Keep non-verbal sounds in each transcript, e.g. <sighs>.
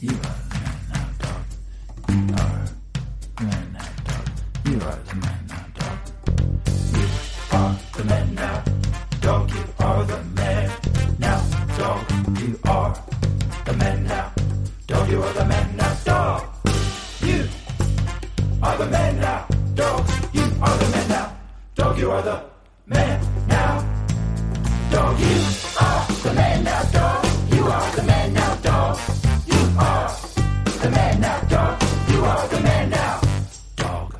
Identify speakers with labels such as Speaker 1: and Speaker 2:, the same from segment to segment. Speaker 1: You are the man now, dog. You are the man now, dog. You are the man now, dog. You are the man now, dog. You are the man now, dog. You are the man now, dog. You are the man now, dog. You are the man now, dog. You are the man now, dog. You are the man now, dog. You are the man now, dog. You are the man now, dog. You are the man now, dog. You are the man now, dog.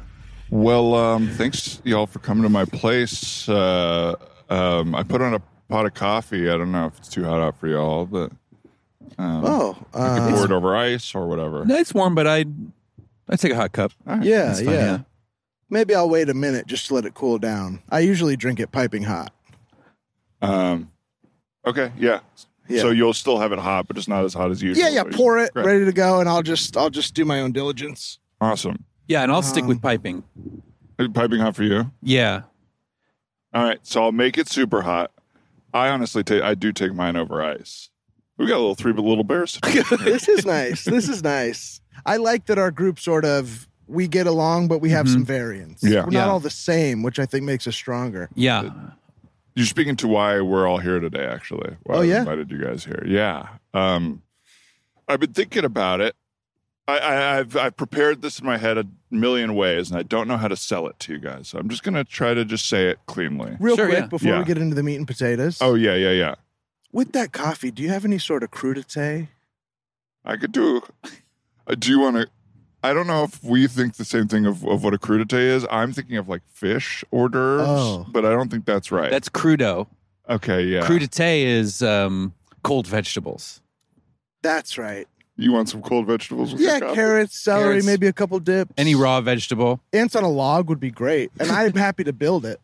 Speaker 2: Well, um, thanks y'all for coming to my place. Uh, um, I put on a pot of coffee. I don't know if it's too hot out for y'all, but
Speaker 3: Oh, uh,
Speaker 2: pour it over ice or whatever.
Speaker 4: No, it's warm, but I I take a hot cup.
Speaker 3: yeah,
Speaker 4: fine,
Speaker 3: yeah.
Speaker 4: yeah.
Speaker 3: Maybe I'll wait a minute just to let it cool down. I usually drink it piping hot.
Speaker 2: Um, okay, yeah.
Speaker 3: Yeah.
Speaker 2: So you'll still have it hot, but it's not as hot as usual.
Speaker 3: Yeah, yeah.
Speaker 2: Right?
Speaker 3: Pour it,
Speaker 2: Great.
Speaker 3: ready to go, and I'll just I'll just do my own diligence. <laughs>
Speaker 2: Awesome.
Speaker 4: Yeah, and I'll stick with piping.
Speaker 2: Piping hot for you.
Speaker 4: Yeah,
Speaker 2: All right, so I'll make it super hot. I honestly take I do take mine over ice. We got a little three little bears.
Speaker 3: <laughs>
Speaker 2: today.
Speaker 3: this is nice. This is nice. I like that our group sort of we get along, but we have some variance.
Speaker 2: Mm-hmm. Yeah.
Speaker 3: We're not
Speaker 4: Yeah.
Speaker 3: all the same, which I think makes us stronger.
Speaker 4: yeah.
Speaker 2: You're speaking to why we're all here today, actually. Why
Speaker 3: Oh,
Speaker 2: I
Speaker 3: yeah?
Speaker 2: invited you guys here. Yeah. Um, I've been thinking about it. I, I, I've I've prepared this in my head a million ways, and I don't know how to sell it to you guys. So I'm just gonna try to just say it cleanly.
Speaker 3: Real
Speaker 4: Sure,
Speaker 3: quick
Speaker 4: yeah.
Speaker 3: before
Speaker 2: Yeah.
Speaker 3: we get into the meat and potatoes.
Speaker 2: Oh yeah, yeah, yeah.
Speaker 3: with that coffee, do you have any sort of crudite?
Speaker 2: I could do. I do want to. I don't know if we think the same thing of, of what a crudité is. I'm thinking of like fish hors d'oeuvres,
Speaker 3: Oh.
Speaker 2: but I don't think that's right.
Speaker 4: That's crudo.
Speaker 2: okay. Yeah,
Speaker 4: Crudité is um, cold vegetables.
Speaker 3: That's right.
Speaker 2: you want some cold vegetables? With
Speaker 3: Yeah,
Speaker 2: your coffee?
Speaker 3: carrots, celery,
Speaker 4: Carrots.
Speaker 3: maybe a couple dips.
Speaker 4: Any raw vegetable.
Speaker 3: ants on a log would be great, and I'm happy to build it.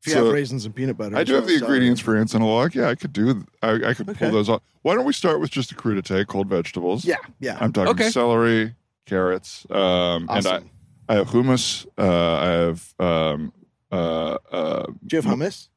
Speaker 3: If you
Speaker 2: So,
Speaker 3: have raisins and peanut butter,
Speaker 2: I
Speaker 3: as
Speaker 2: do have
Speaker 3: well,
Speaker 2: the
Speaker 3: sorry.
Speaker 2: ingredients for ants in a log. Yeah, I could do. I, I could
Speaker 3: Okay.
Speaker 2: pull those off. Why don't we start with just a crudité, cold vegetables?
Speaker 3: Yeah, yeah.
Speaker 2: I'm talking
Speaker 4: Okay.
Speaker 2: celery, carrots, um, and
Speaker 3: Awesome.
Speaker 2: I, I have hummus. Uh, I have um, uh, uh,
Speaker 3: do you
Speaker 2: <laughs>
Speaker 3: have hummus?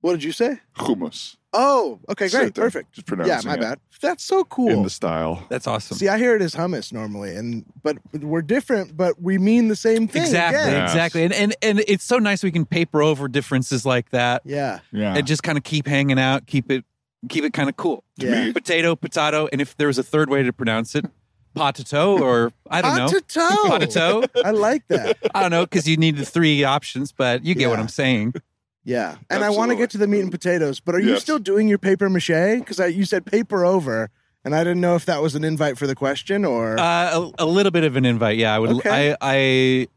Speaker 3: what did you say?
Speaker 2: hummus.
Speaker 3: Oh, okay,
Speaker 2: Said
Speaker 3: great,
Speaker 2: that.
Speaker 3: perfect.
Speaker 2: Just
Speaker 3: Yeah,
Speaker 2: pronouncing
Speaker 3: my
Speaker 2: it
Speaker 3: bad. That's so cool.
Speaker 2: in the style.
Speaker 4: That's awesome.
Speaker 3: See, I hear it as hummus normally, and but we're different, but we mean the same thing.
Speaker 4: exactly,
Speaker 3: again.
Speaker 2: Yeah.
Speaker 4: exactly. And, and and it's so nice we can paper over differences like that
Speaker 3: Yeah.
Speaker 2: Yeah.
Speaker 4: and just kind of keep hanging out, keep it keep it kind of cool.
Speaker 3: Yeah. Me-
Speaker 4: Potato, potato, and if there was a third way to pronounce it, potato or I don't know.
Speaker 3: Potato.
Speaker 4: Potato.
Speaker 3: I like that.
Speaker 4: I don't know because you need the three options, but you get what
Speaker 3: Yeah.
Speaker 4: I'm saying.
Speaker 3: Yeah. And I want to
Speaker 2: Absolutely.
Speaker 3: get to the meat and potatoes, but are you
Speaker 2: Yes.
Speaker 3: still doing your paper mache? Because you said paper over, and I didn't know if that was an invite for the question or.
Speaker 4: Uh, a, a little bit of an invite, yeah. I would.
Speaker 3: Okay.
Speaker 4: I I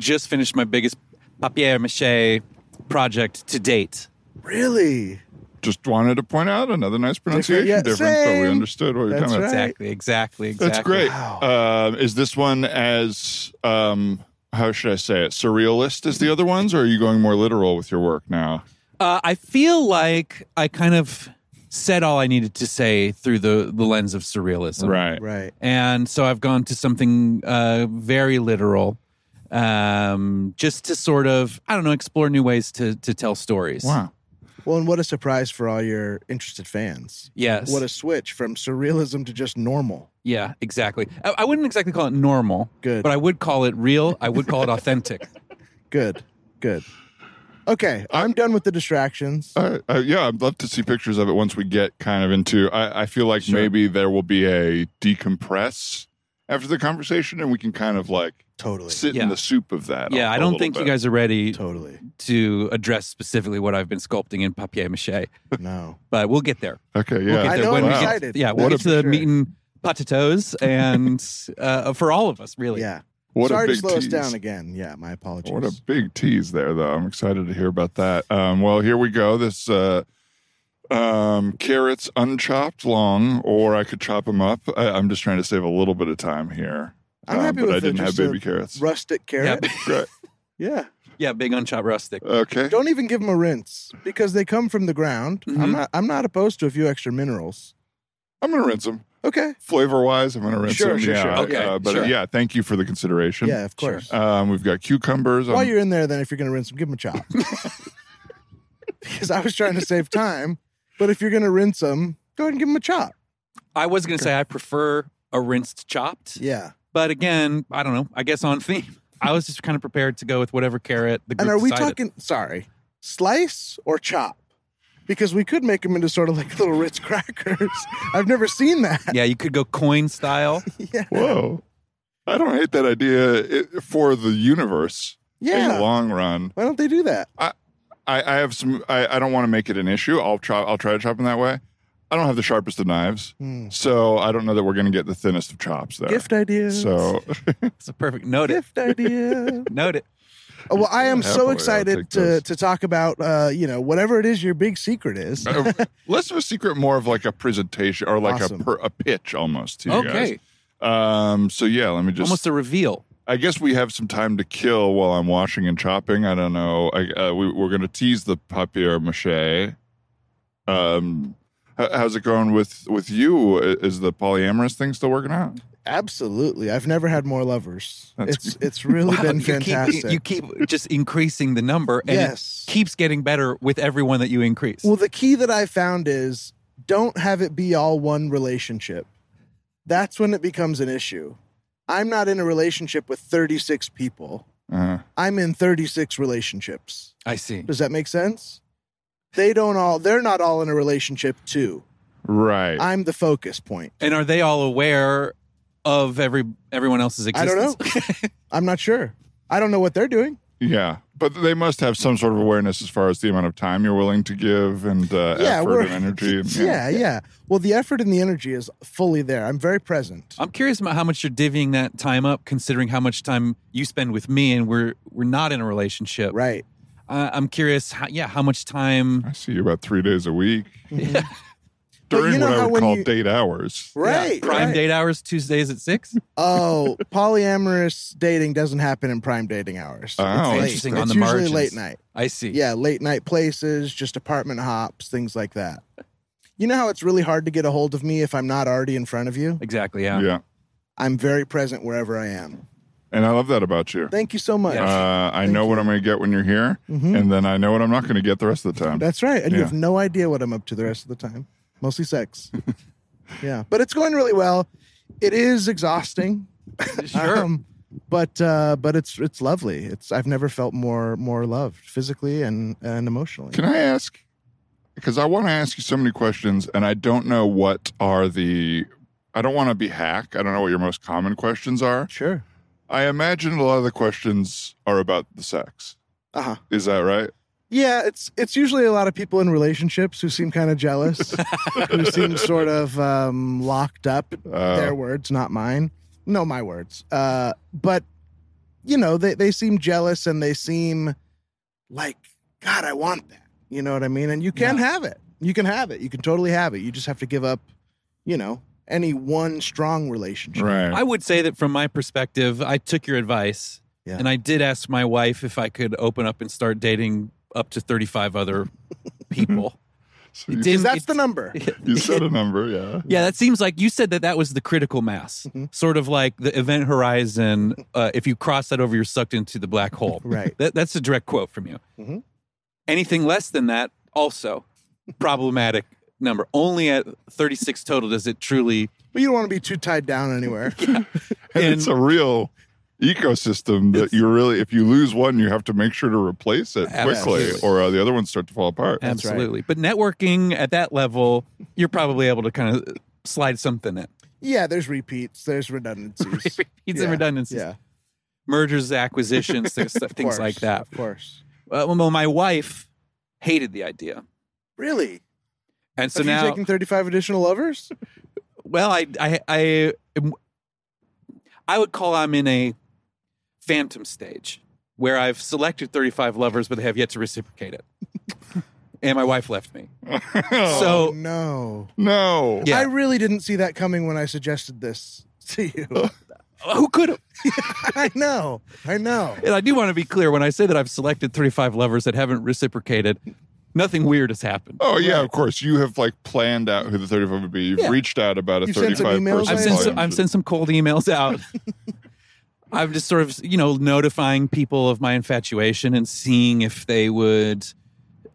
Speaker 4: just finished my biggest papier mache project to date.
Speaker 3: really?
Speaker 2: just wanted to point out another nice pronunciation
Speaker 3: yeah,
Speaker 2: difference, but we
Speaker 3: same.
Speaker 2: understood what you're
Speaker 3: That's
Speaker 2: talking
Speaker 3: right.
Speaker 2: about.
Speaker 4: Exactly, exactly, exactly.
Speaker 2: That's great.
Speaker 3: Wow.
Speaker 2: Um, is this one as um, how should I say it? Surrealist as the other ones, or are you going more literal with your work now?
Speaker 4: Uh, I feel like I kind of said all I needed to say through the the lens of surrealism,
Speaker 2: Right.
Speaker 3: Right.
Speaker 4: And so I've gone to something uh, very literal, um, just to sort of I don't know explore new ways to to tell stories.
Speaker 2: Wow.
Speaker 3: Well, and what a surprise for all your interested fans.
Speaker 4: Yes.
Speaker 3: What a switch from surrealism to just normal.
Speaker 4: Yeah, exactly. I, I wouldn't exactly call it normal,
Speaker 3: Good.
Speaker 4: but I would call it real. I would
Speaker 3: <laughs>
Speaker 4: call it authentic.
Speaker 3: Good. Good. Okay. I'm done with the distractions.
Speaker 2: Uh, uh, yeah, I'd love to see pictures of it once we get kind of into. I, I feel like maybe there will be a decompress after the conversation, and we can kind of like
Speaker 3: Totally.
Speaker 2: sit
Speaker 4: Yeah.
Speaker 2: in the soup of that.
Speaker 4: yeah,
Speaker 2: a-
Speaker 4: I
Speaker 2: a
Speaker 4: don't
Speaker 2: little
Speaker 4: think you
Speaker 2: bit.
Speaker 4: guys are ready
Speaker 3: Totally.
Speaker 4: to address specifically what I've been sculpting in papier mache,
Speaker 3: No.
Speaker 4: but we'll get there.
Speaker 2: Okay. Yeah.
Speaker 4: Get
Speaker 3: I
Speaker 4: there
Speaker 3: know,
Speaker 4: when
Speaker 3: I'm
Speaker 4: we get-
Speaker 3: excited.
Speaker 4: yeah, we'll
Speaker 3: What
Speaker 4: get
Speaker 3: a-
Speaker 4: to the
Speaker 3: sure.
Speaker 4: meeting
Speaker 3: <laughs>
Speaker 4: potatoes and uh, for all of us, <laughs> really.
Speaker 3: Yeah.
Speaker 2: what
Speaker 3: Sorry
Speaker 2: a big
Speaker 3: to slow us
Speaker 2: tease.
Speaker 3: down again. Yeah. My apologies.
Speaker 2: What a big tease there, though. I'm excited to hear about that. Um, well, here we go. This uh, um, carrots unchopped long, or I could chop them up. I, I'm just trying to save a little bit of time here.
Speaker 3: I'm
Speaker 2: Um,
Speaker 3: happy
Speaker 2: but
Speaker 3: with
Speaker 2: I
Speaker 3: it,
Speaker 2: didn't have
Speaker 3: just
Speaker 2: baby
Speaker 3: a
Speaker 2: carrots.
Speaker 3: rustic
Speaker 4: Yeah,
Speaker 3: carrot.
Speaker 4: b-
Speaker 2: Right.
Speaker 3: <laughs> yeah.
Speaker 4: yeah, big unchopped rustic.
Speaker 2: Okay.
Speaker 3: Don't even give them a rinse because they come from the ground.
Speaker 4: Mm-hmm.
Speaker 3: I'm not. I'm not opposed to a few extra minerals.
Speaker 2: I'm gonna rinse them.
Speaker 3: Okay.
Speaker 2: Flavor wise, I'm gonna rinse
Speaker 3: Sure,
Speaker 2: them.
Speaker 3: sure,
Speaker 2: yeah.
Speaker 3: sure.
Speaker 4: Okay,
Speaker 2: Uh, but
Speaker 4: sure.
Speaker 2: yeah, thank you for the consideration.
Speaker 3: Yeah, of course.
Speaker 4: Uh,
Speaker 2: Um, we've got cucumbers. Um,
Speaker 3: While
Speaker 4: um,
Speaker 2: I'm-
Speaker 3: you're in there, then if you're going to rinse them, give them a
Speaker 4: <laughs>
Speaker 3: chop. because I was trying to save time, but if you're going to rinse them, go ahead and give them a chop.
Speaker 4: I was going to say I prefer a rinsed chopped,
Speaker 3: Yeah.
Speaker 4: but again, I don't know. I guess on theme, I was just kind of prepared to go with whatever carrot the group
Speaker 3: And are we
Speaker 4: decided.
Speaker 3: talking, sorry, slice or chop? Because we could make them into sort of like little Ritz crackers. I've never seen that.
Speaker 4: Yeah, you could go coin style.
Speaker 3: <laughs> Yeah.
Speaker 2: Whoa. I don't hate that idea i- for the universe in the
Speaker 3: Yeah.
Speaker 2: long run.
Speaker 3: Why don't they do that?
Speaker 2: I, I have some. I, I don't want to make it an issue. I'll try. I'll try to chop them that way. I don't have the sharpest of knives,
Speaker 3: Hmm.
Speaker 2: so I don't know that we're going to get the thinnest of chops there.
Speaker 3: Gift ideas. <laughs>
Speaker 2: so <laughs>
Speaker 4: It's a perfect note. It.
Speaker 3: Gift idea.
Speaker 4: Note it.
Speaker 3: Oh, well, I am
Speaker 2: Happily,
Speaker 3: so
Speaker 2: I'll take
Speaker 3: excited to,
Speaker 2: those.
Speaker 3: to talk about, uh, you know, whatever it is your big secret is.
Speaker 2: uh, less of a secret, more of like a presentation or like
Speaker 3: Awesome.
Speaker 2: a per, a pitch almost. To you guys.
Speaker 4: Okay.
Speaker 2: Um. So yeah, let me just.
Speaker 4: Almost a reveal.
Speaker 2: I guess we have some time to kill while I'm washing and chopping. I don't know. I, uh, we, we're going to tease the papier mache. Um, h- how's it going with with you? I- Is the polyamorous thing still working out?
Speaker 3: Absolutely. I've never had more lovers.
Speaker 2: That's-
Speaker 3: it's it's really
Speaker 4: Wow,
Speaker 3: been
Speaker 4: you keep-
Speaker 3: fantastic.
Speaker 4: you Keep, just increasing the number, and it
Speaker 3: yes.
Speaker 4: keeps getting better with everyone that you increase.
Speaker 3: Well, the key that I found is don't have it be all one relationship. That's when it becomes an issue. I'm not in a relationship with 36 people.
Speaker 2: Uh,
Speaker 3: I'm in 36 relationships.
Speaker 4: I see.
Speaker 3: Does that make sense? They don't all they're not all in a relationship too.
Speaker 2: right.
Speaker 3: I'm the focus point.
Speaker 4: And are they all aware of every everyone else's
Speaker 3: I don't
Speaker 4: existence? <laughs>
Speaker 3: know. I'm not sure. I don't know what they're doing.
Speaker 2: yeah, but they must have some sort of awareness as far as the amount of time you're willing to give and uh,
Speaker 3: Yeah,
Speaker 2: effort
Speaker 3: we're-
Speaker 2: and
Speaker 3: <laughs>
Speaker 2: energy.
Speaker 3: Yeah, yeah. Well, the effort and the energy is fully there. I'm very present.
Speaker 4: I'm curious about how much you're divvying that time up, considering how much time you spend with me, and we're we're not in a relationship.
Speaker 3: Right.
Speaker 4: Uh, I'm curious, how, yeah, how much time?
Speaker 2: I see you about three days a week
Speaker 3: Mhm. But
Speaker 2: during
Speaker 3: you know
Speaker 2: what I
Speaker 3: how
Speaker 2: would
Speaker 3: when
Speaker 2: call
Speaker 3: you-
Speaker 2: date hours.
Speaker 3: Right.
Speaker 4: Yeah, prime
Speaker 3: right.
Speaker 4: date hours Tuesdays at six.
Speaker 3: Oh, <laughs> polyamorous dating doesn't happen in prime dating hours.
Speaker 2: Oh,
Speaker 3: it's late.
Speaker 4: interesting.
Speaker 3: It's
Speaker 4: On the
Speaker 3: usually
Speaker 4: margins.
Speaker 3: late night.
Speaker 4: I see.
Speaker 3: Yeah, late night places, just apartment hops, things like that. You know how it's really hard to get a hold of me if I'm not already in front of you?
Speaker 4: exactly.
Speaker 2: Yeah.
Speaker 4: Yeah.
Speaker 3: I'm very present wherever I am.
Speaker 2: and I love that about you.
Speaker 3: Thank you so much.
Speaker 2: Uh, I
Speaker 3: Thank
Speaker 2: know what I'm going to get when you're here,
Speaker 4: Mm.
Speaker 3: Mhm.
Speaker 2: and then I know what I'm not going to get the rest of the time.
Speaker 3: That's right. And you
Speaker 2: yeah.
Speaker 3: have no idea what I'm up to the rest of the time.
Speaker 2: <laughs>
Speaker 3: Mostly sex. yeah. But it's going really well. It is exhausting.
Speaker 4: Sure.
Speaker 3: Um, but uh, but it's it's lovely. It's I've never felt more more loved physically and and emotionally.
Speaker 2: Can I ask? Because I want to ask you so many questions, and I don't know what are the. I don't want to be hack. I don't know what your most common questions are.
Speaker 3: Sure.
Speaker 2: I imagine a lot of the questions are about the sex.
Speaker 3: Uh huh.
Speaker 2: Is that right?
Speaker 3: Yeah, it's it's usually a lot of people in relationships who seem kind of
Speaker 2: <laughs>
Speaker 3: jealous, who seem sort of um, locked up.
Speaker 2: Uh,
Speaker 4: Oh.
Speaker 3: Their words, not mine. No, my words. Uh, but you know, they they seem jealous and they seem like God. I want that. You know what I mean? And you can
Speaker 4: Yeah.
Speaker 3: have it. You can have it. You can totally have it. You just have to give up. You know, any one strong relationship.
Speaker 2: right.
Speaker 4: I would say that from my perspective, I took your advice,
Speaker 3: Yeah.
Speaker 4: and I did ask my wife if I could open up and start dating up to 35
Speaker 3: <laughs>
Speaker 4: other people.
Speaker 2: So
Speaker 4: It
Speaker 2: you,
Speaker 4: did-
Speaker 3: Because that's
Speaker 4: It-
Speaker 3: the
Speaker 4: <laughs>
Speaker 3: number.
Speaker 2: you said a number, yeah.
Speaker 4: Yeah, that seems like you said that that was the critical mass,
Speaker 3: Mhm.
Speaker 4: sort of like the event horizon. Uh, if you cross that over, you're sucked into the black hole.
Speaker 3: <laughs> Right.
Speaker 4: That, that's a direct quote from you.
Speaker 3: Mhm.
Speaker 4: Anything less than that, also problematic number. Only at 36 total does it
Speaker 3: <laughs>
Speaker 4: truly.
Speaker 3: But you don't want to be too tied down anywhere.
Speaker 4: <laughs>
Speaker 2: And,
Speaker 4: And-
Speaker 2: it's a real ecosystem that you really, if you lose one, you have to make sure to replace it quickly,
Speaker 4: Absolutely.
Speaker 2: or uh, the other ones start to fall apart. <laughs>
Speaker 3: That's right.
Speaker 4: absolutely. But networking at that level, you're probably able to kind of slide something in. <laughs>
Speaker 3: Yeah, there's repeats, there's redundancies.
Speaker 4: Needs
Speaker 3: Yeah,
Speaker 4: some redundancies,
Speaker 3: yeah,
Speaker 4: mergers, acquisitions,
Speaker 3: <laughs>
Speaker 4: things,
Speaker 3: of
Speaker 4: things like
Speaker 3: course,
Speaker 4: that.
Speaker 3: Of course.
Speaker 4: Uh, well, my wife hated the idea.
Speaker 3: Really?
Speaker 4: And so
Speaker 3: So Have
Speaker 4: now
Speaker 3: you taken 35 additional lovers?
Speaker 4: Well, I, I, I, am- I would call I'm in a phantom stage where I've selected 35 lovers, but they have yet to
Speaker 3: <laughs>
Speaker 4: reciprocate it. and my wife left me. So-
Speaker 3: oh, no.
Speaker 2: no.
Speaker 4: Yeah.
Speaker 3: I really didn't see that coming when I suggested this <laughs> to
Speaker 4: Oh.
Speaker 3: you.
Speaker 4: Who could have?
Speaker 3: I know. I
Speaker 4: <laughs>
Speaker 3: know.
Speaker 4: And I do want to be clear when I say that I've selected 35 lovers that haven't reciprocated, nothing weird has happened.
Speaker 2: Oh yeah, of course. You have like planned out who the thirty-five would be. You've
Speaker 4: Yeah.
Speaker 2: reached out about a
Speaker 3: You've sent some
Speaker 2: thirty-five
Speaker 3: emails
Speaker 2: person.
Speaker 4: I've
Speaker 3: Same
Speaker 4: sent,
Speaker 2: volume.
Speaker 4: some, I've sent some cold emails out. <laughs> I'm just sort of, you know, notifying people of my infatuation and seeing if they would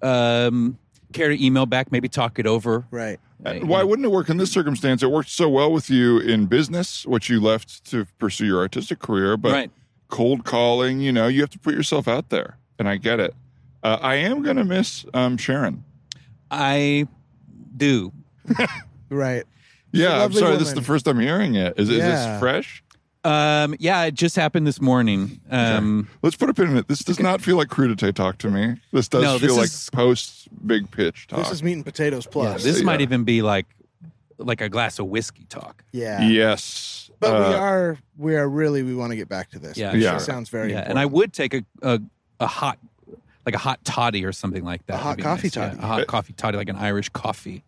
Speaker 4: um, care to email back, maybe talk it over.
Speaker 3: Right.
Speaker 2: Uh,
Speaker 4: Right,
Speaker 2: Why
Speaker 4: yeah.
Speaker 2: wouldn't it work in this circumstance? It worked so well with you in business, which you left to pursue your artistic career, but
Speaker 4: right.
Speaker 2: cold calling, you know, you have to put yourself out there. And I get it. Uh, I am going to miss um, Sharon.
Speaker 4: I do.
Speaker 3: Right. a
Speaker 2: Yeah, I'm
Speaker 3: lovely
Speaker 2: sorry. This is the
Speaker 3: woman.
Speaker 2: first I'm hearing it. Is, is
Speaker 3: Yeah.
Speaker 2: this fresh?
Speaker 4: Um, yeah, it just happened this morning. Um,
Speaker 2: Let's put a pin in it. This does not feel like crudité talk to me. This does
Speaker 4: No, this
Speaker 2: feel
Speaker 4: is-
Speaker 2: like post big pitch talk.
Speaker 3: This is meat and potatoes plus.
Speaker 4: This
Speaker 2: Yeah.
Speaker 4: might even be like like a glass of whiskey talk.
Speaker 3: yeah.
Speaker 2: yes.
Speaker 3: But we
Speaker 2: Uh,
Speaker 3: are we are really we want to get back to this.
Speaker 4: Yeah,
Speaker 3: This
Speaker 2: Yeah.
Speaker 3: sounds very
Speaker 4: yeah,
Speaker 3: important.
Speaker 4: and I would take a, a a hot like a hot toddy or something like that.
Speaker 3: A hot
Speaker 4: would be
Speaker 3: coffee
Speaker 4: nice, yeah.
Speaker 3: toddy.
Speaker 4: a hot
Speaker 2: Uh,
Speaker 4: coffee toddy, like an Irish coffee.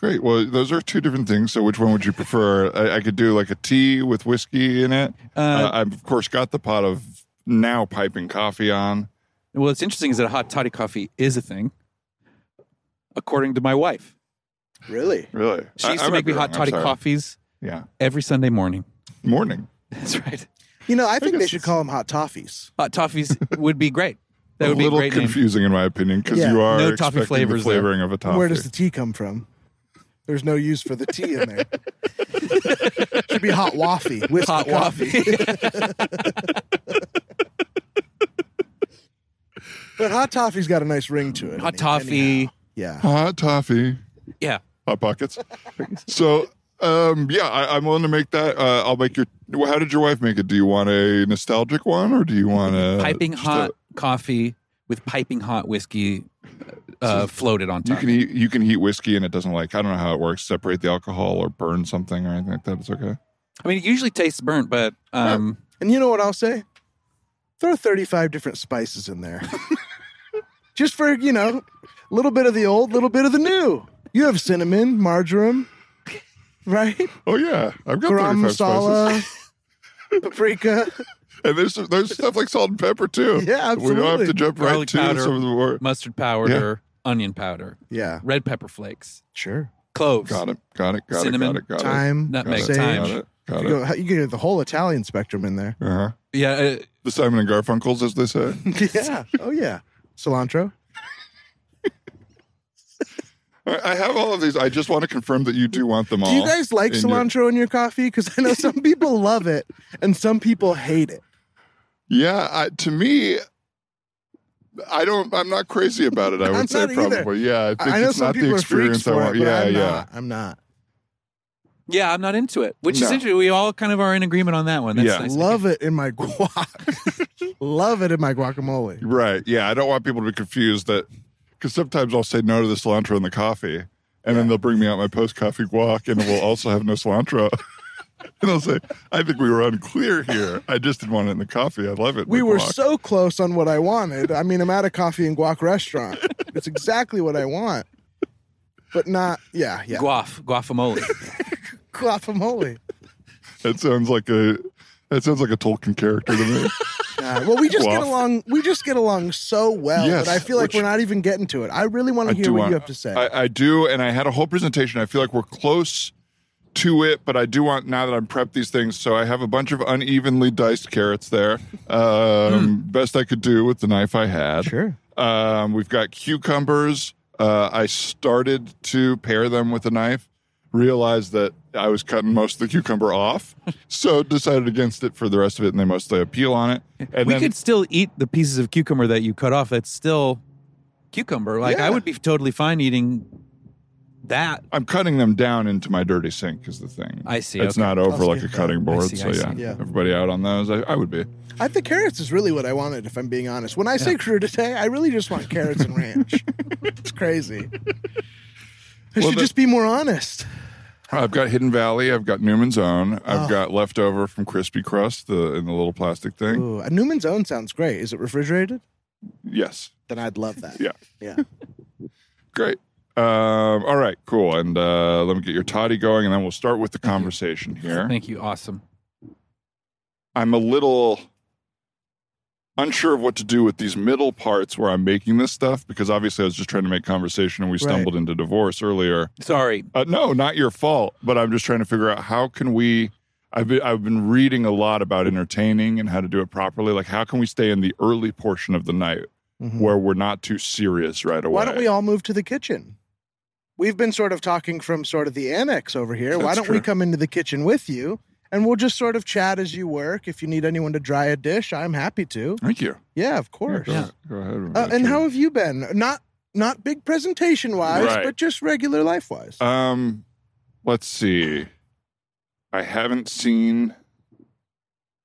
Speaker 2: Great. Well, those are two different things. So, which one would you prefer? I, I could do like a tea with whiskey in it.
Speaker 4: Uh,
Speaker 2: Uh, I've of course got the pot of now piping coffee on.
Speaker 4: well, what's interesting is that a hot toddy coffee is a thing, according to my wife.
Speaker 3: really
Speaker 2: Really,
Speaker 4: She
Speaker 2: I-
Speaker 4: used
Speaker 2: I
Speaker 4: to
Speaker 2: might
Speaker 4: make me
Speaker 2: be wrong.
Speaker 4: hot
Speaker 2: I'm
Speaker 4: toddy
Speaker 2: sorry.
Speaker 4: coffees
Speaker 2: Yeah,
Speaker 4: every Sunday morning. <laughs>
Speaker 2: morning.
Speaker 4: That's right.
Speaker 3: You know, I think they
Speaker 2: guess
Speaker 3: should
Speaker 2: it's-
Speaker 3: call them hot toffees.
Speaker 4: Hot toffees
Speaker 2: <laughs>
Speaker 4: would be great. That
Speaker 2: a
Speaker 4: would be a
Speaker 2: little
Speaker 4: great name.
Speaker 2: confusing in my opinion because
Speaker 3: Yeah.
Speaker 2: you are
Speaker 4: No toffee
Speaker 2: expecting
Speaker 4: flavors
Speaker 2: the
Speaker 4: there.
Speaker 2: flavoring of a toffee.
Speaker 3: Where does the tea come from? There's no use for the tea in
Speaker 4: <laughs>
Speaker 3: there. should be hot waffy. Whiskey
Speaker 4: Hot
Speaker 3: coffee.
Speaker 4: waffy.
Speaker 3: <laughs> But hot toffee's got a nice ring to it.
Speaker 4: <laughs> hot
Speaker 3: any-
Speaker 4: toffee.
Speaker 3: anyhow. Yeah.
Speaker 2: hot toffee?
Speaker 4: Yeah.
Speaker 2: Hot
Speaker 4: <laughs>
Speaker 2: pockets. so, um, yeah, I, I'm willing to make that. Uh, I'll make your. well, How did your wife make it? Do you want a nostalgic one or do you want a
Speaker 4: piping
Speaker 2: Uh, just a-
Speaker 4: hot coffee with piping hot whiskey uh, floated on
Speaker 2: you
Speaker 4: top.
Speaker 2: can eat, you can heat whiskey and it doesn't like I don't know how it works. Separate the alcohol or burn something or anything like that. It's okay.
Speaker 4: I mean, it usually tastes burnt, but um,
Speaker 3: And you know what I'll say? Throw 35 different spices
Speaker 2: <laughs>
Speaker 3: in there. Just for, you know, a little bit of the old, little bit of the new. You have cinnamon, marjoram, right?
Speaker 2: Oh yeah, I've got
Speaker 3: Garam
Speaker 2: 35 spices. <laughs>
Speaker 3: masala, paprika.
Speaker 2: And there's there's stuff like salt and pepper too.
Speaker 3: <laughs> Yeah,
Speaker 2: We don't have
Speaker 3: absolutely.
Speaker 2: to jump right
Speaker 4: Garlic
Speaker 2: to
Speaker 4: powder.
Speaker 2: some of the more.
Speaker 4: mustard powder, onion powder,
Speaker 3: Yeah,
Speaker 4: red pepper flakes,
Speaker 3: sure.
Speaker 4: cloves,
Speaker 2: Got it. Got it. Got
Speaker 4: Cinnamon.
Speaker 2: it. Got it. Got it.
Speaker 3: Thyme,
Speaker 2: Got
Speaker 4: nutmeg,
Speaker 2: it.
Speaker 3: sage.
Speaker 4: thyme.
Speaker 2: Got it. Got
Speaker 3: You,
Speaker 2: it.
Speaker 3: go, you can get the whole Italian spectrum
Speaker 2: <laughs>
Speaker 3: in there.
Speaker 2: Uh-huh.
Speaker 4: Yeah, uh,
Speaker 2: The Simon and Garfunkel's, as they say. <laughs>
Speaker 3: yeah. Oh, yeah. Cilantro.
Speaker 2: All right, I have all of these. I just want to confirm that you do want them all.
Speaker 3: Do you guys like
Speaker 2: in your-
Speaker 3: cilantro in your coffee?
Speaker 2: <laughs>
Speaker 3: Because I know some people love it and some people hate it.
Speaker 2: Yeah. I, to me, I don't. I'm not crazy about it. I would
Speaker 3: <laughs> I'm
Speaker 2: say
Speaker 3: not either.
Speaker 2: probably. Yeah. I
Speaker 3: I,
Speaker 2: think
Speaker 3: know
Speaker 2: it's
Speaker 3: some
Speaker 2: not the
Speaker 3: people are freaks
Speaker 2: experience I
Speaker 3: for
Speaker 2: want.
Speaker 3: it, but
Speaker 2: yeah.
Speaker 3: I'm
Speaker 2: yeah.
Speaker 3: not. I'm not.
Speaker 4: yeah, I'm not into it. Which
Speaker 2: No.
Speaker 4: is interesting. We all kind of are in agreement on that one. That's
Speaker 2: Yeah.
Speaker 4: nice.
Speaker 3: Love it in my <laughs> guac. Love it in my guacamole.
Speaker 2: Right. Yeah. I don't want people to be confused that because sometimes I'll say no to the cilantro and the coffee, and then they'll bring me out my post coffee guac, and we'll also have no cilantro. <laughs> and I'll say, I think we were unclear here. I just didn't want it in the coffee. I love it.
Speaker 3: We
Speaker 2: with
Speaker 3: were
Speaker 2: guac."
Speaker 3: so close on what I wanted. I mean, I'm at a coffee and guac restaurant. It's exactly what I want, but not. Yeah, yeah.
Speaker 4: Guaf, guacamole.
Speaker 3: Guacamole.
Speaker 2: That sounds like a that sounds like a Tolkien character to me.
Speaker 3: Uh, well, we just get
Speaker 2: Guaf.
Speaker 3: along. We just get along so well
Speaker 2: Yes,
Speaker 3: that I feel like
Speaker 2: which-
Speaker 3: we're not even getting to it. <laughs> I really want
Speaker 2: I
Speaker 3: to hear
Speaker 2: do
Speaker 3: what
Speaker 2: want-
Speaker 3: you have to say.
Speaker 2: I, I do, and I had a whole presentation. I feel like we're close to it, but I do want now that I'm prepped these things. So I have a bunch of unevenly diced carrots there.
Speaker 3: <laughs> Hmm.
Speaker 2: Um, Best I could do with the knife I had.
Speaker 3: <laughs> sure.
Speaker 2: Um, we've got cucumbers. Uh, I started to pair them with a knife, realized that I was cutting most of the cucumber off,
Speaker 4: <laughs>
Speaker 2: so decided against it for the rest of it, and they mostly have peel on it. And
Speaker 4: we
Speaker 2: then,
Speaker 4: could still eat the pieces of cucumber that you cut off. That's still cucumber. Like
Speaker 3: Yeah.
Speaker 4: I would be totally fine eating that.
Speaker 2: I'm cutting them down into my dirty sink is the thing.
Speaker 4: I see.
Speaker 2: it's
Speaker 4: okay.
Speaker 2: not over
Speaker 3: I'll
Speaker 2: like a
Speaker 3: skip that.
Speaker 2: cutting board.
Speaker 4: see,
Speaker 2: so
Speaker 4: I see.
Speaker 2: yeah,
Speaker 3: Yeah.
Speaker 2: everybody out on those. I, I would be.
Speaker 3: I think carrots is really what I wanted. If I'm being honest, when I say crudité, I really just want carrots and ranch. it's crazy. I
Speaker 2: Well,
Speaker 3: should
Speaker 2: the-
Speaker 3: just be more honest.
Speaker 2: I've got Hidden Valley. I've got Newman's Own. I've
Speaker 3: Oh.
Speaker 2: got leftover from Crispy Crust the, in the little plastic thing.
Speaker 3: Ooh, a Newman's Own sounds great. Is it refrigerated?
Speaker 2: Yes,
Speaker 3: Then I'd love that.
Speaker 2: Yeah.
Speaker 3: Yeah.
Speaker 2: great. Um, all right, cool. And uh, let me get your toddy going, and then we'll start with the conversation here.
Speaker 4: Thank you. Awesome.
Speaker 2: I'm a little unsure of what to do with these middle parts where I'm making this stuff because obviously I was just trying to make conversation, and we
Speaker 3: Right.
Speaker 2: stumbled into divorce earlier.
Speaker 4: Sorry.
Speaker 2: Uh, no, not your fault. But I'm just trying to figure out how can we. I've been I've been reading a lot about entertaining and how to do it properly. Like how can we stay in the early portion of the night
Speaker 3: Mhm.
Speaker 2: where we're not too serious right away.
Speaker 3: Why don't we all move to the kitchen? We've been sort of talking from sort of the annex over here. Why
Speaker 2: That's
Speaker 3: don't
Speaker 2: true.
Speaker 3: we come into the kitchen with you and we'll just sort of chat as you work? If you need anyone to dry a dish, I'm happy to.
Speaker 2: Thank you.
Speaker 3: Yeah, of course.
Speaker 2: Go, ahead. Go ahead.
Speaker 3: Uh,
Speaker 2: That's
Speaker 3: and
Speaker 2: it.
Speaker 3: how have you been? Not not big presentation wise,
Speaker 2: Right.
Speaker 3: but just regular life wise.
Speaker 2: Um, let's see. I haven't seen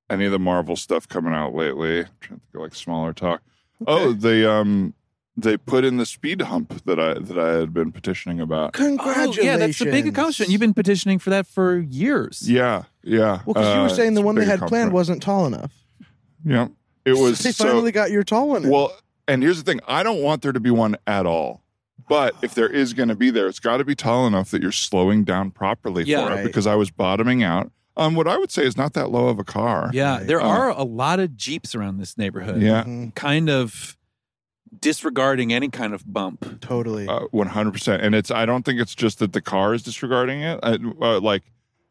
Speaker 2: any of the Marvel stuff coming out lately. I'm trying to think of like smaller talk. Oh, they um they put in the speed hump that I that I had been petitioning about.
Speaker 3: Congratulations!
Speaker 4: Oh, yeah, that's the big accomplishment. You've been petitioning for that for years.
Speaker 2: Yeah, yeah.
Speaker 3: well because you
Speaker 2: Uh,
Speaker 3: were saying the
Speaker 2: it's a
Speaker 3: one they
Speaker 2: big
Speaker 3: had planned
Speaker 2: accomplishment.
Speaker 3: wasn't tall enough.
Speaker 2: Yeah,
Speaker 3: <laughs>
Speaker 2: it was.
Speaker 3: They
Speaker 2: so-
Speaker 3: finally got your tall one.
Speaker 2: <laughs>
Speaker 3: in.
Speaker 2: Well, and here's the thing: I don't want there to be one at all. But if there is going to be there, it's got to be tall enough that you're slowing down properly
Speaker 4: Yeah.
Speaker 2: for it.
Speaker 3: Right.
Speaker 2: Because I was bottoming out on what I would say is not that low of a car.
Speaker 4: Yeah,
Speaker 3: Right.
Speaker 4: there
Speaker 2: Oh.
Speaker 4: are a lot of Jeeps around this neighborhood.
Speaker 2: yeah,
Speaker 3: Mhm,
Speaker 4: Kind of disregarding any kind of bump.
Speaker 3: totally.
Speaker 2: Uh, one hundred percent. And it's I don't think it's just that the car is disregarding it. I, uh, like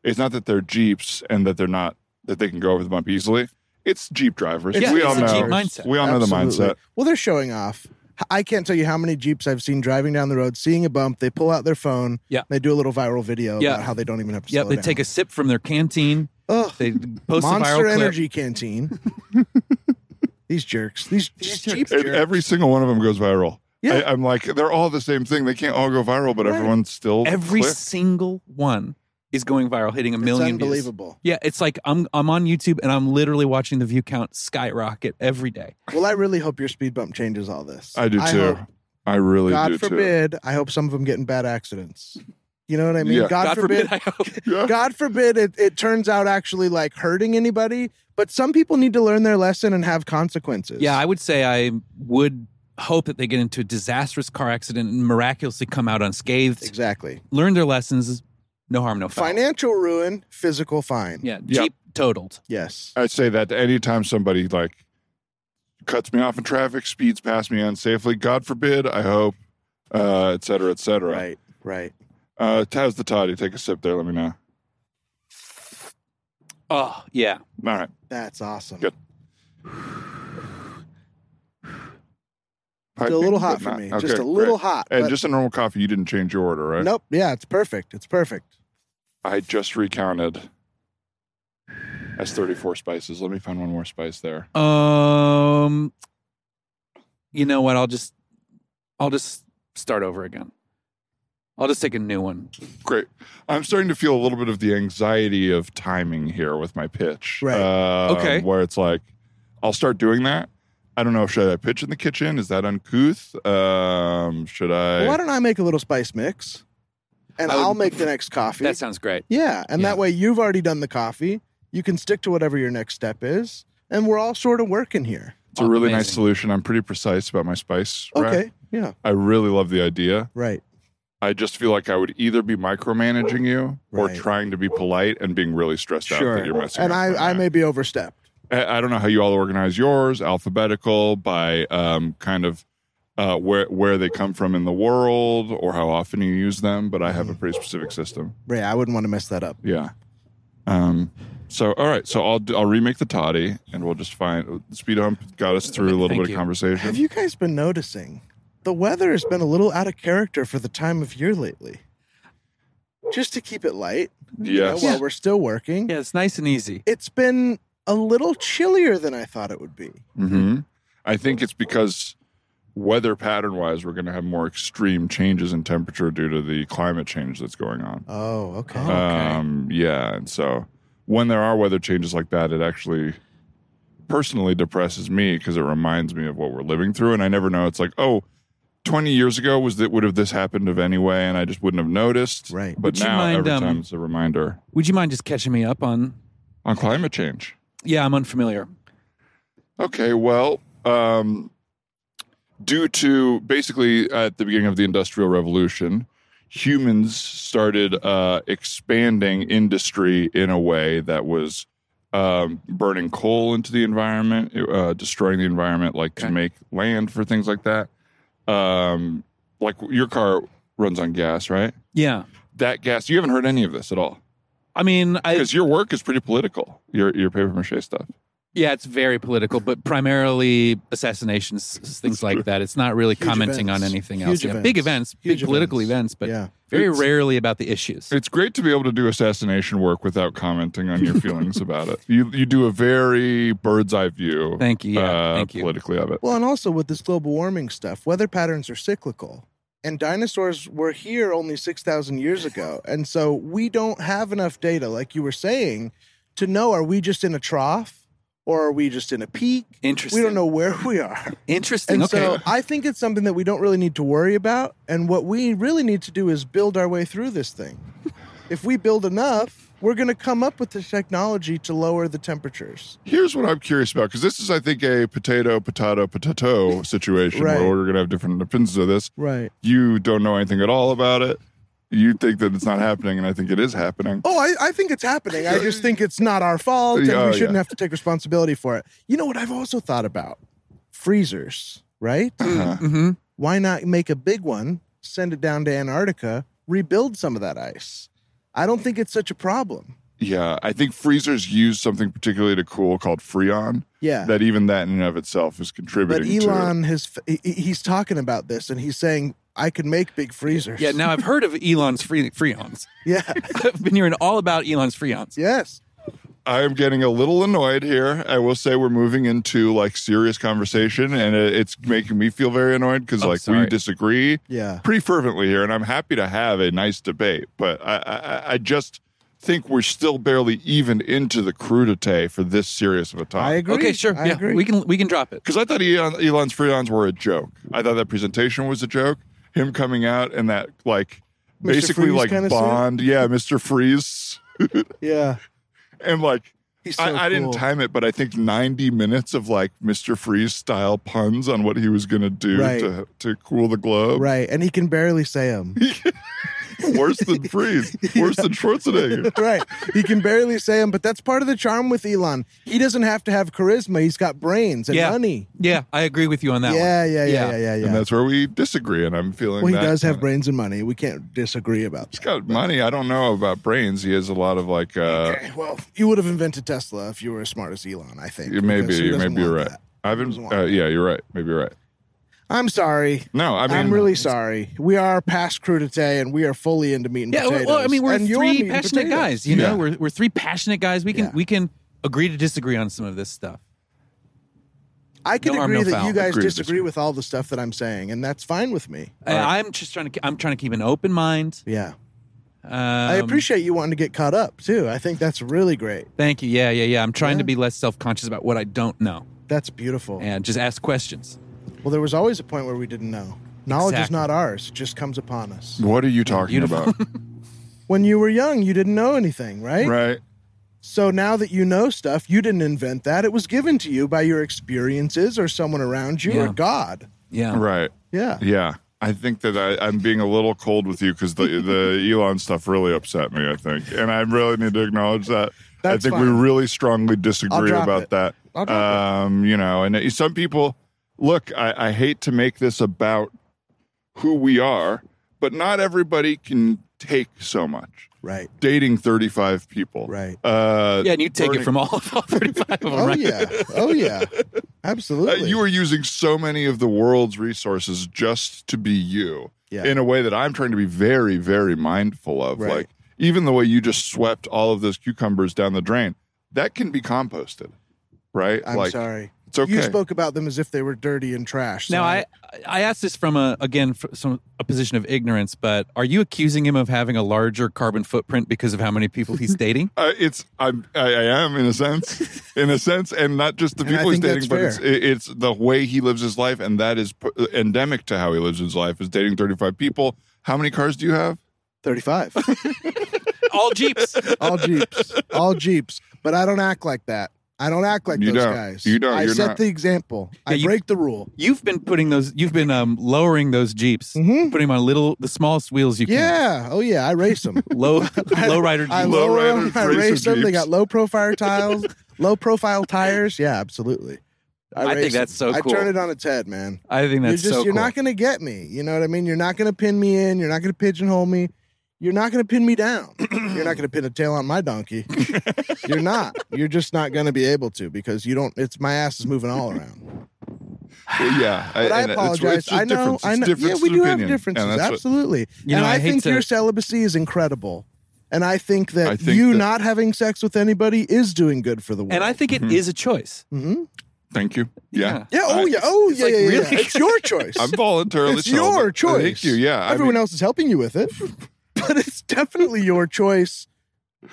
Speaker 2: it's not that they're jeeps and that they're not that they can go over the bump easily. It's jeep drivers.
Speaker 3: It's
Speaker 4: yeah,
Speaker 2: we
Speaker 4: it's
Speaker 2: all
Speaker 4: a
Speaker 2: know.
Speaker 4: Jeep mindset.
Speaker 2: We all know the
Speaker 3: Absolutely.
Speaker 2: mindset.
Speaker 3: Well, they're showing off. H- I can't tell you how many Jeeps I've seen driving down the road, seeing a bump, they pull out their phone,
Speaker 4: Yeah.
Speaker 3: they do a little viral video
Speaker 4: Yeah.
Speaker 3: about how they don't even have to
Speaker 4: Yep,
Speaker 3: slow
Speaker 4: they
Speaker 3: down.
Speaker 4: take a sip from their canteen.
Speaker 3: Ugh,
Speaker 4: They post a
Speaker 3: Monster
Speaker 4: viral clip.
Speaker 3: Energy Canteen.
Speaker 4: <laughs>
Speaker 3: These jerks. These, these
Speaker 4: jerks.
Speaker 3: Jeep
Speaker 2: And
Speaker 3: jerks.
Speaker 2: every single one of them goes viral.
Speaker 3: Yeah.
Speaker 2: I, I'm like, they're all the same thing. They can't all go viral, but
Speaker 3: Right.
Speaker 2: everyone's still
Speaker 4: Every
Speaker 2: clicked.
Speaker 4: single one is going viral, hitting a million
Speaker 3: It's
Speaker 4: views.
Speaker 3: unbelievable.
Speaker 4: Yeah, it's like I'm I'm on YouTube and I'm literally watching the view count skyrocket every day.
Speaker 3: Well, I really hope your speed bump changes all this.
Speaker 2: I do too. I,
Speaker 3: hope,
Speaker 2: really
Speaker 3: God
Speaker 2: do
Speaker 3: forbid. I hope some of them get in bad accidents. You know what I mean?
Speaker 2: Yeah.
Speaker 3: God, forbid.
Speaker 4: I
Speaker 3: <laughs>
Speaker 4: hope.
Speaker 2: too. Yeah.
Speaker 3: God forbid it, it turns out actually like hurting anybody. But some people need to learn their lesson and have consequences.
Speaker 2: <laughs>
Speaker 4: Yeah, I would say I would hope that they get into a disastrous car accident and miraculously come out unscathed,
Speaker 3: exactly.
Speaker 2: Oh.
Speaker 4: learn their lessons, no harm, no foul.
Speaker 3: Financial ruin, physical fine.
Speaker 4: Yeah,
Speaker 2: Yeah.
Speaker 4: Jeep totaled.
Speaker 3: Yes.
Speaker 2: I say that anytime somebody like cuts me off in traffic, speeds past me unsafely, God forbid, I hope, uh, et cetera, et cetera.
Speaker 3: Right. Right.
Speaker 2: Uh, how's the toddy? Take a sip there. Let me know.
Speaker 4: Oh, yeah.
Speaker 2: All right.
Speaker 3: That's awesome.
Speaker 2: Good.
Speaker 3: Still a little
Speaker 2: <laughs>
Speaker 3: hot
Speaker 2: But
Speaker 3: for
Speaker 2: not-
Speaker 3: me.
Speaker 2: okay,
Speaker 3: just a little
Speaker 2: great.
Speaker 3: hot.
Speaker 2: And
Speaker 3: but-
Speaker 2: just a normal coffee. You didn't change your order, right?
Speaker 3: nope. Yeah, it's perfect. It's perfect.
Speaker 2: I just recounted. That's 34 spices. Let me find one more spice there.
Speaker 4: Um, you know what? I'll just, I'll just start over again. I'll just take a new one.
Speaker 2: Great. I'm starting to feel a little bit of the anxiety of timing here with my pitch.
Speaker 3: Right.
Speaker 2: Um,
Speaker 4: Okay.
Speaker 2: Where it's like, I'll start doing that. I don't know. Should I pitch in the kitchen? Is that uncouth? Um, should I?
Speaker 3: Well, why don't I make a little spice mix, and
Speaker 4: I would-
Speaker 3: I'll make the next coffee.
Speaker 4: That sounds great.
Speaker 3: yeah, and
Speaker 4: Yeah.
Speaker 3: that way you've already done the coffee. You can stick to whatever your next step is, and we're all sort of working here.
Speaker 2: it's a really nice
Speaker 4: Amazing.
Speaker 2: solution. I'm pretty precise about my spice. rack.
Speaker 3: Okay. Yeah.
Speaker 2: I really love the idea.
Speaker 3: Right.
Speaker 2: I just feel like I would either be micromanaging you or
Speaker 3: Right.
Speaker 2: trying to be polite and being really stressed out
Speaker 4: Sure.
Speaker 2: that you're messing
Speaker 3: And
Speaker 2: up my
Speaker 3: I, I
Speaker 2: night.
Speaker 3: may be overstepped.
Speaker 2: I, I don't know how you all organize yours, alphabetical by um, kind of uh, where where they come from in the world or how often you use them. But I have a pretty specific system.
Speaker 3: Ray, I wouldn't want to mess that up.
Speaker 2: Yeah. Um. So all right. So I'll do- I'll remake the toddy, and we'll just find speed hump got us through a little
Speaker 4: Thank
Speaker 2: bit
Speaker 4: you.
Speaker 2: of conversation.
Speaker 3: Have you guys been noticing the weather has been a little out of character for the time of year lately? Just to keep it light, you know,
Speaker 2: yes.
Speaker 3: while we're still working,
Speaker 4: Yeah, it's nice and easy.
Speaker 3: it's been a little chillier than I thought it would be.
Speaker 2: hmm I think it's because weather pattern wise, we're going to have more extreme changes in temperature due to the climate change that's going on.
Speaker 3: Oh, okay.
Speaker 4: Oh. Okay.
Speaker 2: Um, yeah, and so when there are weather changes like that, it actually personally depresses me because it reminds me of what we're living through, and I never know. It's like, oh, 20 years ago was that would have this happened of anyway, and I just wouldn't have noticed.
Speaker 3: Right.
Speaker 2: But
Speaker 4: Would you
Speaker 2: now
Speaker 4: mind,
Speaker 2: every
Speaker 4: um,
Speaker 2: time it's a reminder
Speaker 4: Would you mind just catching me up on?
Speaker 2: on climate change.
Speaker 4: Yeah, I'm unfamiliar.
Speaker 2: Okay, well, um, due to basically at the beginning of the Industrial Revolution, humans started uh, expanding industry in a way that was um, burning coal into the environment, uh, destroying the environment, like to
Speaker 4: Okay.
Speaker 2: make land for things like that. Um, like your car runs on gas, right?
Speaker 4: Yeah,
Speaker 2: That gas, you haven't heard any of this at all
Speaker 4: I mean, I
Speaker 2: because your work is pretty political. Your your paper mache stuff.
Speaker 4: Yeah, it's very political, but primarily assassinations, s- things like that. It's not really
Speaker 3: Huge
Speaker 4: commenting on
Speaker 3: events.
Speaker 4: anything
Speaker 3: Huge
Speaker 4: else. Yeah, big
Speaker 3: events.
Speaker 4: events,
Speaker 3: Huge
Speaker 4: big political
Speaker 3: events.
Speaker 4: events, but
Speaker 3: Yeah.
Speaker 4: very
Speaker 2: It's-
Speaker 4: rarely about the issues.
Speaker 2: It's great to be able to do assassination work without commenting on your feelings
Speaker 4: <laughs>
Speaker 2: about it. You you do a very bird's eye view. uh,
Speaker 4: Thank you, yeah,
Speaker 3: uh,
Speaker 4: thank you.
Speaker 2: Politically of it.
Speaker 3: Well, and also with this global warming stuff, weather patterns are cyclical. And dinosaurs were here only 6,000 years ago. And so we don't have enough data, like you were saying, to know are we just in a trough or are we just in a peak?
Speaker 4: Interesting.
Speaker 3: We don't know where we are.
Speaker 4: Interesting.
Speaker 3: And
Speaker 4: okay.
Speaker 3: so I think it's something that we don't really need to worry about. And what we really need to do is build our way through this thing. if we build enough, we're going to come up with the technology to lower the temperatures.
Speaker 2: Here's what I'm curious about because this is, I think, a potato, potato,
Speaker 4: <laughs>
Speaker 2: potato situation
Speaker 3: Right.
Speaker 2: where we're going to have different opinions of this.
Speaker 3: Right.
Speaker 2: You don't know anything at all about it. You think that it's not happening, and I think it is happening.
Speaker 3: Oh, I, I think it's happening. I just think it's not our fault
Speaker 2: Yeah,
Speaker 3: and
Speaker 2: oh,
Speaker 3: we shouldn't
Speaker 2: yeah.
Speaker 3: have to take responsibility for it. You know what I've also thought about? Freezers, right?
Speaker 2: Uh-huh.
Speaker 4: Mhm.
Speaker 3: Why not make a big one, send it down to Antarctica, rebuild some of that ice? I don't think it's such a problem.
Speaker 2: Yeah, I think freezers use something particularly to cool called Freon.
Speaker 3: Yeah.
Speaker 2: That even that in and of itself is
Speaker 3: But
Speaker 2: contributing. to
Speaker 3: Elon has he- he- he's talking about this and he's saying I can make big freezers.
Speaker 4: <laughs> Yeah, now I've heard of Elon's free, freons.
Speaker 3: yeah.
Speaker 4: <laughs>
Speaker 3: <laughs>
Speaker 4: I've been hearing all about Elon's freons.
Speaker 3: Yes.
Speaker 2: I am getting a little annoyed here. I will say we're moving into like serious conversation, and it- it's making me feel very annoyed because
Speaker 3: Oh,
Speaker 4: I'm
Speaker 2: like we
Speaker 4: sorry.
Speaker 2: disagree
Speaker 3: Yeah.
Speaker 2: pretty fervently here, and I'm happy to have a nice debate, but I, I, I- I just think we're still barely even into the crudité for this serious of a
Speaker 3: I
Speaker 2: topic.
Speaker 3: agree.
Speaker 4: Okay, sure.
Speaker 3: I
Speaker 4: yeah,
Speaker 3: agree.
Speaker 4: we can we can drop it.
Speaker 2: Because I thought Elon, Elon's Freons were a joke. I thought that presentation was a joke. Him coming out and that like basically
Speaker 3: Freeze
Speaker 2: like
Speaker 3: kinda suit?
Speaker 2: Bond, yeah, Mr. Freeze,
Speaker 3: yeah.
Speaker 2: and like.
Speaker 3: He's so
Speaker 2: I, I didn't
Speaker 3: cool.
Speaker 2: time it, but I think 90 minutes of like Mr. Freeze style puns on what he was going to do
Speaker 3: Right.
Speaker 2: to, to cool the globe.
Speaker 3: Right, and he can barely say them.
Speaker 2: Worse
Speaker 3: <laughs>
Speaker 2: than Freeze. Worse than Schwarzenegger.
Speaker 3: right. He can barely say them, but that's part of the charm with Elon. He doesn't have to have charisma. He's got brains and
Speaker 4: Yeah.
Speaker 3: money.
Speaker 4: Yeah, I agree with you on that
Speaker 3: Yeah,
Speaker 4: one.
Speaker 3: yeah, yeah, yeah, yeah,
Speaker 2: And
Speaker 3: yeah.
Speaker 2: that's where we disagree. And I'm feeling
Speaker 3: Well, he
Speaker 2: that
Speaker 3: does have
Speaker 2: kinda-
Speaker 3: brains and money. We can't disagree about
Speaker 2: He's got money. I don't know about brains. He has a lot of like, uh,
Speaker 3: that. Well, you would have invented Tesla if you were as smart as Elon, I think.
Speaker 2: maybe,
Speaker 3: because who doesn't
Speaker 2: maybe you're right.
Speaker 3: want that?
Speaker 2: I've
Speaker 3: doesn't
Speaker 2: been,
Speaker 3: want
Speaker 2: uh, yeah, you're right. Maybe you're right.
Speaker 3: I'm sorry.
Speaker 2: No, I mean,
Speaker 3: I'm really sorry. We are past crudité and we are fully into meat and
Speaker 4: Yeah,
Speaker 3: potatoes.
Speaker 4: well, I mean, we're
Speaker 3: And you're meat
Speaker 4: three
Speaker 3: and
Speaker 4: passionate
Speaker 3: potatoes.
Speaker 4: guys. You know,
Speaker 2: Yeah.
Speaker 4: we're we're three passionate guys. We can
Speaker 3: Yeah.
Speaker 4: we can agree to disagree on some of this stuff.
Speaker 3: I can
Speaker 4: No harm,
Speaker 3: agree
Speaker 4: no
Speaker 3: that
Speaker 4: foul.
Speaker 3: you guys
Speaker 2: Agree to
Speaker 3: disagree
Speaker 2: disagree.
Speaker 3: with all the stuff that I'm saying, and that's fine with me.
Speaker 4: And I'm just trying to ke- I'm trying to keep an open mind.
Speaker 3: Yeah.
Speaker 4: Um,
Speaker 3: I appreciate you wanting to get caught up, too. I think that's really great.
Speaker 4: Thank you. Yeah, yeah, yeah. I'm trying
Speaker 3: Yeah.
Speaker 4: to be less self conscious about what I don't know
Speaker 3: That's beautiful.
Speaker 4: and just ask questions.
Speaker 3: Well, there was always a point where we didn't know. Knowledge is
Speaker 4: Exactly.
Speaker 3: not ours, it just comes upon us.
Speaker 2: what are you talking
Speaker 4: Beautiful.
Speaker 3: <laughs>
Speaker 2: about?
Speaker 3: When you were young, you didn't know anything, right?
Speaker 2: right.
Speaker 3: So now that you know stuff, you didn't invent that. It was given to you by your experiences or someone around you or
Speaker 4: Yeah.
Speaker 3: God.
Speaker 4: Yeah.
Speaker 2: Right.
Speaker 3: Yeah.
Speaker 2: Yeah, I think that I, I'm being a little cold with you because the
Speaker 3: <laughs>
Speaker 2: the Elon stuff really upset me. I think, and I really need to acknowledge that.
Speaker 3: That's
Speaker 2: I think we
Speaker 3: fine.
Speaker 2: really strongly disagree
Speaker 3: drop
Speaker 2: about
Speaker 3: it.
Speaker 2: that.
Speaker 3: I'll drop
Speaker 2: Um, you know, and some people look. I, I hate to make this about who we are, but not everybody can take so much.
Speaker 3: Right.
Speaker 2: Dating 35 people,
Speaker 3: Right.
Speaker 2: Uh,
Speaker 4: Yeah, and you take
Speaker 2: burning-
Speaker 4: it from all, <laughs> all 35 of them,
Speaker 3: Oh,
Speaker 4: right?
Speaker 3: yeah. Oh,
Speaker 4: <laughs>
Speaker 3: yeah.
Speaker 2: Uh,
Speaker 3: Absolutely.
Speaker 2: you are using so many of the world's resources just to be you
Speaker 3: Yeah.
Speaker 2: in a way that I'm trying to be very, very mindful of.
Speaker 3: Right.
Speaker 2: Like, even the way you just swept all of those cucumbers down the drain, that can be composted, right?
Speaker 3: I'm
Speaker 2: like,
Speaker 3: sorry.
Speaker 2: it's okay.
Speaker 3: You spoke about them as if they were dirty and trash. so
Speaker 4: Now, I, I asked this from a, again, fr- some, a position of ignorance, but are you accusing him of having a larger carbon footprint because of how many
Speaker 3: <laughs>
Speaker 4: people he's dating?
Speaker 2: uh, it's I'm I, I am in a sense, in a sense, and not just the
Speaker 3: And I
Speaker 2: people he's
Speaker 3: think that's
Speaker 2: dating, but it's,
Speaker 3: fair.
Speaker 2: it- it's the way he lives his life, and that is p- uh, endemic to how he lives his life. Is dating 35 people. How many cars do you
Speaker 3: <sighs>
Speaker 2: have?
Speaker 3: 35. <laughs>
Speaker 4: all Jeeps.
Speaker 3: All Jeeps. All Jeeps. But I don't act like that. I don't act like
Speaker 2: You
Speaker 3: those
Speaker 2: don't.
Speaker 3: guys.
Speaker 2: You don't.
Speaker 3: I
Speaker 2: You're
Speaker 3: set
Speaker 2: not.
Speaker 3: the example. I
Speaker 4: Yeah, you-
Speaker 3: break the rule.
Speaker 4: You've been putting those, you've been um, lowering those Jeeps,
Speaker 3: Mhm.
Speaker 4: putting them on little, the smallest wheels you can.
Speaker 3: Yeah. Oh, yeah. I
Speaker 2: <laughs>
Speaker 3: race them.
Speaker 4: Low, low rider
Speaker 3: <laughs> I
Speaker 4: Jeeps.
Speaker 2: Low
Speaker 3: lower
Speaker 2: rider
Speaker 3: 'em, I
Speaker 2: racer
Speaker 3: race them. They
Speaker 2: Jeeps.
Speaker 3: got low profile tiles, <laughs> low profile tires. Yeah, absolutely.
Speaker 4: I think
Speaker 3: race 'em.
Speaker 4: that's so cool.
Speaker 3: I turn it on its head, man.
Speaker 4: I think
Speaker 3: You're
Speaker 4: that's
Speaker 3: just
Speaker 4: so
Speaker 3: you're
Speaker 4: cool.
Speaker 3: not going to get me. You know what I mean? You're not going to pin me in. You're not going to pigeonhole me. You're not going to pin me
Speaker 4: <clears throat>
Speaker 3: down. You're not going to pin a tail on my
Speaker 4: <laughs>
Speaker 3: donkey. You're not. You're just not going to be able to because you don't. It's my ass is moving all around.
Speaker 2: yeah.
Speaker 3: But I
Speaker 2: and it's- it's
Speaker 3: apologize.
Speaker 2: just
Speaker 3: I know.
Speaker 2: difference.
Speaker 3: I
Speaker 2: It's
Speaker 3: know. Yeah,
Speaker 2: difference
Speaker 3: we
Speaker 2: of
Speaker 3: do have
Speaker 2: opinion. And
Speaker 3: differences.
Speaker 2: that's what-
Speaker 3: Absolutely.
Speaker 4: You know,
Speaker 3: and I,
Speaker 4: I hate
Speaker 3: think
Speaker 4: to-
Speaker 3: your celibacy is incredible. And I think that
Speaker 2: I think
Speaker 3: you
Speaker 2: that-
Speaker 3: not having sex with anybody is doing good for the world.
Speaker 4: And I think it is a choice.
Speaker 3: hmm
Speaker 2: Thank you. Yeah.
Speaker 3: Mm-hmm. Yeah. Oh
Speaker 2: I-
Speaker 3: yeah. Oh yeah.
Speaker 4: like,
Speaker 3: yeah, yeah,
Speaker 4: really?
Speaker 3: yeah. It's your choice.
Speaker 2: I'm voluntarily.
Speaker 3: it's your
Speaker 2: celibate.
Speaker 3: choice.
Speaker 2: Thank you. Yeah. I
Speaker 3: Everyone
Speaker 2: mean,
Speaker 3: else is helping you with it, <laughs> but it's definitely your choice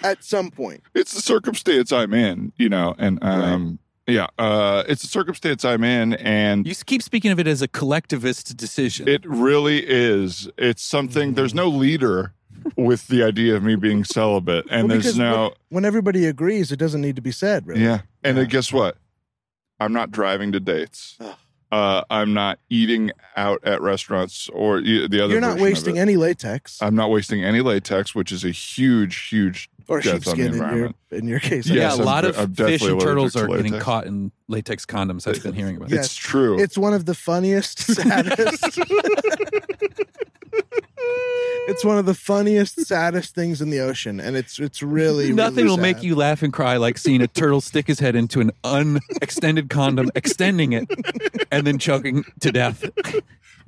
Speaker 3: at some point.
Speaker 2: it's the circumstance I'm in, you know, and um, yeah, uh, it's the circumstance I'm in, and
Speaker 4: You keep speaking of it as a collectivist decision.
Speaker 2: It really is. It's something. There's no leader with the idea of me being celibate, and
Speaker 3: Well,
Speaker 2: there's
Speaker 3: because
Speaker 2: no.
Speaker 3: When everybody agrees, it doesn't need to be said, really.
Speaker 2: Yeah, and
Speaker 3: Yeah.
Speaker 2: then guess what? I'm not driving to dates.
Speaker 3: Ugh.
Speaker 2: Uh, I'm not eating out at restaurants or y- the other.
Speaker 3: You're not
Speaker 2: version of
Speaker 3: wasting
Speaker 2: it.
Speaker 3: any latex
Speaker 2: I'm not wasting any latex, which is a huge, huge.
Speaker 3: or
Speaker 2: death on the
Speaker 3: sheepskin in your
Speaker 2: environment.
Speaker 3: in your case. I
Speaker 4: yeah,
Speaker 2: yes,
Speaker 4: a
Speaker 3: guess.
Speaker 2: I'm
Speaker 4: lot
Speaker 2: ve-
Speaker 4: of
Speaker 2: I'm
Speaker 4: fish
Speaker 2: definitely
Speaker 4: and turtles
Speaker 2: allergic
Speaker 4: are
Speaker 2: to
Speaker 4: getting
Speaker 2: latex.
Speaker 4: caught in latex condoms. I've been
Speaker 2: <laughs>
Speaker 4: hearing about.
Speaker 3: Yeah.
Speaker 2: It's true.
Speaker 3: It's one of the funniest, <laughs> saddest. it's one of the funniest, saddest things in the ocean, and it's it's really
Speaker 4: Nothing
Speaker 3: really
Speaker 4: will make
Speaker 3: sad.
Speaker 4: you laugh and cry like seeing a turtle stick his head into an unextended condom, extending it, and then choking to death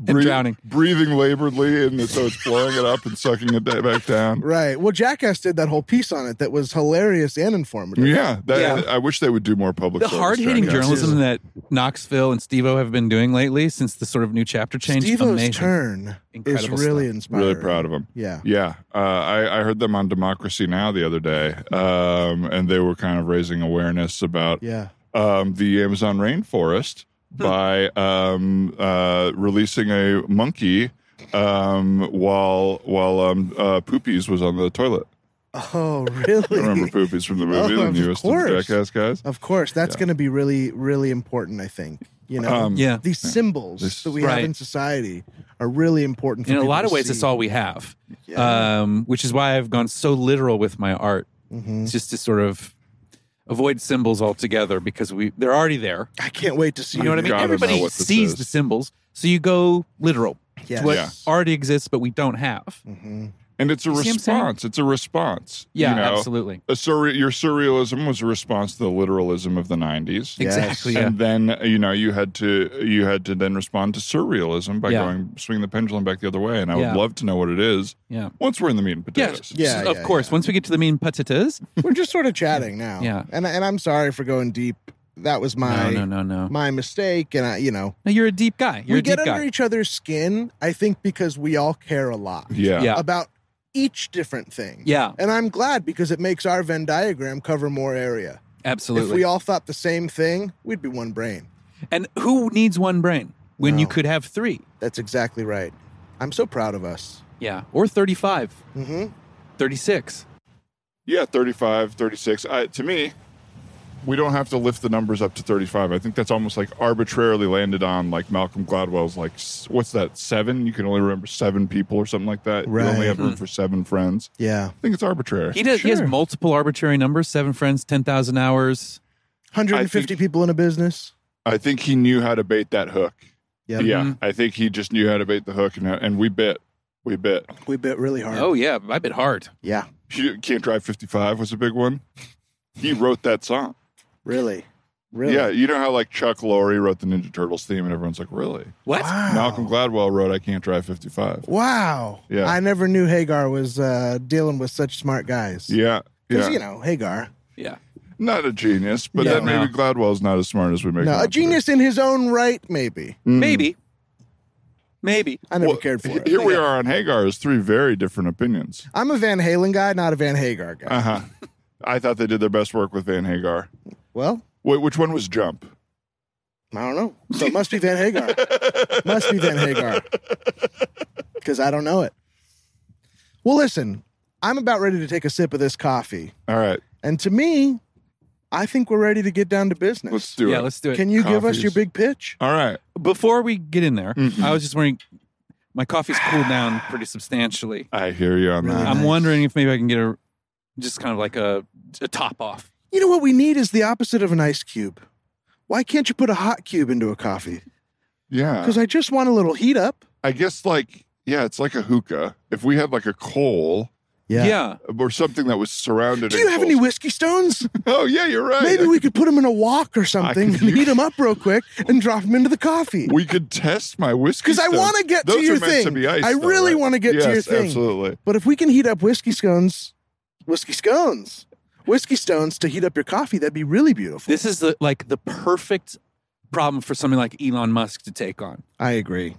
Speaker 4: and
Speaker 2: Breathe-
Speaker 4: drowning.
Speaker 2: breathing laboredly, and so it's blowing it up and sucking it da- back down.
Speaker 3: right. Well, Jackass did that whole piece on it that was hilarious and informative.
Speaker 2: Yeah, that,
Speaker 4: Yeah.
Speaker 2: I wish they would do more public.
Speaker 4: The
Speaker 2: service
Speaker 4: hard hitting
Speaker 2: Jackass.
Speaker 4: journalism that Knoxville and Steve O have been doing lately since the sort of new chapter change.
Speaker 3: Steve-O's
Speaker 4: amazing.
Speaker 3: turn is
Speaker 4: Incredible
Speaker 3: really
Speaker 4: stuff.
Speaker 3: inspiring.
Speaker 2: Really proud of them.
Speaker 3: Yeah.
Speaker 2: Yeah, uh, I, I heard them on Democracy Now the other day, um, and they were kind of raising awareness about <laughs>
Speaker 3: Yeah.
Speaker 2: um, the Amazon rainforest
Speaker 4: Hmm.
Speaker 2: by um, uh, releasing a monkey um, while while um, uh, Poopies was on the toilet.
Speaker 3: Oh,
Speaker 2: I
Speaker 4: <laughs>
Speaker 2: remember
Speaker 3: really?
Speaker 2: Poopies from the movie,
Speaker 3: Oh,
Speaker 2: the
Speaker 3: of
Speaker 2: newest of
Speaker 3: course.
Speaker 2: Jackass guys.
Speaker 3: of course, that's
Speaker 2: Yeah.
Speaker 3: going to be really, really important. I think you know
Speaker 2: Um,
Speaker 4: Yeah.
Speaker 3: these symbols
Speaker 2: This-
Speaker 3: that we have
Speaker 4: Right.
Speaker 3: in society are really important. For
Speaker 4: In a
Speaker 3: people
Speaker 4: lot of
Speaker 3: to
Speaker 4: ways,
Speaker 3: see.
Speaker 4: it's all we have,
Speaker 3: Yeah.
Speaker 4: um, which is why I've gone so literal with my art.
Speaker 3: Mhm.
Speaker 4: It's just to sort of avoid symbols altogether because we they're already there.
Speaker 3: I can't wait to see.
Speaker 4: You know what I mean?
Speaker 2: gotta
Speaker 4: Everybody
Speaker 2: know what this
Speaker 4: sees
Speaker 2: is.
Speaker 4: the symbols, so you go literal
Speaker 3: Yes.
Speaker 4: to what
Speaker 2: Yeah.
Speaker 4: already exists, but we don't have.
Speaker 3: hmm
Speaker 2: And it's a
Speaker 4: You see what I'm saying?
Speaker 2: response. It's a response.
Speaker 4: Yeah,
Speaker 2: you know?
Speaker 4: absolutely.
Speaker 2: A surre- your surrealism was a response to the literalism of the 90s.
Speaker 3: Yes.
Speaker 4: Exactly. Yeah.
Speaker 2: and then you know you had to you had to then respond to surrealism by
Speaker 4: Yeah.
Speaker 2: going swing the pendulum back the other way and i
Speaker 4: Yeah.
Speaker 2: would love to know what it is
Speaker 4: yeah.
Speaker 2: once we're in the meat and
Speaker 4: Yeah,
Speaker 2: potatoes
Speaker 3: Yeah,
Speaker 4: of
Speaker 3: yeah,
Speaker 4: course.
Speaker 3: yeah.
Speaker 4: Once we get to the mean potatoes,
Speaker 3: We're just sort of chatting now.
Speaker 4: Yeah.
Speaker 3: And and I'm sorry for going deep. That was
Speaker 4: no,
Speaker 3: my
Speaker 4: no, no, no.
Speaker 3: my mistake. And I, you know,
Speaker 4: No, you're a deep guy. You're
Speaker 3: we
Speaker 4: a deep
Speaker 3: get
Speaker 4: guy.
Speaker 3: under each other's skin. I think because we all care a lot
Speaker 2: yeah,
Speaker 4: Yeah.
Speaker 3: about each different thing.
Speaker 4: yeah,
Speaker 3: And I'm glad because it makes our Venn diagram cover more area.
Speaker 4: absolutely.
Speaker 3: If we all thought the same thing, we'd be one brain.
Speaker 4: and who needs one brain when you
Speaker 3: No.
Speaker 4: could have three?
Speaker 3: That's exactly right. I'm so proud of us.
Speaker 4: Yeah. Or 35,
Speaker 3: hmm
Speaker 4: 36.
Speaker 2: Yeah, 35 36 I, to me we don't have to lift the numbers up to 35 i think that's almost like arbitrarily landed on like malcolm gladwell's like s- what's that seven you can only remember seven people or something like that you
Speaker 3: Right.
Speaker 2: only have
Speaker 4: Mm-hmm.
Speaker 2: room for seven friends
Speaker 3: Yeah.
Speaker 2: i think it's arbitrary
Speaker 4: He does. He has multiple arbitrary numbers: seven friends, ten thousand hours.
Speaker 3: 150 people in a business.
Speaker 2: i think he knew how to bait that hook
Speaker 3: Yep.
Speaker 2: yeah
Speaker 4: Mhm.
Speaker 2: i think he just knew how to bait the hook and, and we bit we bit
Speaker 3: We bit really hard.
Speaker 4: Oh yeah, I bit hard.
Speaker 3: Yeah.
Speaker 2: She Can't Drive 55 was a big one. He wrote that song.
Speaker 3: Really. Really.
Speaker 2: Yeah, you know how like Chuck Lorre wrote the Ninja Turtles theme and everyone's like, really?
Speaker 4: What?
Speaker 3: Wow.
Speaker 2: Malcolm Gladwell wrote I Can't Drive 55.
Speaker 3: Wow.
Speaker 2: Yeah.
Speaker 3: I never knew Hagar was uh, dealing with such smart guys.
Speaker 2: Yeah.
Speaker 3: 'Cause,
Speaker 2: Yeah.
Speaker 3: you know, Hagar.
Speaker 4: Yeah.
Speaker 2: not a genius, but
Speaker 4: No.
Speaker 2: that maybe
Speaker 4: No.
Speaker 2: Gladwell's not as smart as we make him
Speaker 3: No,
Speaker 2: out
Speaker 3: a
Speaker 2: to be.
Speaker 3: genius in his own right, maybe.
Speaker 2: Mm.
Speaker 4: Maybe. Maybe.
Speaker 3: I never
Speaker 2: Well,
Speaker 3: cared for
Speaker 2: he-
Speaker 3: it.
Speaker 2: Here we are on Hagar's three very different opinions.
Speaker 3: I'm a Van Halen guy, not a Van Hagar guy.
Speaker 2: Uh huh. I thought they did their best work with Van Hagar.
Speaker 3: well,
Speaker 2: Wait, which one was Jump?
Speaker 3: I don't know. So it must be
Speaker 2: <laughs>
Speaker 3: Van Hagar. must be Van Hagar. Because I don't know it. Well, listen, I'm about ready to take a sip of this coffee.
Speaker 2: All right,
Speaker 3: And to me, I think we're ready to get down to business.
Speaker 2: let's do
Speaker 4: yeah,
Speaker 2: it.
Speaker 4: let's do it.
Speaker 3: Can you give us
Speaker 2: Coffees.
Speaker 3: your big pitch?
Speaker 2: All right.
Speaker 4: Before we get in there,
Speaker 2: Mhm.
Speaker 4: I was just wondering. My coffee's cooled down pretty substantially.
Speaker 2: I hear you on
Speaker 3: Really
Speaker 2: that.
Speaker 4: I'm
Speaker 3: Nice.
Speaker 4: wondering if maybe I can get a just kind of like a, a top off.
Speaker 3: You know what we need is the opposite of an ice cube. Why can't you put a hot cube into a coffee?
Speaker 2: Yeah.
Speaker 3: Because I just want a little heat up.
Speaker 2: I guess like Yeah, it's like a hookah. If we had like a coal
Speaker 3: Yeah.
Speaker 2: or something that was surrounded.
Speaker 3: Do
Speaker 2: in
Speaker 3: you have
Speaker 2: coal-
Speaker 3: any whiskey stones?
Speaker 2: Oh <laughs> yeah, you're right.
Speaker 3: Maybe
Speaker 2: I
Speaker 3: we could put them in a wok or something,
Speaker 2: could use-
Speaker 3: and heat them up real quick, and drop them into the coffee.
Speaker 2: We could test my whiskey.
Speaker 3: Because I
Speaker 2: stones.
Speaker 3: want to get
Speaker 2: Those
Speaker 3: to your
Speaker 2: are meant
Speaker 3: thing.
Speaker 2: To be iced,
Speaker 3: I
Speaker 2: though,
Speaker 3: really
Speaker 2: right?
Speaker 3: want to get to your
Speaker 2: Yes,
Speaker 3: thing.
Speaker 2: Absolutely.
Speaker 3: But if we can heat up whiskey scones, whiskey scones, whiskey stones to heat up your coffee, that'd be really beautiful.
Speaker 4: This is the, like the perfect problem for something like Elon Musk to take on.
Speaker 3: I agree.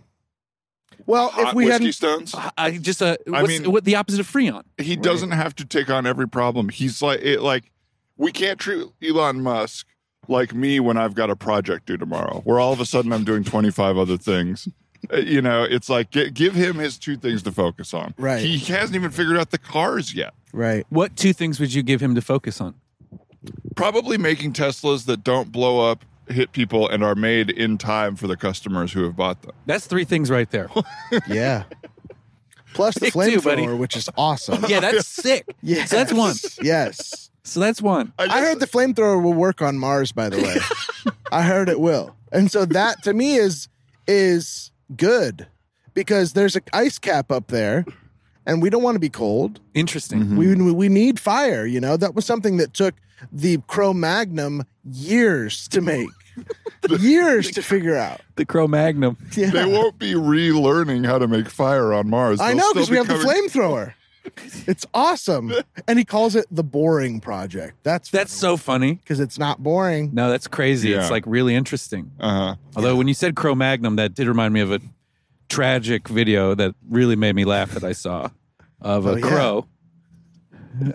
Speaker 3: Well,
Speaker 2: Hot
Speaker 3: if we
Speaker 2: whiskey
Speaker 3: hadn't,
Speaker 2: stones.
Speaker 4: I- I just uh,
Speaker 2: I
Speaker 4: what's,
Speaker 2: mean-
Speaker 4: what the opposite of Freon?
Speaker 2: He doesn't have to take on every problem. He's like it. Like we can't treat Elon Musk like me when I've got a project due tomorrow, where all of a sudden I'm doing 25 other things. Uh, You know, it's like gi- give him his two things to focus on.
Speaker 3: Right.
Speaker 2: He hasn't even figured out the cars yet.
Speaker 3: right?
Speaker 4: What two things would you give him to focus on?
Speaker 2: Probably making Teslas that don't blow up, hit people, and are made in time for the customers who have bought them.
Speaker 4: That's three things right there.
Speaker 3: Yeah. Plus the
Speaker 4: Pick two, buddy.
Speaker 3: flamethrower, which is
Speaker 4: <laughs>
Speaker 3: awesome.
Speaker 4: yeah, that's sick.
Speaker 3: Yes.
Speaker 4: So that's one.
Speaker 3: Yes.
Speaker 4: So that's one.
Speaker 3: I
Speaker 2: just-
Speaker 3: heard the flamethrower will work on Mars, by the way. I heard it will. And so that to me is is good because there's an ice cap up there and we don't want to be cold.
Speaker 4: Interesting.
Speaker 3: We, we need fire, you know? That was something that took the Cro Magnum years to make, years to figure out.
Speaker 4: The Cro Magnum.
Speaker 3: Yeah.
Speaker 2: <laughs> they won't be relearning how to make fire on Mars.
Speaker 3: I
Speaker 2: They'll
Speaker 3: know
Speaker 2: still
Speaker 3: because we
Speaker 2: be
Speaker 3: have the
Speaker 2: coming- <laughs>
Speaker 3: flamethrower. It's awesome. And he calls it the boring project. That's
Speaker 4: That's so funny.
Speaker 3: because it's not boring. <laughs>
Speaker 4: No, that's crazy.
Speaker 2: Yeah.
Speaker 4: It's like really interesting.
Speaker 2: Uh-huh.
Speaker 4: Although when you said Cro Magnum, that did remind me of a tragic video that really made me laugh that I saw of a
Speaker 3: Oh, yeah.
Speaker 4: crow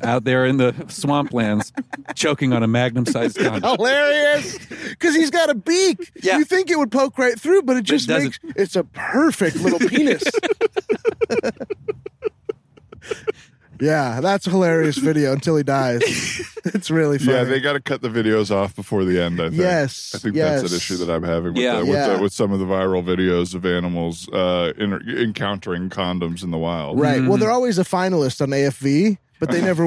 Speaker 4: out there in the swamplands choking on a magnum sized condom. <laughs>
Speaker 3: Hilarious. Because he's got a beak.
Speaker 4: Yeah.
Speaker 3: You think it would poke right through, but it just makes
Speaker 4: doesn't.
Speaker 3: it's a perfect
Speaker 4: <laughs>
Speaker 3: little penis. <laughs> yeah, that's a hilarious video until he
Speaker 4: <laughs>
Speaker 3: dies. It's really funny.
Speaker 2: Yeah, they got to cut the videos off before the end. I think.
Speaker 3: Yes,
Speaker 2: I think that's
Speaker 3: yes.
Speaker 2: an issue that I'm having with,
Speaker 4: Yeah.
Speaker 2: the, with,
Speaker 3: Yeah.
Speaker 2: The, with some of the viral videos of animals uh, in, encountering condoms in the wild.
Speaker 3: Right.
Speaker 4: Mm-hmm.
Speaker 3: Well, they're always a finalist on AFV, but they never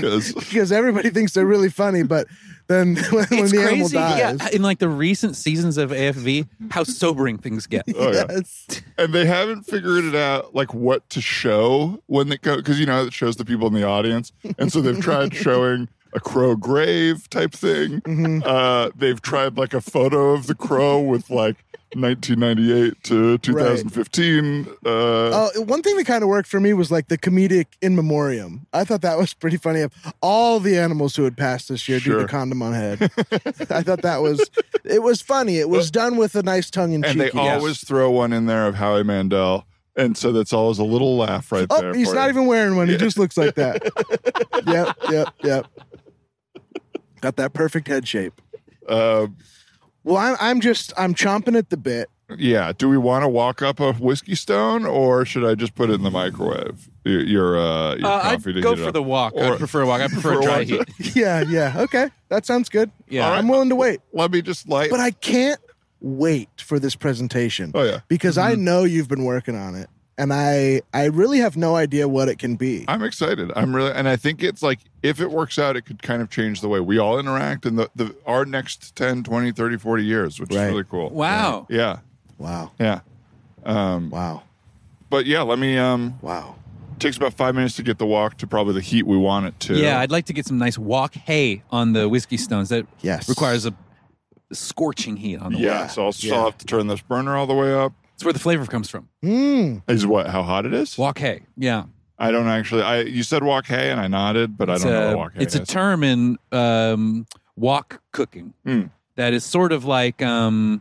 Speaker 2: <laughs>
Speaker 3: <laughs>
Speaker 2: 'Cause-
Speaker 3: because everybody thinks they're really funny. But then <laughs> when, when
Speaker 4: it's
Speaker 3: the
Speaker 4: crazy.
Speaker 3: animal dies,
Speaker 4: Yeah, in like the recent seasons of AFV, how sobering things get.
Speaker 2: Oh, yeah.
Speaker 3: yes.
Speaker 2: And they haven't figured it out, like what to show when they go, because you know it shows the people in the audience, and so they've
Speaker 3: <laughs>
Speaker 2: tried showing a crow grave type thing.
Speaker 3: Mm-hmm.
Speaker 2: Uh, they've tried like a photo of the crow with like 1998 to 2015. Uh,
Speaker 3: Oh, one thing that kind of worked for me was like the comedic in memoriam. I thought that was pretty funny. Of all the animals who had passed this year due
Speaker 2: Sure.
Speaker 3: to condom on head,
Speaker 2: <laughs>
Speaker 3: I thought that was it was funny. It was done with a nice tongue in cheek.
Speaker 2: and they always throw one in there of Howie Mandel, and so that's always a little laugh right
Speaker 3: Oh,
Speaker 2: there.
Speaker 3: he's
Speaker 2: for
Speaker 3: not
Speaker 2: you.
Speaker 3: even wearing one. He just looks
Speaker 2: <laughs>
Speaker 3: like that. yep, yep, yep. Got that perfect head shape.
Speaker 2: Uh,
Speaker 3: Well, I'm, I'm just I'm chomping at the bit. <laughs>
Speaker 2: Uh, yeah. Do we want to walk up a whiskey stone, or should I just put it in the microwave? Your your, uh, your
Speaker 4: Uh,
Speaker 2: coffee
Speaker 4: I'd
Speaker 2: to
Speaker 4: go
Speaker 2: heat it
Speaker 4: for
Speaker 2: up?
Speaker 4: the walk.
Speaker 2: Or-
Speaker 4: I prefer a walk. I prefer a
Speaker 2: For
Speaker 4: dry
Speaker 2: one-
Speaker 4: heat.
Speaker 3: Yeah, yeah. Okay, that sounds good.
Speaker 4: Yeah.
Speaker 3: I'm willing to wait.
Speaker 2: Let me just light.
Speaker 3: but I can't wait for this presentation.
Speaker 2: Oh, yeah.
Speaker 3: because I know you've been working on it, and I I really have no idea what it can be.
Speaker 2: I'm excited. I'm really, and I think it's like if it works out, it could kind of change the way we all interact in the, the our next 10, 20, 30, 40 years, which
Speaker 3: Right.
Speaker 2: is really cool.
Speaker 4: Wow.
Speaker 2: Yeah.
Speaker 3: Wow,
Speaker 2: Yeah. Um,
Speaker 3: wow,
Speaker 2: but yeah, let me. Um,
Speaker 3: wow.
Speaker 2: takes about five minutes to get the walk to probably the heat we want it to.
Speaker 4: Yeah, I'd like to get some nice walk hay on the whiskey stones. That
Speaker 3: Yes.
Speaker 4: requires a scorching heat on the
Speaker 2: Yeah,
Speaker 4: walk.
Speaker 2: so I'll still
Speaker 3: Yeah.
Speaker 2: have to turn this burner all the way up.
Speaker 4: That's where the flavor comes from.
Speaker 3: Mm.
Speaker 2: Is what how hot it is?
Speaker 4: Walk hay. Yeah.
Speaker 2: I don't actually. I you said walk hay, and I nodded, but I don't know
Speaker 4: a,
Speaker 2: what walk hay
Speaker 4: it's a
Speaker 2: is.
Speaker 4: term in um, wok cooking
Speaker 2: Hmm.
Speaker 4: that is sort of like um,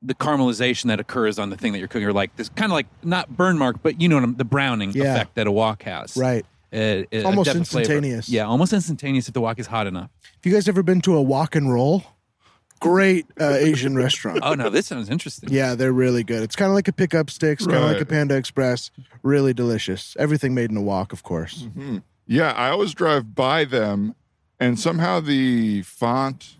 Speaker 4: the caramelization that occurs on the thing that you're cooking, or like this kind of like not burn mark, but you know what I'm, the browning
Speaker 3: Yeah.
Speaker 4: effect that a wok has.
Speaker 3: Right.
Speaker 4: Uh, uh,
Speaker 3: Almost
Speaker 4: depth of flavor.
Speaker 3: instantaneous.
Speaker 4: Yeah, almost instantaneous if the wok is hot enough.
Speaker 3: Have you guys ever been to a walk and roll? Great uh, Asian restaurant.
Speaker 4: Oh no, this sounds interesting.
Speaker 3: Yeah, they're really good. It's kind of like a pickup sticks, kind of like
Speaker 2: Right.
Speaker 3: a Panda Express. Really delicious. Everything made in a walk, of course.
Speaker 2: yeah, I always drive by them, and somehow the font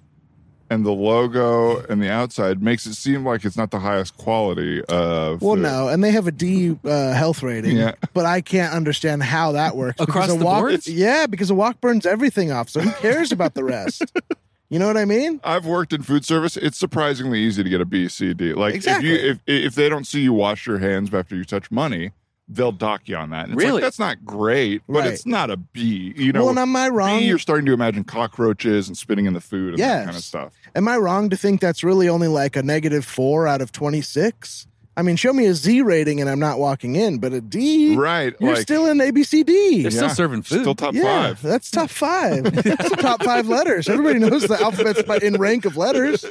Speaker 2: and the logo and the outside makes it seem like it's not the highest quality of.
Speaker 3: Well,
Speaker 2: the-
Speaker 3: no, and they have a D uh, health rating,
Speaker 2: Yeah.
Speaker 3: but I can't understand how that works.
Speaker 4: Across
Speaker 3: because a
Speaker 4: the
Speaker 3: walk,
Speaker 4: board?
Speaker 3: Yeah, because a walk burns everything off, so who cares about the rest? <laughs> You know what I mean?
Speaker 2: I've worked in food service. It's surprisingly easy to get a B, C, D. Like
Speaker 3: Exactly.
Speaker 2: if you if if they don't see you wash your hands after you touch money, they'll dock you on that. And it's
Speaker 4: Really?
Speaker 2: like, that's not great, but
Speaker 3: Right.
Speaker 2: it's not a B. You know,
Speaker 3: well, and am I wrong?
Speaker 2: B, you're starting to imagine cockroaches and spitting in the food and that kind of
Speaker 3: Yes.
Speaker 2: stuff.
Speaker 3: Am I wrong to think that's really only like a negative four out of 26? I mean, show me a Z rating and I'm not walking in, but a D,
Speaker 2: Right.
Speaker 3: you're
Speaker 2: like,
Speaker 3: still in
Speaker 4: They're
Speaker 3: ABCD.
Speaker 4: still
Speaker 2: Yeah.
Speaker 4: serving food.
Speaker 2: still top
Speaker 3: Yeah,
Speaker 2: five. <laughs>
Speaker 3: that's top five. that's the top five letters. Everybody knows the alphabet's by- in rank of letters.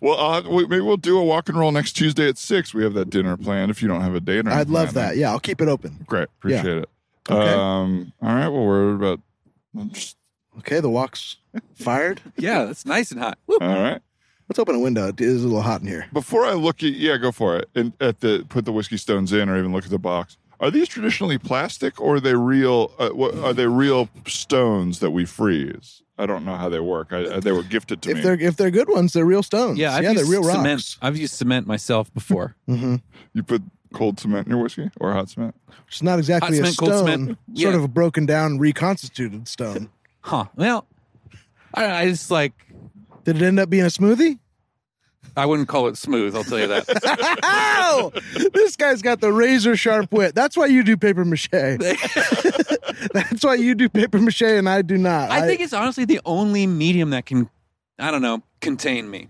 Speaker 2: Well, uh, we, maybe we'll do a walk and roll next Tuesday at six. We have that dinner planned. If you don't have a date, or
Speaker 3: I'd
Speaker 2: anything
Speaker 3: love
Speaker 2: like
Speaker 3: that. Yeah, I'll keep it open.
Speaker 2: Great,
Speaker 3: Yeah.
Speaker 2: appreciate it.
Speaker 3: Okay.
Speaker 2: Um, all right. Well, we're about. I'm just-
Speaker 3: Okay, the walk's fired.
Speaker 4: yeah, that's nice and hot. Woo.
Speaker 2: All right.
Speaker 3: Let's open a window. It is a little hot in here.
Speaker 2: Before I look at, yeah, go for it. And at the put the whiskey stones in, or even look at the box. Are these traditionally plastic, or are they real? Uh, what, are they real stones that we freeze? I don't know how they work. I, I- they were gifted to
Speaker 3: If
Speaker 2: me.
Speaker 3: they're if they're good ones, they're real stones.
Speaker 4: Yeah, I've
Speaker 3: yeah, they're
Speaker 4: used
Speaker 3: real
Speaker 4: cement.
Speaker 3: rocks.
Speaker 4: I've used cement myself
Speaker 3: <laughs>
Speaker 4: before.
Speaker 3: hmm
Speaker 2: You put cold cement in your whiskey, or hot cement.
Speaker 3: It's not exactly
Speaker 4: Hot
Speaker 3: a
Speaker 4: cement, cold
Speaker 3: stone.
Speaker 4: cement.
Speaker 3: Sort
Speaker 4: Yeah.
Speaker 3: of a broken down, reconstituted stone.
Speaker 4: Huh. Well, I, I just like
Speaker 3: Did it end up being a smoothie? <laughs>
Speaker 4: I wouldn't call it smooth. I'll tell you that.
Speaker 3: Ow! This guy's got the razor sharp wit. That's why you do paper mache. <laughs> That's why you do paper mache and I do not.
Speaker 4: I think it's honestly the only medium that can, I don't know, contain me.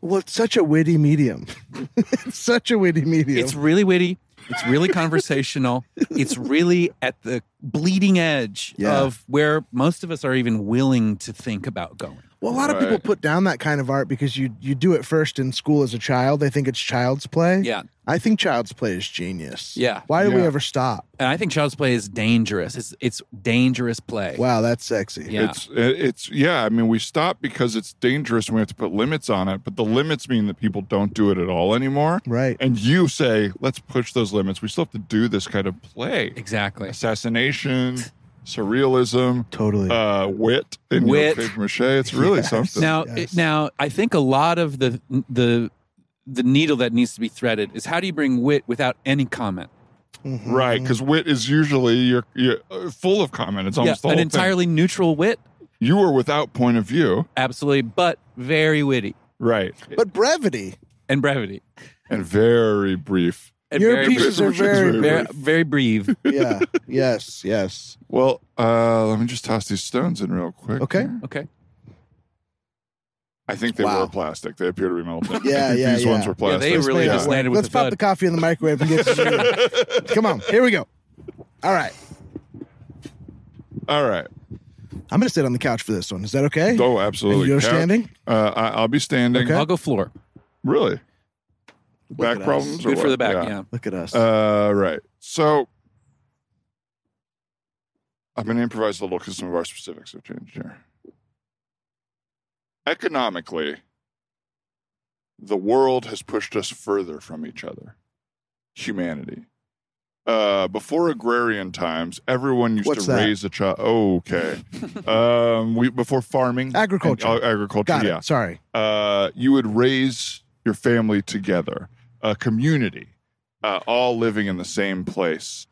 Speaker 3: well, it's such a witty medium. <laughs> it's such a witty medium.
Speaker 4: It's really witty. It's really
Speaker 3: <laughs>
Speaker 4: conversational. It's really at the bleeding edge
Speaker 3: Yeah.
Speaker 4: of where most of us are even willing to think about going.
Speaker 3: well, a lot of
Speaker 2: Right.
Speaker 3: people put down that kind of art because you you do it first in school as a child. They think it's child's play.
Speaker 4: Yeah.
Speaker 3: I think child's play is genius.
Speaker 4: Yeah.
Speaker 3: Why do we
Speaker 2: Yeah.
Speaker 3: ever stop?
Speaker 4: And I think child's play is dangerous. It's it's dangerous play.
Speaker 3: Wow, that's sexy.
Speaker 4: Yeah.
Speaker 2: It's it's yeah. I mean, we stop because it's dangerous, and we have to put limits on it. But the limits mean that people don't do it at all anymore.
Speaker 3: Right.
Speaker 2: And you say, let's push those limits. We still have to do this kind of play:
Speaker 4: Exactly.
Speaker 2: assassination, surrealism,
Speaker 3: Totally.
Speaker 2: uh, wit, and you know,
Speaker 4: Wit.
Speaker 2: papier mache. It's really something.
Speaker 4: Now,
Speaker 3: Yes.
Speaker 4: it- now I think a lot of the the the needle that needs to be threaded is how do you bring wit without any comment?
Speaker 3: Mhm.
Speaker 2: Right, because wit is usually you're, you're uh, full of comment. It's
Speaker 4: Yeah,
Speaker 2: almost the
Speaker 4: an
Speaker 2: whole
Speaker 4: entirely neutral wit,
Speaker 2: thing. You are without point of view,
Speaker 4: absolutely, but very witty
Speaker 2: right,
Speaker 3: But brevity.
Speaker 4: and brevity.
Speaker 2: and very brief.
Speaker 4: And
Speaker 3: Your
Speaker 4: very,
Speaker 3: pieces are
Speaker 2: Which is
Speaker 3: very,
Speaker 2: very-
Speaker 4: very, very brief.
Speaker 2: <laughs>
Speaker 3: yeah. Yes. Yes.
Speaker 2: Well, uh, let me just toss these stones in real quick.
Speaker 3: Okay.
Speaker 2: here.
Speaker 3: <laughs>
Speaker 4: Okay.
Speaker 2: I think they
Speaker 3: Wow.
Speaker 2: were plastic. They appear to be melted.
Speaker 3: <laughs> Yeah,
Speaker 2: I think
Speaker 3: yeah,
Speaker 2: These
Speaker 3: yeah.
Speaker 2: ones were
Speaker 4: Yeah,
Speaker 2: plastic.
Speaker 4: they really
Speaker 3: Yeah.
Speaker 4: just landed with
Speaker 3: Let's
Speaker 4: the
Speaker 3: pop
Speaker 4: bud.
Speaker 3: the coffee in the microwave and get to
Speaker 2: <laughs>
Speaker 3: you. Come on, here we go. All right,
Speaker 2: All right.
Speaker 3: I'm gonna sit on the couch for this one. Is that okay?
Speaker 2: Oh, absolutely.
Speaker 3: You're
Speaker 2: Couch-
Speaker 3: standing?
Speaker 2: Uh, I, I'll be standing.
Speaker 3: Okay.
Speaker 4: I'll go floor.
Speaker 2: Really?
Speaker 3: at
Speaker 2: back
Speaker 3: us.
Speaker 2: problems? or
Speaker 4: Good for
Speaker 2: what?
Speaker 4: the back. Yeah.
Speaker 3: Look at us.
Speaker 2: Uh, right. So I'm going to improvise a little because some of our specifics have changed here. Economically, the world has pushed us further from each other, humanity. Uh, before agrarian times, everyone used
Speaker 3: What's
Speaker 2: to
Speaker 3: that?
Speaker 2: raise a child. okay. um, we before farming,
Speaker 3: Agriculture.
Speaker 2: and, uh, agriculture.
Speaker 3: Got
Speaker 2: yeah
Speaker 3: it. Sorry.
Speaker 2: uh, you would raise your family together, a community, uh, all living in the same place.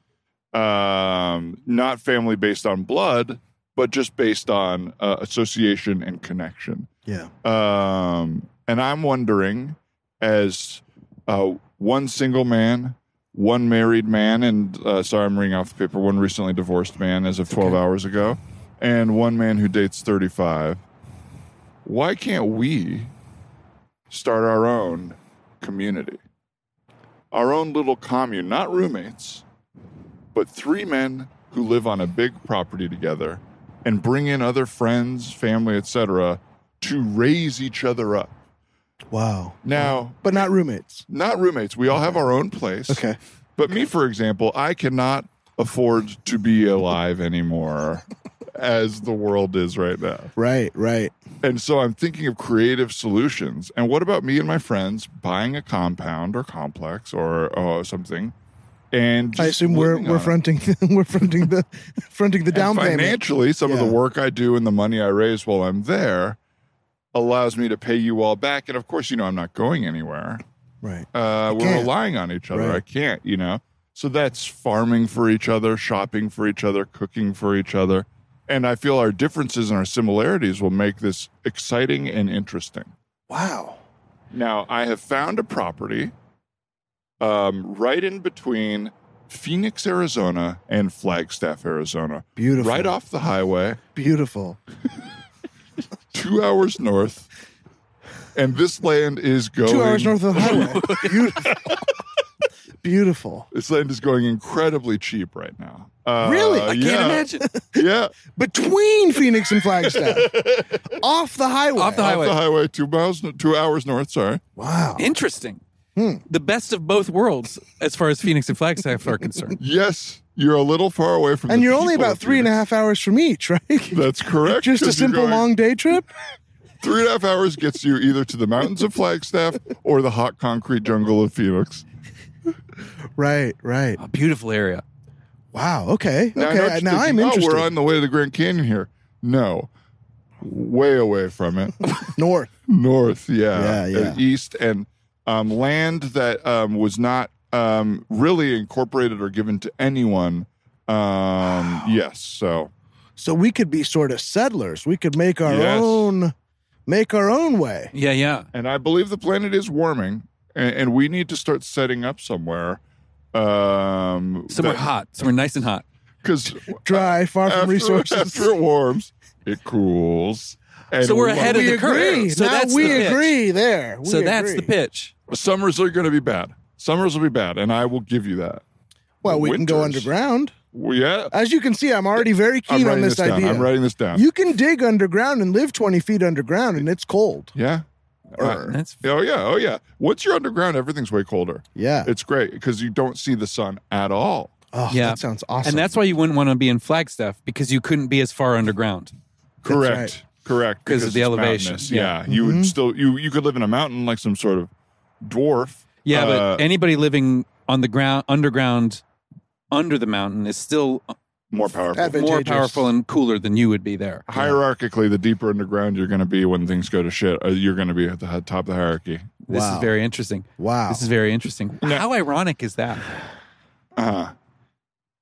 Speaker 2: Um, not family based on blood, but just based on uh, association and connection.
Speaker 3: Yeah.
Speaker 2: Um, and I'm wondering, as uh, one single man, one married man, and uh, sorry, I'm reading off the paper, one recently divorced man as of 12 hours ago, and one man who dates 35. Why can't we start our own community? Our own little commune, not roommates, but three men who live on a big property together and bring in other friends, family, etc., to raise each other up.
Speaker 3: Wow.
Speaker 2: Now,
Speaker 3: But not roommates.
Speaker 2: not roommates. We all have our own place.
Speaker 3: Okay.
Speaker 2: But me, for example, I cannot afford to be alive anymore as the world is right now.
Speaker 3: Right. Right.
Speaker 2: And so I'm thinking of creative solutions. And what about me and my friends buying a compound or complex or uh, something? And
Speaker 3: I
Speaker 2: just
Speaker 3: assume we're
Speaker 2: living
Speaker 3: we're
Speaker 2: on it?
Speaker 3: fronting <laughs> we're fronting the fronting the
Speaker 2: And
Speaker 3: down payment.
Speaker 2: financially some of
Speaker 3: Yeah.
Speaker 2: the work i do and the money i raise while i'm there allows me to pay you all back and of course you know i'm not going anywhere
Speaker 3: Right.
Speaker 2: uh, we're
Speaker 3: can't.
Speaker 2: relying on each other
Speaker 3: Right.
Speaker 2: i can't you know so that's farming for each other shopping for each other cooking for each other and i feel our differences and our similarities will make this exciting and interesting
Speaker 3: Wow.
Speaker 2: now, I have found a property um, right in between Phoenix, Arizona, and Flagstaff, Arizona.
Speaker 3: Beautiful.
Speaker 2: Right off the highway,
Speaker 3: Beautiful.
Speaker 2: two hours north. And this land is going.
Speaker 3: Two hours north of
Speaker 2: <laughs>
Speaker 3: the highway. Beautiful. Beautiful.
Speaker 2: This land is going incredibly cheap right now. Uh,
Speaker 3: Really?
Speaker 4: I can't
Speaker 2: yeah,
Speaker 4: imagine.
Speaker 3: <laughs>
Speaker 2: Yeah,
Speaker 3: Between Phoenix and Flagstaff. Off the highway.
Speaker 4: Off the
Speaker 2: off
Speaker 4: Highway.
Speaker 2: the highway, two miles, two hours north. Sorry.
Speaker 3: Wow.
Speaker 4: Interesting.
Speaker 3: Hmm.
Speaker 4: The best of both worlds, as far as Phoenix and Flagstaff are
Speaker 3: <laughs>
Speaker 4: concerned.
Speaker 2: Yes, you're a little far away from.
Speaker 3: And
Speaker 2: the
Speaker 3: you're only
Speaker 2: people
Speaker 3: about
Speaker 2: of
Speaker 3: three and a
Speaker 2: Phoenix.
Speaker 3: half hours from
Speaker 2: <laughs>
Speaker 3: each, right? <laughs>
Speaker 2: That's correct.
Speaker 3: Just a
Speaker 2: 'cause you're
Speaker 3: simple
Speaker 2: going-
Speaker 3: long day trip?
Speaker 2: Three and a half hours gets you either to the mountains of
Speaker 3: <laughs>
Speaker 2: Flagstaff or the hot concrete jungle of Phoenix.
Speaker 3: Right, right.
Speaker 4: A beautiful area.
Speaker 3: Wow. Okay.
Speaker 2: Now, I know what
Speaker 3: okay.
Speaker 2: you're
Speaker 3: Now I'm
Speaker 2: thinking,
Speaker 3: interested.
Speaker 2: Oh, we're on the way to the Grand Canyon here. No, way away from it.
Speaker 3: North.
Speaker 2: North, yeah,
Speaker 3: Yeah, yeah.
Speaker 2: and east, and um, land that um, was not um, really incorporated or given to anyone. Um, Yes, so
Speaker 3: So we could be sort of settlers. We could make our
Speaker 2: Yes.
Speaker 3: own make our own way.
Speaker 4: Yeah, yeah.
Speaker 2: and I believe the planet is warming, and, and we need to start setting up somewhere. Um,
Speaker 4: Somewhere hot. Somewhere nice and hot.
Speaker 2: because
Speaker 3: Dry, far from
Speaker 2: after,
Speaker 3: resources.
Speaker 2: after it warms, it cools. And
Speaker 4: So we're ahead of
Speaker 3: we
Speaker 4: the curve.
Speaker 3: agree.
Speaker 4: So
Speaker 3: now
Speaker 4: that's
Speaker 3: we
Speaker 4: the pitch.
Speaker 3: agree there. We
Speaker 4: so that's the
Speaker 3: agree.
Speaker 4: pitch.
Speaker 2: Summers are going to be bad. Summers will be bad, and I will give you that.
Speaker 3: Well, we can go
Speaker 2: Winters.
Speaker 3: underground.
Speaker 2: Well, yeah,
Speaker 3: As you can see, I'm already very
Speaker 2: I'm
Speaker 3: keen on
Speaker 2: writing
Speaker 3: this,
Speaker 2: this, down.
Speaker 3: idea.
Speaker 2: I'm writing this down.
Speaker 3: You can dig underground and live 20 feet underground, and it's cold.
Speaker 2: yeah.
Speaker 3: Err.
Speaker 4: That's
Speaker 2: Oh yeah, oh yeah. Once you're underground, everything's way colder.
Speaker 3: Yeah.
Speaker 2: It's great because you don't see the sun at all.
Speaker 3: Oh,
Speaker 4: Yeah.
Speaker 3: that sounds awesome.
Speaker 4: and that's why you wouldn't want to be in Flagstaff because you couldn't be as far underground.
Speaker 2: Correct.
Speaker 3: right.
Speaker 2: Correct.
Speaker 4: 'Cause of the
Speaker 2: it's
Speaker 4: elevation.
Speaker 2: mountainous. Yeah.
Speaker 4: Yeah. Mm-hmm.
Speaker 2: You
Speaker 3: Mhm.
Speaker 2: would still you you could live in a mountain like some sort of dwarf.
Speaker 4: Yeah,
Speaker 2: Uh,
Speaker 4: but anybody living on the ground, underground, under the mountain is still
Speaker 2: more powerful.
Speaker 3: Advan-
Speaker 4: more
Speaker 3: Advantageous.
Speaker 4: powerful and cooler than you would be there.
Speaker 2: Hierarchically, the deeper underground you're going to be when things go to shit, uh, you're going to be at the top of the hierarchy.
Speaker 4: This
Speaker 3: Wow.
Speaker 4: is very interesting.
Speaker 3: wow.
Speaker 4: This is very interesting.
Speaker 2: No.
Speaker 4: How ironic is that?
Speaker 2: Uh,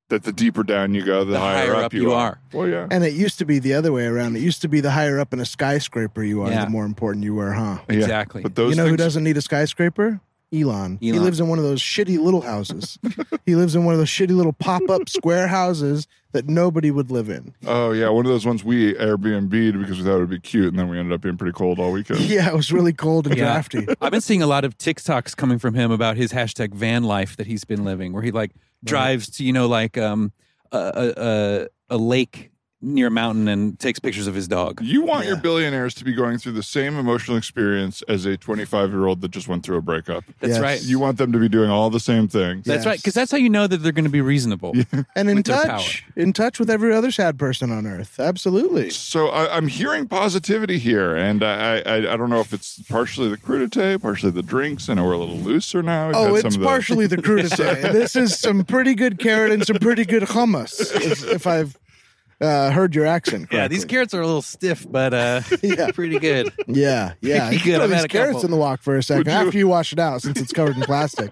Speaker 2: that the deeper down you go, the,
Speaker 4: The
Speaker 2: higher, up, you are.
Speaker 4: are.
Speaker 2: Well, yeah.
Speaker 3: and it used to be the other way around. It used to be the higher up in a skyscraper you are,
Speaker 4: Yeah.
Speaker 3: the more important you were, huh?
Speaker 2: Yeah.
Speaker 4: Exactly.
Speaker 2: But those
Speaker 3: you know who
Speaker 2: things,
Speaker 3: doesn't need a skyscraper? Elon. He
Speaker 4: Elon.
Speaker 3: lives in one of those shitty
Speaker 2: <laughs>
Speaker 3: little houses. he lives in one of those shitty little pop up square houses that nobody would live in.
Speaker 2: Oh yeah, one of those ones we Airbnb'd because we thought it would be cute, and then we ended up being pretty cold all weekend.
Speaker 3: <laughs> Yeah, it was really cold and
Speaker 4: Yeah.
Speaker 3: drafty.
Speaker 4: I've been seeing a lot of TikToks coming from him about his hashtag van life that he's been living, where he like drives to you know like um a a, a, a lake near a mountain and takes pictures of his dog.
Speaker 2: You want your
Speaker 3: Yeah.
Speaker 2: billionaires to be going through the same emotional experience as a 25 year old that just went through a breakup.
Speaker 4: That's
Speaker 3: Yes.
Speaker 4: right.
Speaker 2: You want them to be doing all the same things.
Speaker 4: that's
Speaker 3: Yes.
Speaker 4: right, because that's how you know that they're going to
Speaker 3: <laughs>
Speaker 4: be reasonable.
Speaker 3: And in
Speaker 4: With their
Speaker 3: touch, in touch with every other sad person on earth. Absolutely.
Speaker 2: So I, I'm hearing positivity here, and I, I I don't know if it's partially the crudité, partially the drinks. I know we're a little looser now. We've
Speaker 3: Oh,
Speaker 2: had
Speaker 3: it's
Speaker 2: some of the-
Speaker 3: partially the crudité. this is some pretty good carrot and some pretty good hummus, if- if I've uh, heard your accent. Correctly.
Speaker 4: Yeah, these carrots are a little stiff, but uh,
Speaker 3: <laughs> Yeah. <laughs>
Speaker 4: pretty good. <laughs>
Speaker 3: Yeah, yeah.
Speaker 4: Pretty
Speaker 3: You can
Speaker 4: good.
Speaker 3: throw
Speaker 4: I've
Speaker 3: these
Speaker 4: had a
Speaker 3: carrots
Speaker 4: couple.
Speaker 3: in the wok for a second
Speaker 2: you-
Speaker 3: after you wash it out, since it's covered in plastic.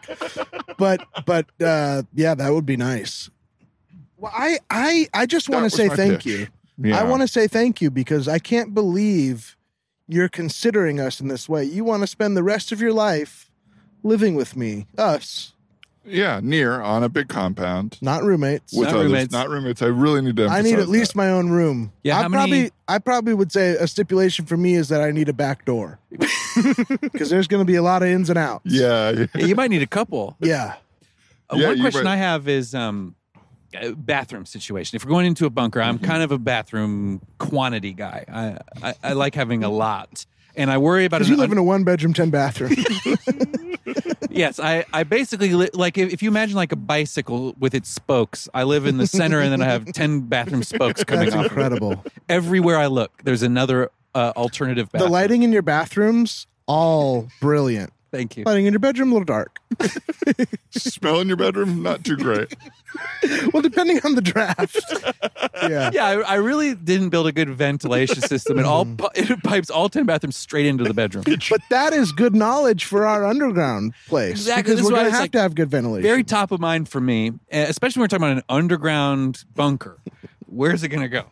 Speaker 3: but but uh, yeah, that would be nice. Well, I I I just
Speaker 2: That
Speaker 3: want to
Speaker 2: was
Speaker 3: say
Speaker 2: my
Speaker 3: thank
Speaker 2: pitch.
Speaker 3: you.
Speaker 2: Yeah.
Speaker 3: I want to say thank you because I can't believe you're considering us in this way. You want to spend the rest of your life living with me, us,
Speaker 2: yeah, near on a big compound
Speaker 3: not roommates.
Speaker 2: with
Speaker 4: Not
Speaker 2: others,
Speaker 4: roommates.
Speaker 2: not roommates. I really need to.
Speaker 3: I need
Speaker 2: emphasize
Speaker 3: at least my own room.
Speaker 4: Yeah,
Speaker 3: I
Speaker 4: how many-
Speaker 3: probably I probably would say a stipulation for me is that I need a back door.
Speaker 4: <laughs>
Speaker 3: Because there's going to be a lot of ins and outs.
Speaker 2: that. Yeah, yeah. <laughs>
Speaker 4: Yeah, you might need a couple.
Speaker 3: Yeah.
Speaker 4: Uh,
Speaker 2: Yeah,
Speaker 4: One
Speaker 2: you
Speaker 4: question
Speaker 2: might-
Speaker 4: I have is um, uh, bathroom situation. If we're going into a bunker,
Speaker 3: Mm-hmm.
Speaker 4: I'm kind of a bathroom quantity guy. I, I, I like having a lot, and I worry about.
Speaker 3: Because
Speaker 4: an
Speaker 3: you live
Speaker 4: un-
Speaker 3: in a one bedroom, 10
Speaker 4: <laughs>
Speaker 3: bathroom.
Speaker 4: yes, I I basically li- like if, if you imagine like a bicycle with its spokes. I live in the center, and then I
Speaker 3: <laughs>
Speaker 4: have ten bathroom spokes coming
Speaker 3: That's
Speaker 4: off. of it. <laughs>
Speaker 3: incredible.
Speaker 4: Everywhere I look, there's another uh, alternative
Speaker 3: the
Speaker 4: bathroom.
Speaker 3: lighting in your bathrooms, all brilliant.
Speaker 4: Thank you.
Speaker 3: Lighting in your bedroom, a little dark. <laughs>
Speaker 2: Smell in your bedroom, not too great.
Speaker 3: Well, depending on the
Speaker 4: <laughs>
Speaker 3: draft. Yeah.
Speaker 4: Yeah, I, I really didn't build a good ventilation system.
Speaker 3: <laughs>
Speaker 4: It all pi- <laughs> it pipes all ten bathrooms straight into the bedroom.
Speaker 3: But that is good knowledge for our underground place.
Speaker 4: Exactly.
Speaker 3: Because
Speaker 4: This is
Speaker 3: we're
Speaker 4: why
Speaker 3: going to
Speaker 4: it's
Speaker 3: have
Speaker 4: like
Speaker 3: to have good ventilation.
Speaker 4: very top of mind for me, eh, especially when we're talking about an underground bunker. Where's it going to go?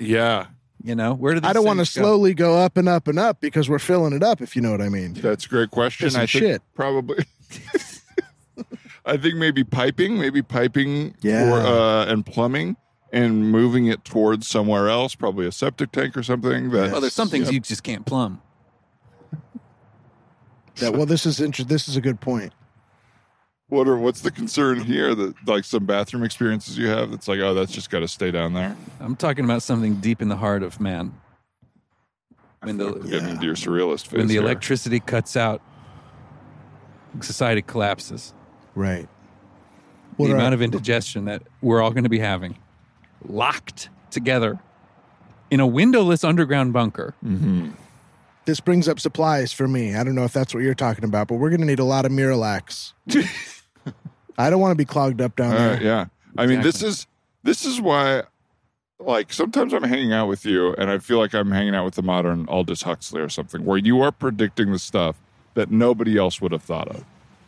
Speaker 2: Yeah,
Speaker 4: You know, where do these
Speaker 3: I don't want to
Speaker 4: things go?
Speaker 3: slowly go up and up and up because we're filling it up, if you know what I mean.
Speaker 2: That's a great question.
Speaker 3: Piece of
Speaker 2: I think
Speaker 3: shit.
Speaker 2: probably. <laughs> I think maybe piping, maybe piping
Speaker 3: Yeah.
Speaker 2: or, uh, and plumbing and moving it towards somewhere else, probably a septic tank or something. That
Speaker 4: Well, there's some things you just can't plumb.
Speaker 3: That well, this is inter- This is a good point.
Speaker 2: What are what's the concern here that like some bathroom experiences you have that's like oh that's just got to stay down there
Speaker 4: I'm talking about something deep in the heart of man. When the
Speaker 2: We're getting into your surrealist phase
Speaker 4: when the
Speaker 2: here.
Speaker 4: electricity cuts out, society collapses.
Speaker 3: Right.
Speaker 4: the
Speaker 3: are-
Speaker 4: amount of indigestion that we're all going to be having, locked together in a windowless underground bunker.
Speaker 3: Mm. this brings up supplies for me. I don't know if that's what you're talking about, but we're gonna need a lot
Speaker 2: <laughs>
Speaker 3: of Miralax. I don't want to be clogged up down
Speaker 2: All
Speaker 3: there.
Speaker 2: right, yeah. I mean, this is this is why, like, sometimes I'm hanging out with you, and I feel like I'm hanging out with the modern Aldous Huxley or something, where you are predicting the stuff that nobody else would have thought of,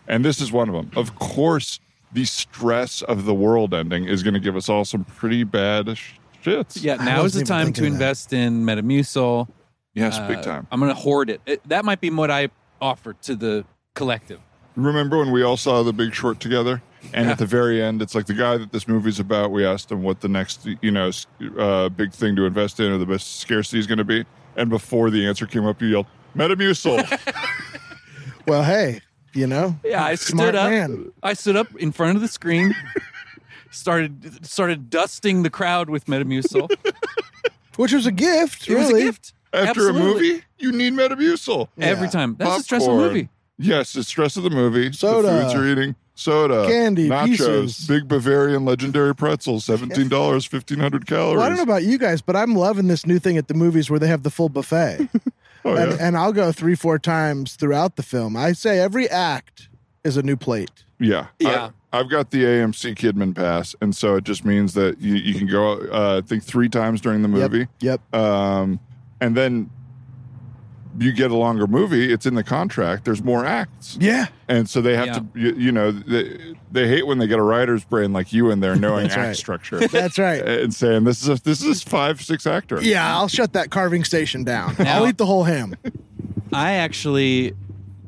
Speaker 2: and this is one of them. Of course, the stress of the world ending is going to give us all some pretty bad sh- shits.
Speaker 4: Yeah,
Speaker 3: I
Speaker 4: now is
Speaker 3: wasn't
Speaker 4: the
Speaker 3: even
Speaker 4: time to
Speaker 3: thinking of that.
Speaker 4: invest in Metamucil.
Speaker 2: yes, big
Speaker 4: Uh,
Speaker 2: time.
Speaker 4: I'm going to hoard it. It- That might be what I offer to the collective.
Speaker 2: Remember when we all saw The Big Short together? And at the very end, it's like the guy that this movie's about. We asked him what the next, you know, s- uh, big thing to invest in or the best scarcity is going to be. And before the answer came up, you yelled,
Speaker 4: <laughs>
Speaker 2: Metamucil.
Speaker 3: Well, hey, you know,
Speaker 4: Yeah, I
Speaker 3: Smart
Speaker 4: stood up.
Speaker 3: man.
Speaker 4: I stood up in front of the screen, started started dusting the crowd with Metamucil.
Speaker 3: which was a gift.
Speaker 4: It
Speaker 3: really,
Speaker 4: was a gift.
Speaker 2: After
Speaker 4: Absolutely.
Speaker 2: a movie, you need Metamucil.
Speaker 4: every
Speaker 3: Yeah.
Speaker 4: time. That's a stressful
Speaker 2: Popcorn.
Speaker 4: movie.
Speaker 2: Yes, the stress of the movie, the
Speaker 3: Soda.
Speaker 2: foods you're eating, soda,
Speaker 3: Candy,
Speaker 2: nachos,
Speaker 3: pieces.
Speaker 2: big Bavarian legendary pretzels, seventeen dollars, fifteen hundred calories.
Speaker 3: Well, I don't know about you guys, but I'm loving this new thing at the movies where they have the full buffet.
Speaker 2: <laughs> Oh,
Speaker 3: and,
Speaker 2: yeah.
Speaker 3: and I'll go three, four times throughout the film. I say every act is a new plate.
Speaker 2: Yeah.
Speaker 4: Yeah.
Speaker 2: I, have got the AMC Kidman pass. And so it just means that you, you can go, uh, I think, three times during the
Speaker 3: Yep,
Speaker 2: movie.
Speaker 3: Yep.
Speaker 2: Um, and then you get a longer movie. It's in the contract. There's more acts.
Speaker 3: Yeah.
Speaker 2: And so they have to, you, you know, they, they hate when they get a writer's brain like you in there knowing
Speaker 3: <laughs> That's
Speaker 2: act
Speaker 3: right.
Speaker 2: structure <laughs>
Speaker 3: That's right.
Speaker 2: and saying, this is a, this is five, six actor.
Speaker 3: Yeah, I'll shut that carving station down.
Speaker 4: <laughs>
Speaker 3: I'll eat the whole ham.
Speaker 4: I actually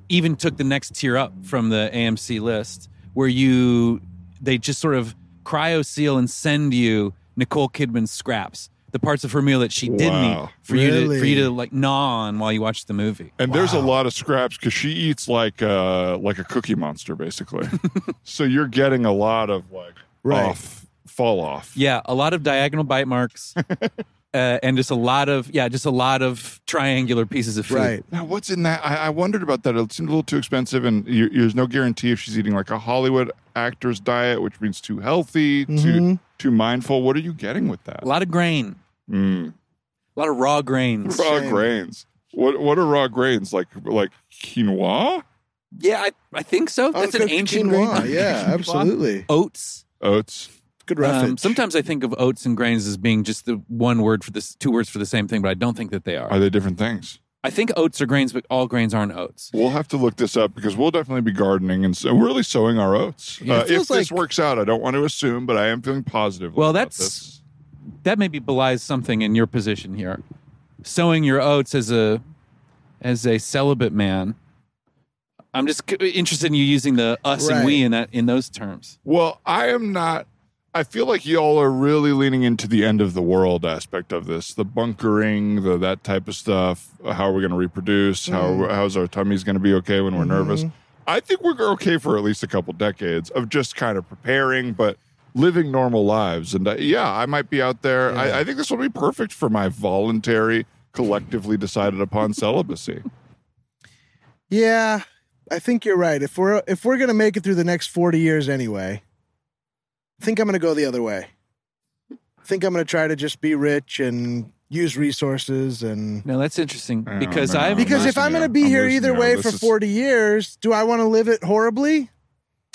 Speaker 4: even took the next tier up from the AMC list where you they just sort of cryo seal and send you Nicole Kidman's scraps, the parts of her meal that she didn't
Speaker 2: Wow.
Speaker 4: eat for you to for
Speaker 3: Really?
Speaker 4: you to like gnaw on while you watch the movie.
Speaker 2: And there's a lot of scraps because she eats like uh like a cookie monster basically. <laughs> so you're getting a lot of like
Speaker 3: Right.
Speaker 2: off fall off.
Speaker 4: Yeah, a lot of diagonal
Speaker 3: <laughs>
Speaker 4: bite marks. Uh, and just a lot of yeah, just a lot of triangular pieces of food.
Speaker 3: Right.
Speaker 2: Now what's in that? I, I wondered about that. It seemed a little too expensive, and you, there's no guarantee if she's eating like a Hollywood actor's diet, which means too healthy, too
Speaker 3: Mhm.
Speaker 2: too mindful. What are you getting with that?
Speaker 4: A lot of grain,
Speaker 2: Mm.
Speaker 4: a lot of raw grains.
Speaker 2: Raw
Speaker 3: Shame.
Speaker 2: grains. What what are raw grains like? Like quinoa,
Speaker 4: Yeah, I, I think so. That's an
Speaker 3: Uncooked
Speaker 4: ancient
Speaker 3: Oh, quinoa.
Speaker 4: grain.
Speaker 3: Yeah,
Speaker 4: <laughs> Quinoa.
Speaker 3: absolutely.
Speaker 4: Oats.
Speaker 2: oats.
Speaker 3: Good
Speaker 4: Um,
Speaker 3: reference.
Speaker 4: sometimes I think of oats and grains as being just the one word for this, two words for the same thing, but I don't think that they are.
Speaker 2: Are they different things?
Speaker 4: I think oats are grains, but all grains aren't oats.
Speaker 2: We'll have to look this up because we'll definitely be gardening and so really sowing our oats.
Speaker 4: Yeah, it
Speaker 2: uh, if
Speaker 3: feels
Speaker 2: this
Speaker 3: like-
Speaker 2: works out, I don't want to assume, but I am feeling positive.
Speaker 4: Well,
Speaker 2: about
Speaker 4: that's-
Speaker 2: this.
Speaker 4: That maybe belies something in your position here. Sowing your oats as a as a celibate man. I'm just c- interested in you using the us and
Speaker 3: Right.
Speaker 4: we in that in those terms.
Speaker 2: well. I am not. I feel like y'all are really leaning into the end of the world aspect of this, the bunkering, the that type of stuff. How are we going to reproduce?
Speaker 3: Mm-hmm.
Speaker 2: How how's our tummies going to be okay when we're nervous? I think we're okay for at least a couple decades of just kind of preparing, but living normal lives. And uh, yeah, I might be out there. I, I think this will be perfect for my voluntary, collectively decided upon <laughs> celibacy.
Speaker 3: yeah, I think you're right. If we're if we're gonna make it through the next forty years anyway, I think I'm gonna go the other way. I think I'm gonna try to just be rich and use resources and
Speaker 4: Now that's interesting
Speaker 2: I don't
Speaker 4: because
Speaker 2: know.
Speaker 4: I
Speaker 3: because
Speaker 2: I'm
Speaker 3: if
Speaker 2: losing
Speaker 3: I'm gonna
Speaker 2: you.
Speaker 3: be
Speaker 2: I'm
Speaker 3: here
Speaker 2: losing
Speaker 3: either
Speaker 2: you.
Speaker 3: way
Speaker 2: This
Speaker 3: for
Speaker 2: is-
Speaker 3: forty years, do I want to live it horribly?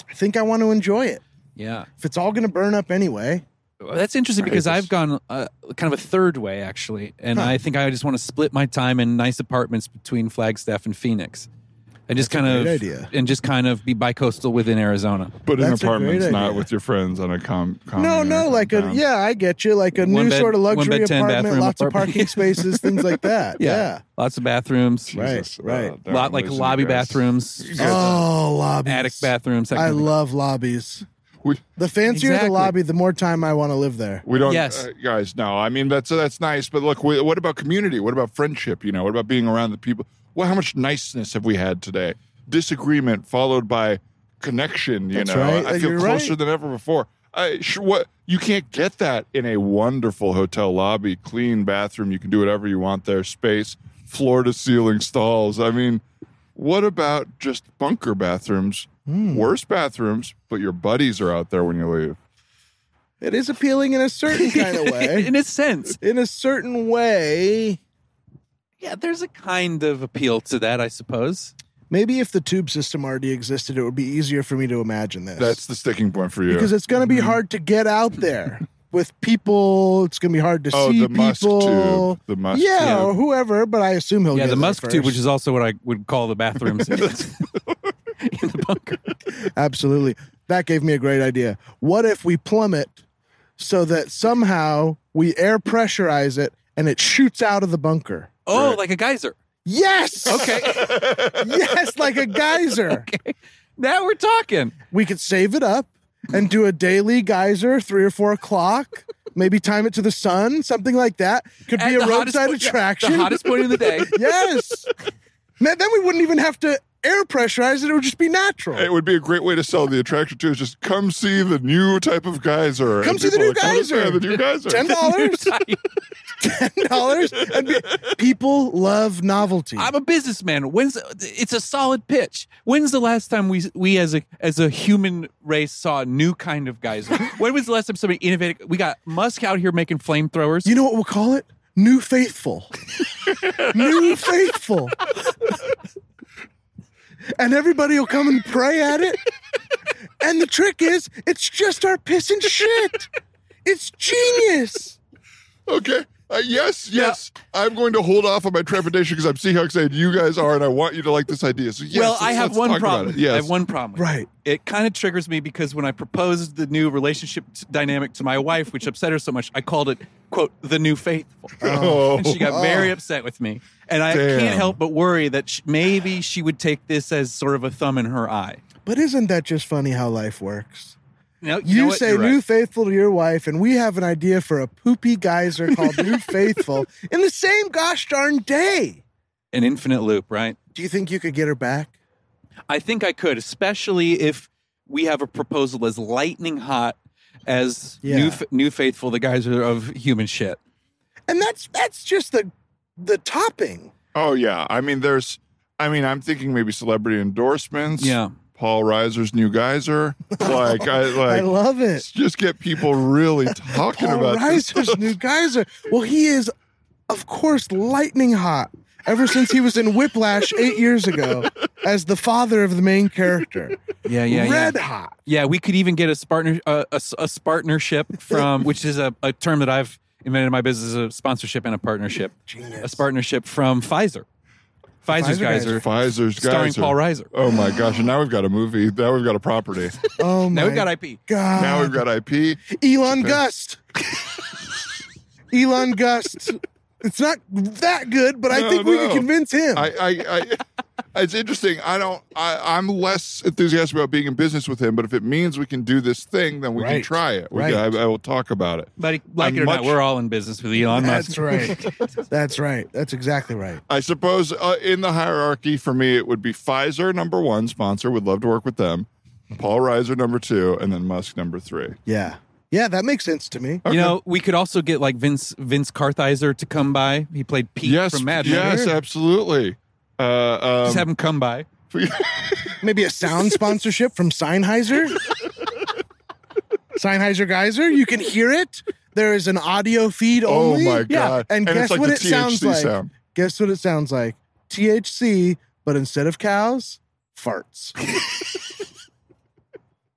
Speaker 3: I think I want to enjoy it.
Speaker 4: yeah
Speaker 3: If it's all gonna burn up anyway,
Speaker 4: Well, that's interesting
Speaker 2: Right.
Speaker 4: because I've gone uh, kind of a third way actually, and
Speaker 3: Huh.
Speaker 4: I think I just want to split my time in nice apartments between Flagstaff and Phoenix. I and just kind
Speaker 3: a
Speaker 4: of
Speaker 3: great idea.
Speaker 4: and just kind of be bicoastal within Arizona.
Speaker 2: But in
Speaker 3: That's a great
Speaker 2: apartments, not
Speaker 3: idea.
Speaker 2: with your friends on a com. common
Speaker 3: No,
Speaker 2: or
Speaker 3: no, like a
Speaker 2: compound.
Speaker 3: yeah, I get you. Like a
Speaker 4: One
Speaker 3: new
Speaker 4: bed-
Speaker 3: sort of
Speaker 4: one
Speaker 3: luxury
Speaker 4: bed, 10
Speaker 3: apartment,
Speaker 4: bathroom
Speaker 3: lots of
Speaker 4: apartment.
Speaker 3: parking spaces, things like
Speaker 4: <laughs>
Speaker 3: that. Yeah.
Speaker 4: lots of bathrooms,
Speaker 3: Right, right.
Speaker 2: uh,
Speaker 4: lot like
Speaker 2: listen,
Speaker 4: lobby
Speaker 2: guys.
Speaker 4: bathrooms,
Speaker 2: Yeah.
Speaker 3: Oh, lobbies. <laughs>
Speaker 4: attic bathrooms. that
Speaker 3: I
Speaker 4: kind of thing. <laughs>
Speaker 3: love lobbies.
Speaker 2: We,
Speaker 3: The fancier
Speaker 4: Exactly.
Speaker 3: the lobby, the more time I want to live there.
Speaker 2: we don't,
Speaker 4: Yes.
Speaker 2: uh, guys. No, I mean that's that's nice. But look, we, what about community? What about friendship? You know, what about being around the people? Well, how much niceness have we had today? Disagreement followed by connection. You
Speaker 3: That's
Speaker 2: know,
Speaker 3: right.
Speaker 2: I feel
Speaker 3: You're
Speaker 2: closer
Speaker 3: right.
Speaker 2: than ever before. I, sh- what you can't get that in a wonderful hotel lobby, clean bathroom. You can do whatever you want there. Space, floor to ceiling stalls. I mean, what about just bunker bathrooms?
Speaker 3: Hmm.
Speaker 2: Worse bathrooms, but your buddies are out there when you leave.
Speaker 3: It is appealing in a certain kind
Speaker 4: <laughs>
Speaker 3: of way.
Speaker 4: in a sense.
Speaker 3: In a certain way,
Speaker 4: Yeah, there's a kind of appeal to that, I suppose.
Speaker 3: maybe if the tube system already existed, it would be easier for me to imagine this.
Speaker 2: That's the sticking point for you.
Speaker 3: because it's going to
Speaker 4: Mm-hmm.
Speaker 3: be hard to get out there with people. It's going to be hard to
Speaker 2: Oh,
Speaker 3: see
Speaker 2: the Musk
Speaker 3: people.
Speaker 2: tube. The Musk
Speaker 3: yeah,
Speaker 2: tube.
Speaker 3: or whoever. But I assume he'll
Speaker 4: yeah,
Speaker 3: get
Speaker 4: the
Speaker 3: there
Speaker 4: Musk tube,
Speaker 3: first.
Speaker 4: which is also what I would call the bathrooms
Speaker 3: <laughs>
Speaker 4: in the <laughs> bunker.
Speaker 3: Absolutely. That gave me a great idea. What if we plummet so that somehow we air pressurize it and it shoots out of the bunker?
Speaker 4: Oh, like a geyser.
Speaker 3: Yes.
Speaker 4: Okay, <laughs>
Speaker 3: yes, like a geyser.
Speaker 4: now we're talking.
Speaker 3: We could save it up and do a daily geyser, three or four o'clock. Maybe time it to the sun, something like that. Could
Speaker 4: At
Speaker 3: be a
Speaker 4: the hottest
Speaker 3: roadside
Speaker 4: point- yeah,
Speaker 3: attraction.
Speaker 4: the hottest point of the day. <laughs>
Speaker 3: yes. Man, then we wouldn't even have to air pressurize it. It would just be natural.
Speaker 2: it would be a great way to sell the attraction too. Is just come see the new type of geyser.
Speaker 3: Come
Speaker 2: And
Speaker 3: see the
Speaker 2: people
Speaker 3: new
Speaker 2: are like, "What is
Speaker 3: geyser."
Speaker 2: that? The new geyser.
Speaker 3: Ten
Speaker 4: <laughs>
Speaker 3: dollars, ten dollars. And be- People love novelty.
Speaker 4: I'm a businessman. When's it's a solid pitch. When's the last time we we as a as a human race saw a new kind of
Speaker 3: <laughs>
Speaker 4: geyser? when was the last time somebody innovated? We got Musk out here making flamethrowers.
Speaker 3: you know what we'll call it? New faithful. new faithful. And everybody will come and pray at it. And the trick is, it's just our piss and shit. It's genius.
Speaker 2: <laughs> Okay. Uh, yes, yes. I'm going to hold off on my trepidation because I'm seeing how excited you guys are, and I want you to like this idea. So yes,
Speaker 4: well,
Speaker 2: let's-
Speaker 4: I have
Speaker 2: let's
Speaker 4: one
Speaker 2: talk about it.
Speaker 4: problem.
Speaker 2: Yes.
Speaker 4: I have one problem.
Speaker 3: Right.
Speaker 4: It kind of triggers me because when I proposed the new relationship t- dynamic to my wife, which upset her so much, I called it "quote the new faithful,"
Speaker 2: Oh.
Speaker 4: and she got very upset with me. And I can't
Speaker 2: Damn.
Speaker 4: help but worry that sh- maybe she would take this as sort of a thumb in her eye.
Speaker 3: But isn't that just funny how life works?
Speaker 4: No,
Speaker 3: You,
Speaker 4: know what?
Speaker 3: say
Speaker 4: You're right.
Speaker 3: new faithful to your wife, and we have an idea for a poopy geyser called
Speaker 4: <laughs>
Speaker 3: New Faithful in the same gosh darn day.
Speaker 4: an infinite loop, right?
Speaker 3: Do you think you could get her back?
Speaker 4: I think I could, especially if we have a proposal as lightning hot as
Speaker 3: Yeah.
Speaker 4: new, new faithful, the guys are of human shit.
Speaker 3: And that's that's just the the topping.
Speaker 2: Oh yeah. I mean, there's. I mean, I'm thinking maybe celebrity endorsements.
Speaker 4: Yeah.
Speaker 2: Paul Reiser's new
Speaker 3: <laughs>
Speaker 2: geyser. Like I
Speaker 3: I
Speaker 2: like.
Speaker 3: love it.
Speaker 2: just get people really talking
Speaker 3: <laughs> Paul
Speaker 2: about this. <laughs>
Speaker 3: Reiser's new geyser. Well, he is, of course, lightning hot. Ever since he was in Whiplash eight years ago, as the father of the main character,
Speaker 4: Yeah, yeah,
Speaker 3: red
Speaker 4: yeah.
Speaker 3: hot.
Speaker 4: Yeah, we could even get a partner, uh, a, s- a
Speaker 3: <laughs>
Speaker 4: partnership from, which is a, a term that I've invented in my business, a sponsorship and a partnership.
Speaker 3: Genius.
Speaker 4: A partnership from Pfizer. Pfizer's
Speaker 3: Pfizer
Speaker 4: geyser,
Speaker 2: Pfizer's
Speaker 4: starring
Speaker 2: geyser.
Speaker 4: Paul Reiser.
Speaker 2: Oh my gosh! And now we've got a movie. Now we've got a property.
Speaker 3: Oh my
Speaker 4: Now we've got IP.
Speaker 3: god!
Speaker 2: Now we've got IP.
Speaker 3: Elon Gust. <laughs> Elon Gust. It's not that good, but I
Speaker 2: No,
Speaker 3: think we
Speaker 2: no.
Speaker 3: can convince him.
Speaker 2: I, I, I it's interesting. I don't. I, I'm less enthusiastic about being in business with him. But if it means we can do this thing, then we can
Speaker 3: Right.
Speaker 2: try it. We
Speaker 3: Right.
Speaker 2: can, I, I will talk about it.
Speaker 4: But like
Speaker 2: I'm
Speaker 4: it or not,
Speaker 2: much-
Speaker 4: we're all in business with Elon Musk.
Speaker 3: That's right. That's right. That's exactly right.
Speaker 2: I suppose uh, in the hierarchy for me, it would be Pfizer number one sponsor. Would love to work with them. Paul Reiser number two, and then Musk number three.
Speaker 3: Yeah. Yeah, that makes sense to me.
Speaker 2: Okay.
Speaker 4: You know, we could also get like Vince Vince Carthizer to come by. He played Pete
Speaker 2: yes,
Speaker 4: from Mad Men.
Speaker 2: yes, absolutely. Uh,
Speaker 4: Just
Speaker 2: um, oh
Speaker 4: have him come by.
Speaker 2: <laughs>
Speaker 3: Maybe a sound sponsorship from Sennheiser. Sennheiser Geyser, you can hear it. There is an audio feed
Speaker 2: oh
Speaker 3: only.
Speaker 2: my god!
Speaker 3: And, guess
Speaker 2: it's like
Speaker 3: what
Speaker 2: the
Speaker 3: it sounds
Speaker 2: THC
Speaker 3: like?
Speaker 2: sound.
Speaker 3: Guess what it sounds like? THC, but instead of cows,
Speaker 2: <laughs>
Speaker 3: farts.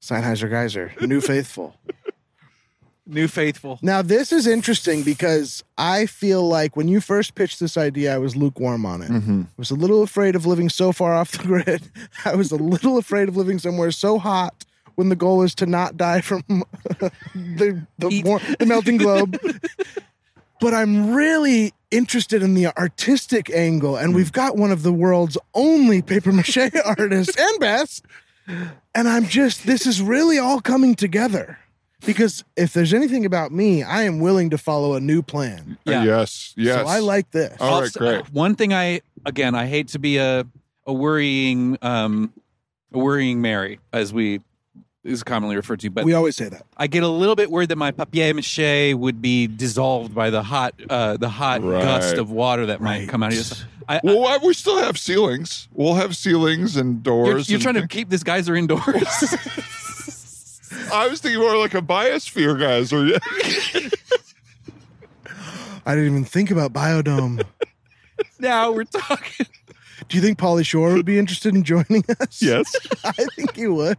Speaker 3: Sennheiser Geyser, new faithful.
Speaker 4: New faithful.
Speaker 3: Now, this is interesting because I feel like when you first pitched this idea, I was lukewarm on it.
Speaker 2: Mm-hmm.
Speaker 3: I was a little afraid of living so far off the <laughs> grid. I was a little afraid of living somewhere so hot when the goal is to not die from <laughs> the the,
Speaker 4: Heat.
Speaker 3: war- the melting globe. but I'm really interested in the artistic angle, and we've got one of the world's only paper mache <laughs> artists and best. And I'm just this is really all coming together. Because if there's anything about me, I am willing to follow a new plan.
Speaker 4: Yeah.
Speaker 2: Uh, Yes. Yes. Oh.
Speaker 3: So I like this.
Speaker 2: All right,
Speaker 4: Also- uh,
Speaker 2: great.
Speaker 4: One thing I again I hate to be a a worrying um a worrying Mary as we is commonly referred to, but
Speaker 3: we always say that.
Speaker 4: I get a little bit worried that my papier mâché would be dissolved by the hot uh the hot
Speaker 2: Right.
Speaker 4: gust of water that might
Speaker 3: Right.
Speaker 4: come out of your. I, I,
Speaker 2: Well, I- we still have ceilings. We'll have ceilings and
Speaker 4: you're,
Speaker 2: doors.
Speaker 4: you're
Speaker 2: and
Speaker 4: trying to
Speaker 2: things.
Speaker 4: keep this geyser indoors.
Speaker 3: <laughs>
Speaker 2: I was thinking more like a biosphere guys, or <laughs>
Speaker 3: I didn't even think
Speaker 2: <laughs>
Speaker 3: about biodome.
Speaker 4: now we're talking.
Speaker 3: Do you think Polly Shore would be interested in joining us?
Speaker 2: yes,
Speaker 3: <laughs> I think he would.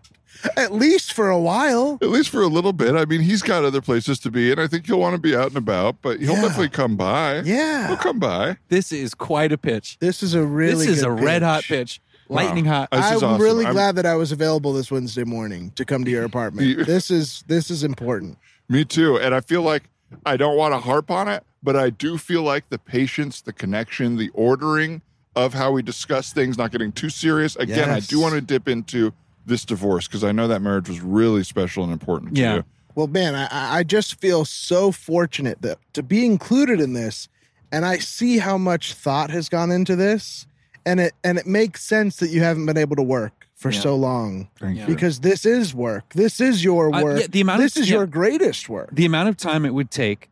Speaker 3: At least for a while.
Speaker 2: at least for a little bit. I mean, he's got other places to be, and I think he'll want to be out and about. But he'll
Speaker 3: Yeah.
Speaker 2: definitely come by. he'll
Speaker 3: Yeah.
Speaker 2: come by.
Speaker 4: This is quite a pitch.
Speaker 3: This is a really
Speaker 4: this is
Speaker 3: good
Speaker 4: a red hot pitch, lightning hot. Uh,
Speaker 2: This is
Speaker 3: I'm
Speaker 2: awesome.
Speaker 3: really
Speaker 2: I'm-
Speaker 3: glad that I was available this Wednesday morning to come to your
Speaker 2: <laughs>
Speaker 3: apartment.
Speaker 2: You-
Speaker 3: this is this is important.
Speaker 2: Me too. And I feel like I don't want to harp on it, but I do feel like the patience, the connection, the ordering of how we discuss things, not getting too serious. Again, I
Speaker 3: Yes.
Speaker 2: do want to dip into this divorce because I know that marriage was really special and important to
Speaker 4: Yeah.
Speaker 2: you.
Speaker 3: Well, man, I- I, I just feel so fortunate that to be included in this, and I see how much thought has gone into this, and it and it makes sense that you haven't been able to work for
Speaker 4: Yeah.
Speaker 3: so long.
Speaker 2: Thank
Speaker 4: Yeah.
Speaker 2: you.
Speaker 3: because this is work. This is your
Speaker 4: Uh,
Speaker 3: work.
Speaker 4: yeah, the amount of-
Speaker 3: this is
Speaker 4: yeah.
Speaker 3: your greatest work.
Speaker 4: the amount of time it would take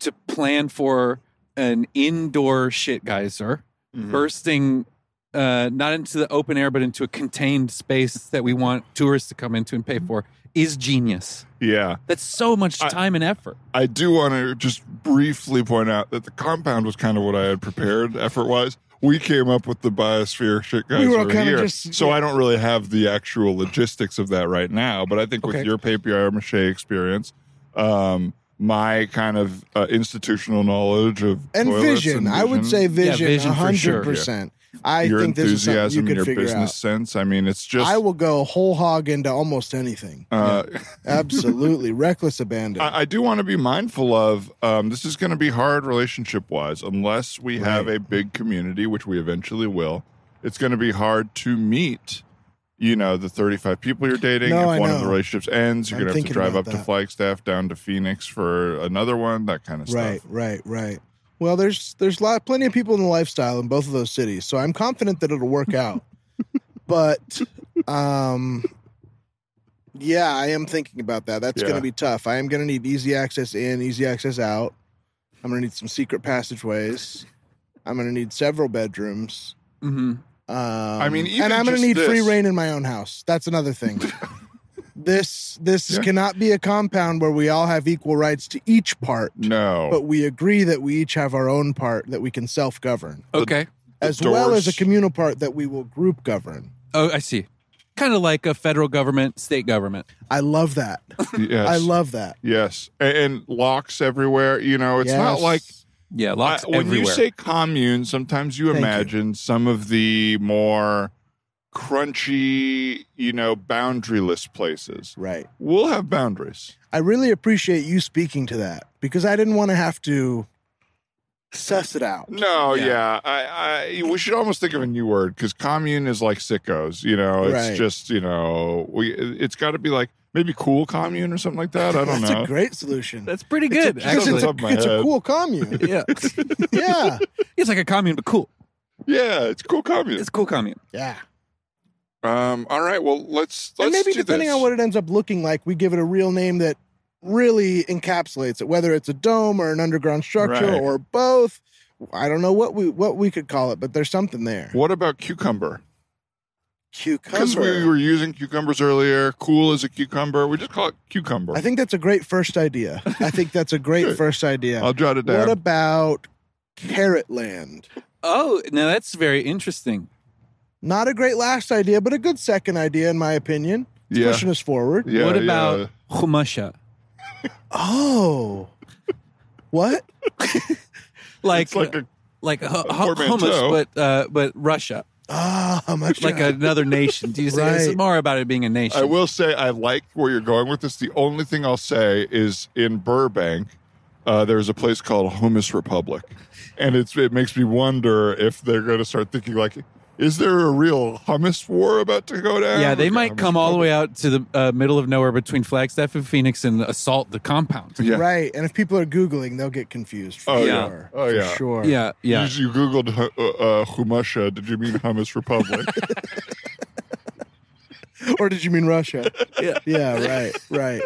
Speaker 4: to plan for an indoor shit geyser
Speaker 3: Mm-hmm.
Speaker 4: bursting uh, not into the open air but into a contained space that we want tourists to come into and
Speaker 3: Mm-hmm.
Speaker 4: pay for is genius.
Speaker 2: Yeah.
Speaker 4: That's so much
Speaker 2: I-
Speaker 4: time and effort.
Speaker 2: I do want to just briefly point out that the compound was kind of what I had prepared effort wise. We came up with the biosphere shit guys
Speaker 3: We were
Speaker 2: over
Speaker 3: kinda
Speaker 2: here.
Speaker 3: just-
Speaker 2: so I don't really have the actual logistics of that right now, but I think with
Speaker 4: Okay.
Speaker 2: your papier mache experience, um, my kind of uh, institutional knowledge of
Speaker 3: And
Speaker 2: toilets
Speaker 3: vision,
Speaker 2: and
Speaker 3: I would say vision,
Speaker 4: vision
Speaker 3: a
Speaker 4: for
Speaker 3: hundred
Speaker 4: sure.
Speaker 3: percent. I
Speaker 2: your
Speaker 3: think this is something you
Speaker 2: enthusiasm,
Speaker 3: could
Speaker 2: your
Speaker 3: figure
Speaker 2: business
Speaker 3: out.
Speaker 2: sense. I mean, it's just
Speaker 3: I will go whole hog into almost anything.
Speaker 2: uh,
Speaker 3: Absolutely <laughs> reckless abandon.
Speaker 2: I, I do want to be mindful of um, this is going to be hard relationship wise unless we have
Speaker 3: Right.
Speaker 2: a big community, which we eventually will. It's going to be hard to meet, you know, the 35 people you're dating.
Speaker 3: No,
Speaker 2: if
Speaker 3: I
Speaker 2: one of
Speaker 3: know.
Speaker 2: the relationships ends, you're
Speaker 3: I'm
Speaker 2: going to have to
Speaker 3: thinking
Speaker 2: drive
Speaker 3: about
Speaker 2: up to
Speaker 3: that.
Speaker 2: Flagstaff, down to Phoenix for another one, that kind of
Speaker 3: right,
Speaker 2: stuff.
Speaker 3: right, right. Well, there's there's lot plenty of people in the lifestyle in both of those cities, so I'm confident that it'll
Speaker 2: <laughs>
Speaker 3: work out. but, um, yeah, I am thinking about that. That's going
Speaker 2: Yeah.
Speaker 3: to be tough. I am going to need easy access in, easy access out. I'm going to need some secret passageways. I'm going to need several bedrooms.
Speaker 4: hmm
Speaker 3: Um,
Speaker 2: I mean, even
Speaker 3: and I'm going
Speaker 2: just
Speaker 3: to need free
Speaker 2: this.
Speaker 3: reign in my own house. That's another thing.
Speaker 2: <laughs>
Speaker 3: this this
Speaker 2: Yeah.
Speaker 3: cannot be a compound where we all have equal rights to each part
Speaker 2: No.
Speaker 3: but we agree that we each have our own part that we can self govern,
Speaker 4: Okay.
Speaker 2: The
Speaker 3: as well as a
Speaker 2: doors-
Speaker 3: communal part that we will group govern.
Speaker 4: Oh, I see. Kind of like a federal government, state government.
Speaker 3: I love that.
Speaker 2: yes.
Speaker 3: I love that.
Speaker 2: Yes. And, and locks everywhere. You know, it's not
Speaker 3: Yes.
Speaker 2: like
Speaker 4: Yeah, lots
Speaker 2: I- when
Speaker 4: everywhere.
Speaker 2: you say commune, sometimes you
Speaker 3: Thank you.
Speaker 2: imagine some of the more crunchy, you know, boundaryless places.
Speaker 3: right.
Speaker 2: We'll have boundaries.
Speaker 3: I really appreciate you speaking to that because I didn't want to have to suss it out.
Speaker 2: No,
Speaker 4: Yeah.
Speaker 2: yeah, I, I, we should almost think of a new word because commune is like sickos. You know, it's
Speaker 3: Right.
Speaker 2: just you know, we it's got to be like maybe cool commune or something like that. I don't
Speaker 3: <laughs> That's
Speaker 2: know.
Speaker 3: a great solution.
Speaker 4: That's pretty
Speaker 3: It's a-
Speaker 4: good,
Speaker 2: off
Speaker 3: because it's
Speaker 2: the
Speaker 4: actually.
Speaker 3: a,
Speaker 2: top of my
Speaker 3: it's a
Speaker 2: head.
Speaker 3: cool commune.
Speaker 4: <laughs>
Speaker 2: <laughs>
Speaker 4: yeah.
Speaker 3: yeah.
Speaker 4: It's like a commune, but cool.
Speaker 2: yeah, it's cool commune.
Speaker 4: It's a cool commune.
Speaker 3: Yeah.
Speaker 2: um, all right, well let's let's
Speaker 3: and maybe
Speaker 2: do
Speaker 3: depending
Speaker 2: this.
Speaker 3: on what it ends up looking like, we give it a real name that really encapsulates it, whether it's a dome or an underground structure
Speaker 2: Right.
Speaker 3: or both. I don't know what we what we could call it, but there's something there.
Speaker 2: What about cucumber? Because
Speaker 3: Cucumber.
Speaker 2: we were using cucumbers earlier. Cool as a cucumber. We just call it cucumber.
Speaker 3: I think that's a great first idea. I think that's a great
Speaker 2: Good.
Speaker 3: first idea.
Speaker 2: I'll jot it down.
Speaker 3: What about Carrot Land?
Speaker 4: Oh, now that's very interesting.
Speaker 3: Not a great last idea, but a good second idea in my opinion. It's
Speaker 2: Yeah.
Speaker 3: pushing us forward.
Speaker 2: Yeah,
Speaker 4: what
Speaker 2: yeah.
Speaker 4: about Humusha?
Speaker 3: Oh, what?
Speaker 4: like
Speaker 2: It's like a
Speaker 4: like hu- hu-
Speaker 2: portmanteau.
Speaker 4: hummus, but uh, but Russia,
Speaker 3: Ah, how much?
Speaker 4: like another nation. <laughs> Do you say
Speaker 3: Right.
Speaker 4: this is more about it being a nation?
Speaker 2: I will say I like where you're going with this. The only thing I'll say is in Burbank, uh, there's a place called Hummus Republic, and it's it makes me wonder if they're going to start thinking like, is there a real hummus war about to go down?
Speaker 4: Yeah, they
Speaker 2: Like a
Speaker 4: might
Speaker 2: hummus
Speaker 4: come all the
Speaker 2: republic?
Speaker 4: way out to the uh, middle of nowhere between Flagstaff and Phoenix and assault the
Speaker 2: <laughs>
Speaker 4: compound.
Speaker 2: Yeah.
Speaker 3: Right. And if people are Googling, they'll get confused. For
Speaker 2: Oh,
Speaker 4: yeah.
Speaker 3: sure.
Speaker 2: Oh,
Speaker 3: for
Speaker 2: yeah.
Speaker 3: sure.
Speaker 4: Yeah, yeah.
Speaker 2: You, you googled hu- uh, uh, Humusha. Did you mean Hummus
Speaker 4: <laughs>
Speaker 2: Republic?
Speaker 3: Or did you mean
Speaker 2: <laughs>
Speaker 3: Russia?
Speaker 4: Yeah.
Speaker 3: Yeah, right, right.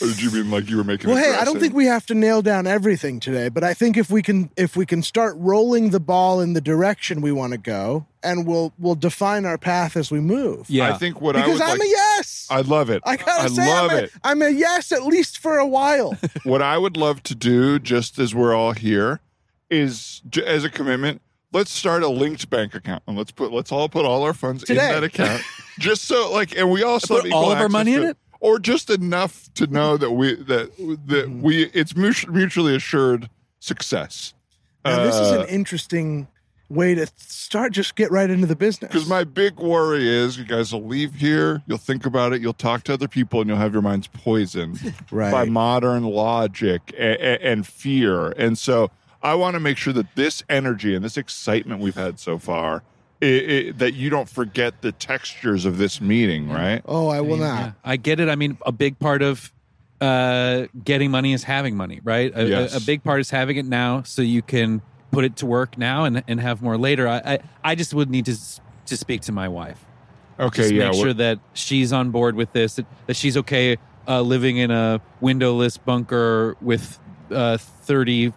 Speaker 2: or did you mean like you were making?
Speaker 3: Well,
Speaker 2: a
Speaker 3: hey, I don't
Speaker 2: dressing?
Speaker 3: think we have to nail down everything today, but I think if we can if we can start rolling the ball in the direction we want to go, and we'll we'll define our path as we move.
Speaker 4: Yeah.
Speaker 2: I think what I
Speaker 3: Because
Speaker 2: would
Speaker 3: I'm
Speaker 2: like.
Speaker 3: a yes. I,
Speaker 2: I love it.
Speaker 4: <laughs>
Speaker 3: gotta say,
Speaker 2: love
Speaker 3: I'm, a,
Speaker 2: it.
Speaker 3: I'm a yes at least for
Speaker 2: <laughs>
Speaker 3: a while.
Speaker 2: what I would love to do, just as we're all here, is j- as a commitment, let's start a linked bank account and let's put let's all put all our funds
Speaker 3: Today.
Speaker 2: in that
Speaker 4: <laughs>
Speaker 2: account, just so like, and we also
Speaker 4: Put
Speaker 2: have
Speaker 4: all
Speaker 2: equal
Speaker 4: of our
Speaker 2: access
Speaker 4: money
Speaker 2: to
Speaker 4: in it?
Speaker 2: or just enough to know that we that that
Speaker 4: Mm-hmm.
Speaker 2: we it's mutu- mutually assured success.
Speaker 3: Now, this is
Speaker 2: Uh,
Speaker 3: an interesting way to start. Just get right into the business.
Speaker 2: Because my big worry is you guys will leave here, you'll think about it, you'll talk to other people, and you'll have your minds
Speaker 4: <laughs>
Speaker 2: poisoned
Speaker 3: Right.
Speaker 2: by modern logic and, and fear. And so I want to make sure that this energy and this excitement we've had so far, i i that you don't forget the textures of this meeting, right?
Speaker 3: oh, I will
Speaker 4: Yeah.
Speaker 3: not.
Speaker 4: I get it. I mean, a big part of uh, getting money is having money, right? A, a-
Speaker 2: Yes.
Speaker 4: a, big part is having it now so you can put it to work now and, and have more later. I, I, I just would need to, s- to speak to my wife.
Speaker 2: Okay,
Speaker 4: Just
Speaker 2: yeah.
Speaker 4: make
Speaker 2: we're-
Speaker 4: sure that she's on board with this, that, that she's okay uh, living in a windowless bunker with uh, 36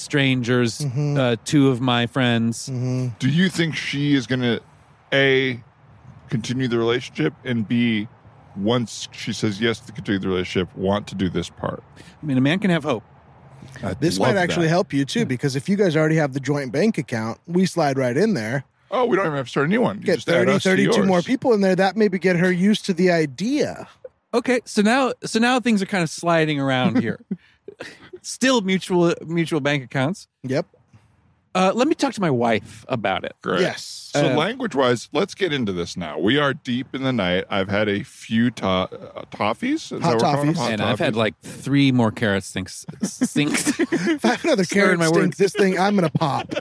Speaker 4: strangers,
Speaker 3: Mhm.
Speaker 4: uh, two of my friends.
Speaker 3: hmm
Speaker 2: do you think she is going to, A, continue the relationship, and B, once she says yes to continue the relationship, want to do this part?
Speaker 4: I mean, a man can have hope.
Speaker 2: I
Speaker 3: Uh, This
Speaker 2: love
Speaker 3: might actually
Speaker 2: that. Hmm.
Speaker 3: help you too, because if you guys already have the joint bank account, we slide right in there.
Speaker 2: Oh, we don't even have to start a new one. You
Speaker 3: Get
Speaker 2: just add
Speaker 3: 30,
Speaker 2: us to
Speaker 3: 32
Speaker 2: yours.
Speaker 3: more people in there. That maybe get her used to the idea.
Speaker 4: Okay, so now so now things are kind of sliding around here. Still mutual mutual bank accounts.
Speaker 3: Yep.
Speaker 4: Uh, let me talk to my wife about it.
Speaker 2: Great.
Speaker 3: Yes.
Speaker 2: So,
Speaker 4: Uh,
Speaker 2: language wise, let's get into this now. We are deep in the night. I've had a few to- uh, toffees. Is
Speaker 3: Hot
Speaker 2: that what we're calling them?
Speaker 3: toffees.
Speaker 2: Hot
Speaker 4: and I've had
Speaker 2: toffees.
Speaker 4: like three more carrots stinks stinks.
Speaker 3: if I have another carrot
Speaker 4: Slurring my
Speaker 3: stink,
Speaker 4: words.
Speaker 3: this thing, I'm going to
Speaker 4: <laughs>
Speaker 3: pop.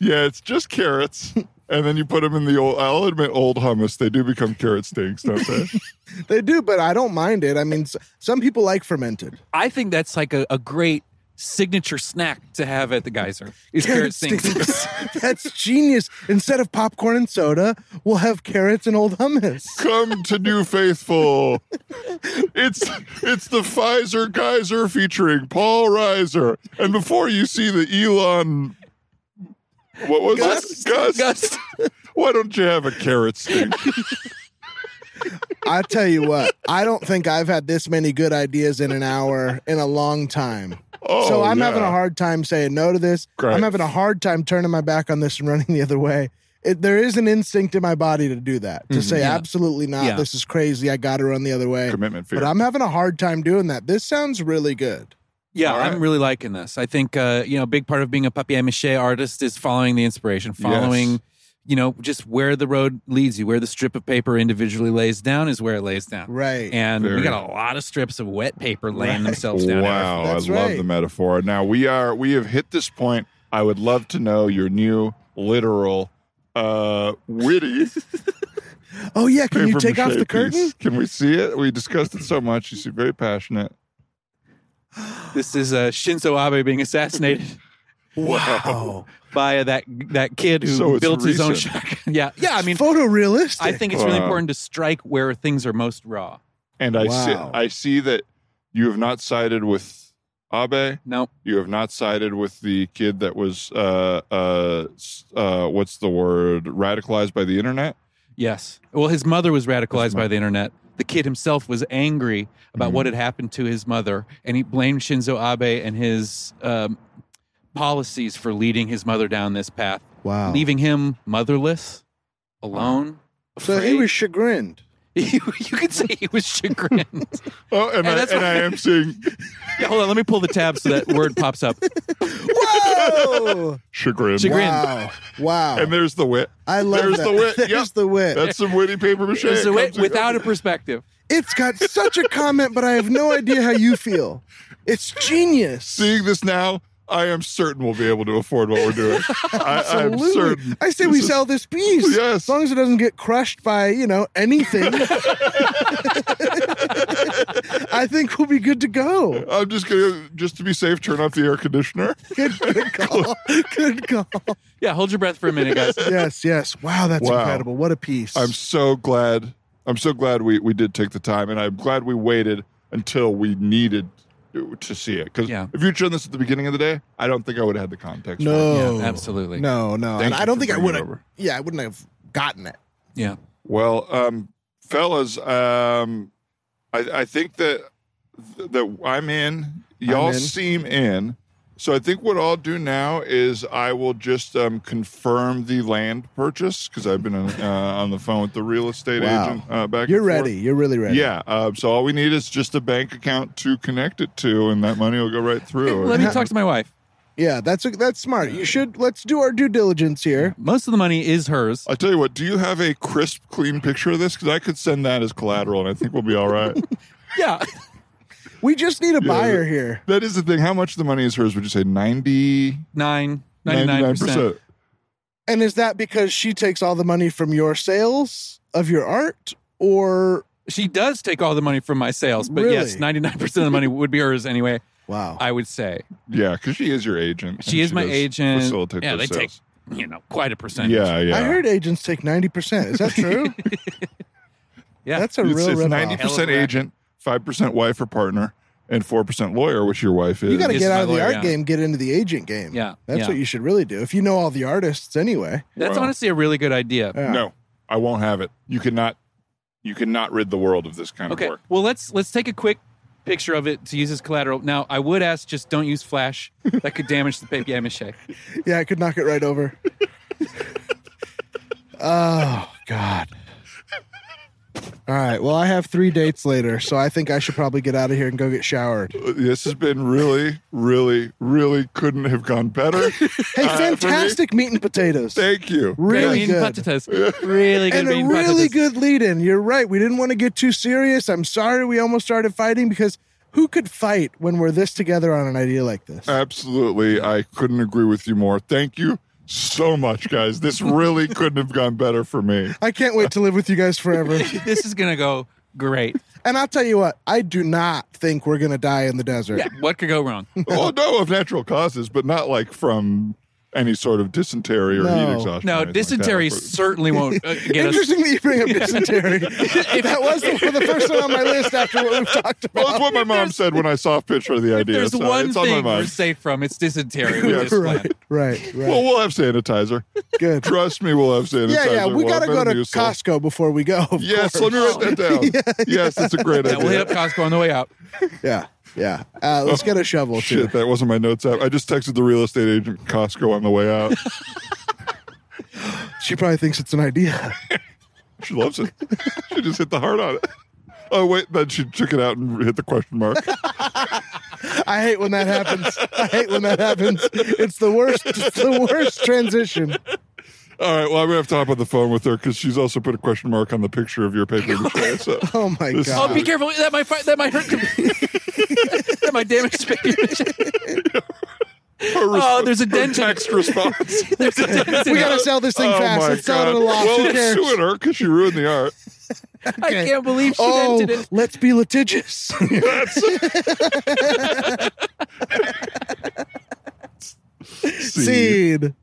Speaker 2: Yeah, it's just
Speaker 3: <laughs>
Speaker 2: carrots. and then you put them in the old, I'll admit, old hummus. They do become carrot stinks, don't they?
Speaker 3: <laughs> they do, but I don't mind it. I mean, s- some people like fermented.
Speaker 4: I think that's like a, a great signature snack to have at the geyser. Is <laughs> carrot stinks.
Speaker 3: <laughs> That's genius. Instead of popcorn and soda, we'll have carrots and old hummus.
Speaker 2: Come to New Faithful. It's it's the Pfizer Kaiser featuring Paul Reiser. And before you see the Elon, what was
Speaker 4: <laughs> Gus,
Speaker 2: it? Gus.
Speaker 4: Gus.
Speaker 2: Why don't you have a carrot
Speaker 3: <laughs>
Speaker 2: stink?
Speaker 3: I tell you what, I don't think I've had this many good ideas in an hour in a long time.
Speaker 2: Oh,
Speaker 3: so I'm
Speaker 2: yeah.
Speaker 3: having a hard time saying no to this.
Speaker 2: Great.
Speaker 3: I'm having a hard time turning my back on this and running the other way. It, there is an instinct in my body to do that, to say
Speaker 4: Yeah.
Speaker 3: absolutely not.
Speaker 4: Yeah.
Speaker 3: This is crazy. I got to run the other way.
Speaker 2: commitment fear.
Speaker 3: But I'm having a hard time doing that. This sounds really good.
Speaker 4: Yeah,
Speaker 2: All right.
Speaker 4: I'm really liking this. I think uh, you know, a big part of being a papier mâché artist is following the inspiration, following
Speaker 2: Yes.
Speaker 4: you know, just where the road leads you, where the strip of paper individually lays down is where it lays down.
Speaker 3: Right.
Speaker 4: And we
Speaker 2: Very-
Speaker 4: got a lot of strips of wet paper laying
Speaker 3: Right.
Speaker 4: themselves down.
Speaker 2: Wow, I
Speaker 3: That's
Speaker 2: love
Speaker 3: right.
Speaker 2: the metaphor. Now we are we have hit this point. I would love to know your new literal uh witty
Speaker 3: oh, yeah. <laughs> Can you take off
Speaker 2: papier-mâché
Speaker 3: the curtain?
Speaker 2: piece. Can we see it? We discussed it so much. You seem very passionate.
Speaker 4: This is uh, Shinzo Abe
Speaker 2: <laughs>
Speaker 4: being assassinated
Speaker 3: <laughs> Wow.
Speaker 4: by uh, that that kid who
Speaker 2: So it's
Speaker 4: built his own
Speaker 2: recent.
Speaker 4: shotgun. yeah, yeah. I mean,
Speaker 3: photorealistic.
Speaker 4: I think it's really
Speaker 2: Wow.
Speaker 4: important to strike where things are most raw.
Speaker 2: And I see
Speaker 3: Wow.
Speaker 2: I see that you have not sided with Abe.
Speaker 4: No,
Speaker 2: You have not sided with the kid that was uh uh s- uh what's the word radicalized by the internet.
Speaker 4: yes. Well, his mother was radicalized
Speaker 2: His
Speaker 4: by the internet. The kid himself was angry about
Speaker 2: Mhm.
Speaker 4: what had happened to his mother, and he blamed Shinzo Abe and his um, policies for leading his mother down this path.
Speaker 3: wow.
Speaker 4: leaving him motherless, alone.
Speaker 3: so he
Speaker 4: afraid.
Speaker 3: was chagrined.
Speaker 4: <laughs> you, you could say he was chagrined.
Speaker 2: Oh, and,
Speaker 4: And
Speaker 2: I,
Speaker 4: that's
Speaker 2: and
Speaker 4: why-
Speaker 2: I am seeing
Speaker 4: yeah, hold on, let me pull the tab so that word pops up.
Speaker 3: Whoa!
Speaker 2: chagrin.
Speaker 4: Chagrin.
Speaker 3: Wow! Wow!
Speaker 2: And there's the wit.
Speaker 3: I love
Speaker 2: there's
Speaker 3: that.
Speaker 2: the wit.
Speaker 3: <laughs> There's
Speaker 2: Yep.
Speaker 3: the wit.
Speaker 2: That's some witty paper mache. It
Speaker 4: So wait,
Speaker 2: comes and
Speaker 4: without a
Speaker 2: goes.
Speaker 4: perspective.
Speaker 3: It's got such a comment, but I have no idea how you feel. It's genius.
Speaker 2: seeing this now, I am certain we'll be able to afford what we're doing. I, I'm
Speaker 3: Absolutely.
Speaker 2: certain.
Speaker 3: I say we
Speaker 2: This is-
Speaker 3: sell this piece.
Speaker 2: Yes.
Speaker 3: As long as it doesn't get crushed by, you know,
Speaker 2: <laughs>
Speaker 3: anything. I think we'll be good to go.
Speaker 2: I'm just gonna, just to be safe, turn off the air conditioner. <laughs>
Speaker 3: Good, good call. Good call.
Speaker 4: Yeah, hold your breath for a minute, guys.
Speaker 3: Yes, yes. Wow, that's
Speaker 2: Wow.
Speaker 3: incredible. What a piece.
Speaker 2: I'm so glad. I'm so glad we we did take the time, and I'm glad we waited until we needed to to see it. Because
Speaker 4: Yeah.
Speaker 2: if you'd shown this at the beginning of the day, I don't think I would have had the context. for it.
Speaker 3: no.
Speaker 4: Yeah, absolutely.
Speaker 3: No, no.
Speaker 2: Thank
Speaker 3: and
Speaker 2: you
Speaker 3: I don't
Speaker 2: for
Speaker 3: think I
Speaker 2: bringing
Speaker 3: would
Speaker 2: it
Speaker 3: have.
Speaker 2: over.
Speaker 3: Yeah, I wouldn't have gotten it.
Speaker 4: Yeah.
Speaker 2: Well, um, fellas, um, I, I think that that I'm in. Y'all
Speaker 3: in.
Speaker 2: seem in. So I think what I'll do now is I will just um, confirm the land purchase because I've been uh, on the phone with the real estate
Speaker 3: Wow.
Speaker 2: agent uh, back.
Speaker 3: You're
Speaker 2: and forth.
Speaker 3: ready. You're really ready.
Speaker 2: Yeah. Uh, so all we need is just a bank account to connect it to, and that money will go right through.
Speaker 4: Let me talk to my wife.
Speaker 3: Yeah, that's a, that's smart. You should let's do our due diligence here.
Speaker 4: Most of the money is hers.
Speaker 2: I tell you what. Do you have a crisp, clean picture of this? Because I could send that as collateral, and I think we'll be all right.
Speaker 4: Yeah. <laughs>
Speaker 3: We just need a
Speaker 2: Yeah.
Speaker 3: buyer here.
Speaker 2: that is the thing. How much of the money is hers? Would you say ninety?
Speaker 4: Nine, 99%.
Speaker 3: And is that because she takes all the money from your sales of your art or
Speaker 4: She does take all the money from my sales, but yes,
Speaker 3: Really?
Speaker 4: 99% of the money would be hers anyway,
Speaker 3: wow.
Speaker 4: I would say.
Speaker 2: Yeah, because she is your agent.
Speaker 4: She
Speaker 2: and
Speaker 4: is my
Speaker 2: does
Speaker 4: agent.
Speaker 2: Facilitate
Speaker 4: Yeah,
Speaker 2: those
Speaker 4: they take-
Speaker 2: sales.
Speaker 4: You know, quite a percentage.
Speaker 2: Yeah, yeah.
Speaker 3: I heard agents take 90%.
Speaker 2: <laughs>
Speaker 3: Is that true?
Speaker 4: Yeah.
Speaker 3: That's a
Speaker 2: it's,
Speaker 3: real
Speaker 2: it's
Speaker 3: rip
Speaker 2: ninety
Speaker 4: Hell of
Speaker 2: percent
Speaker 4: a racket.
Speaker 2: agent, five percent wife or partner, and four percent lawyer, which your wife is.
Speaker 3: You got to
Speaker 4: This
Speaker 3: get
Speaker 4: is
Speaker 3: out of
Speaker 4: my
Speaker 3: the
Speaker 4: lawyer,
Speaker 3: art
Speaker 4: yeah.
Speaker 3: game, get into the agent game.
Speaker 4: Yeah,
Speaker 3: That's
Speaker 4: yeah.
Speaker 3: what you should really do. If you know all the artists anyway.
Speaker 4: That's
Speaker 2: Wow.
Speaker 4: honestly a really good idea.
Speaker 3: Yeah.
Speaker 2: no, I won't have it. You cannot. You cannot rid the world of this kind
Speaker 4: Okay.
Speaker 2: of work.
Speaker 4: Well, let's let's take a quick picture of it to use as collateral. Now, I would ask just don't use flash. That could damage the papier mache.
Speaker 3: Yeah, I could knock it right over.
Speaker 2: <laughs>
Speaker 3: oh, God. All right. Well, I have three dates later, so I think I should probably get out of here and go get showered.
Speaker 2: This has been really, really, really couldn't have gone
Speaker 4: <laughs>
Speaker 2: better.
Speaker 3: Hey,
Speaker 2: Uh, for me,
Speaker 3: fantastic meat and potatoes.
Speaker 2: Thank you.
Speaker 3: <laughs> Really
Speaker 4: Bean
Speaker 3: good.
Speaker 4: patatas. Really good
Speaker 3: and a
Speaker 4: bean
Speaker 3: really
Speaker 4: patatas.
Speaker 3: good lead in. You're right. We didn't want to get too serious. I'm sorry we almost started fighting because who could fight when we're this together on an idea like this?
Speaker 4: Uh,
Speaker 2: Absolutely. I couldn't agree with you more. Thank you so much, guys. This really couldn't have gone better for me.
Speaker 3: I can't wait to live with you guys
Speaker 4: <laughs>
Speaker 3: forever.
Speaker 4: This is gonna go
Speaker 3: <laughs>
Speaker 4: great.
Speaker 3: and I'll tell you what, I do not think we're going to die in the desert.
Speaker 4: Yeah. What could go wrong?
Speaker 2: well, no, of natural causes, but not like from any sort of dysentery or
Speaker 3: No.
Speaker 2: heat exhaustion. or anything
Speaker 4: No,
Speaker 2: like that.
Speaker 3: <laughs>
Speaker 4: dysentery certainly won't uh, get us.
Speaker 3: Interesting that you
Speaker 4: <laughs>
Speaker 3: bring up dysentery. that was the, for the first one on my list after what we've talked
Speaker 2: Well, that's what
Speaker 3: about.
Speaker 2: my mom said when I soft pitched her the idea.
Speaker 4: There's
Speaker 2: so
Speaker 4: one
Speaker 2: it's on my
Speaker 4: thing we're
Speaker 2: mind.
Speaker 4: safe from.
Speaker 3: <laughs>
Speaker 4: It's dysentery with this plan.
Speaker 3: <laughs> right, right, right.
Speaker 2: Well, we'll have sanitizer.
Speaker 3: Good.
Speaker 4: <laughs>
Speaker 2: Trust me, we'll have sanitizer.
Speaker 3: Yeah, yeah. We
Speaker 2: We'll
Speaker 3: got to
Speaker 2: have
Speaker 3: go to
Speaker 2: Metamucil.
Speaker 3: Costco before we go. of
Speaker 2: Yes,
Speaker 3: course.
Speaker 2: let me write that
Speaker 3: <laughs>
Speaker 2: down. Yes, that's a great
Speaker 4: Yeah, we'll hit
Speaker 2: idea.
Speaker 4: up Costco on the way out.
Speaker 3: Yeah, yeah. Uh, let's get a shovel too.
Speaker 4: <laughs>
Speaker 2: Shit, that wasn't my notes app. I just texted the real estate agent Costco on the way out.
Speaker 3: She probably thinks it's an idea.
Speaker 2: She loves it. She just hit the heart on it. Oh wait, then she took it out and hit the question mark.
Speaker 3: I hate when that happens. I hate when that happens. It's the worst. It's the worst transition.
Speaker 2: All right, well I'm gonna have to hop on the phone with her because she's also put a question mark on the picture of your
Speaker 3: <laughs>
Speaker 2: paper. mache, so.
Speaker 3: Oh my
Speaker 2: This-
Speaker 4: Oh,
Speaker 3: god!
Speaker 4: be careful! That might fi- that might hurt. <laughs> that might damage the papier <laughs> mache.
Speaker 2: Her resp-
Speaker 4: Oh, there's a dent in
Speaker 2: Her
Speaker 4: it.
Speaker 2: text <laughs> response.
Speaker 4: There's a dent in
Speaker 3: we gotta
Speaker 4: it.
Speaker 3: sell this thing
Speaker 2: Oh,
Speaker 3: fast.
Speaker 2: my
Speaker 3: Let's sell it at a
Speaker 2: God.
Speaker 3: loss.
Speaker 2: Well,
Speaker 3: Who
Speaker 2: it's
Speaker 3: cares?
Speaker 2: suing her because she ruined the art.
Speaker 4: I
Speaker 3: Okay.
Speaker 4: can't believe she
Speaker 3: Oh,
Speaker 4: dented it.
Speaker 3: let's
Speaker 2: <laughs>
Speaker 3: be litigious. <laughs> Seed.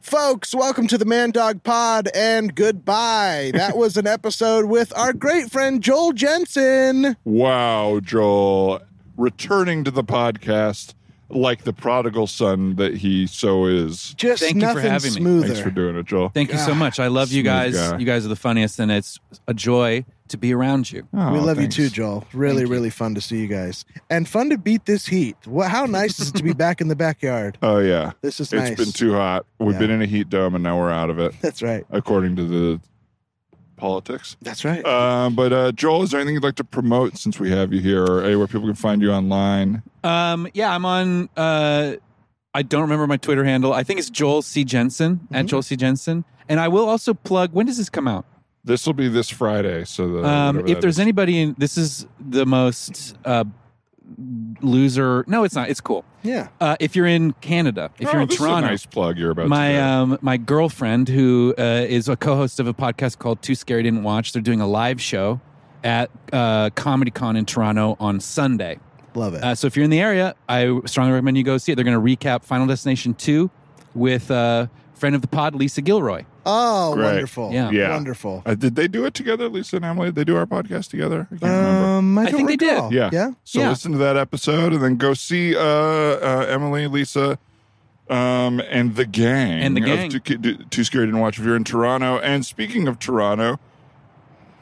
Speaker 3: Folks, welcome to the Man Dog Pod and goodbye. That was an episode with our great friend Joel Jensen.
Speaker 2: Wow, Joel, returning to the podcast like the prodigal son that he so is.
Speaker 3: Just
Speaker 4: Thank you for
Speaker 3: nothing
Speaker 4: having me.
Speaker 3: smoother.
Speaker 2: Thanks for doing it, Joel.
Speaker 4: Thank you so
Speaker 3: God.
Speaker 4: much. I love you
Speaker 2: Smooth
Speaker 4: guys.
Speaker 2: guy.
Speaker 4: You guys are the funniest, and it's a joy to be around you.
Speaker 2: Oh,
Speaker 3: we love
Speaker 2: thanks.
Speaker 3: you too, Joel. Really,
Speaker 4: Thank you.
Speaker 3: really fun to see you guys, and fun to beat this heat. Wha how nice is it to
Speaker 4: <laughs>
Speaker 3: be back in the backyard?
Speaker 2: Oh yeah,
Speaker 3: This is
Speaker 2: it's
Speaker 3: nice.
Speaker 2: been too hot. We've
Speaker 3: Yeah.
Speaker 2: been in a heat dome and now we're out of it.
Speaker 3: That's right.
Speaker 2: according to the politics.
Speaker 3: That's right.
Speaker 2: Uh, but uh, Joel, is there anything you'd like to promote since we have you here, or anywhere people can find you online?
Speaker 4: Um, yeah, I'm on. Uh, I don't remember my Twitter handle. I think it's Joel C Jensen at Joel C Jensen. And I will also plug. When does this come out?
Speaker 2: This will be this Friday. So the,
Speaker 4: Um,
Speaker 2: whatever
Speaker 4: if
Speaker 2: that
Speaker 4: there's
Speaker 2: is.
Speaker 4: anybody, in, this is the most uh, loser. No, it's not. It's cool.
Speaker 3: yeah.
Speaker 4: Uh, if you're in Canada, if
Speaker 2: Oh,
Speaker 4: you're in
Speaker 2: this is a
Speaker 4: Toronto,
Speaker 2: nice plug you're about to
Speaker 4: my
Speaker 2: do.
Speaker 4: um, my girlfriend who uh, is a co-host of a podcast called Too Scary Didn't Watch. They're doing a live show at uh, Comedy Con in Toronto on Sunday.
Speaker 3: Love it.
Speaker 4: Uh, so if you're in the area, I strongly recommend you go see it. They're going to recap Final Destination 2 with uh, friend of the pod, Lisa Gilroy.
Speaker 3: oh,
Speaker 2: great.
Speaker 3: wonderful.
Speaker 4: Yeah.
Speaker 2: Yeah.
Speaker 3: Wonderful.
Speaker 2: Uh, did they do it together, Lisa and Emily? They do our podcast together. I can't
Speaker 4: Uh,
Speaker 2: remember.
Speaker 3: Um, I,
Speaker 4: I
Speaker 3: don't
Speaker 4: think they did.
Speaker 3: recall.
Speaker 2: Yeah.
Speaker 3: Yeah.
Speaker 2: So
Speaker 4: Yeah.
Speaker 2: listen to that episode and then go see uh, uh, Emily, Lisa, um, and the gang.
Speaker 4: And the
Speaker 2: of
Speaker 4: gang.
Speaker 2: Too, Ki- Too Scary Didn't Watch if you're in Toronto. And speaking of Toronto,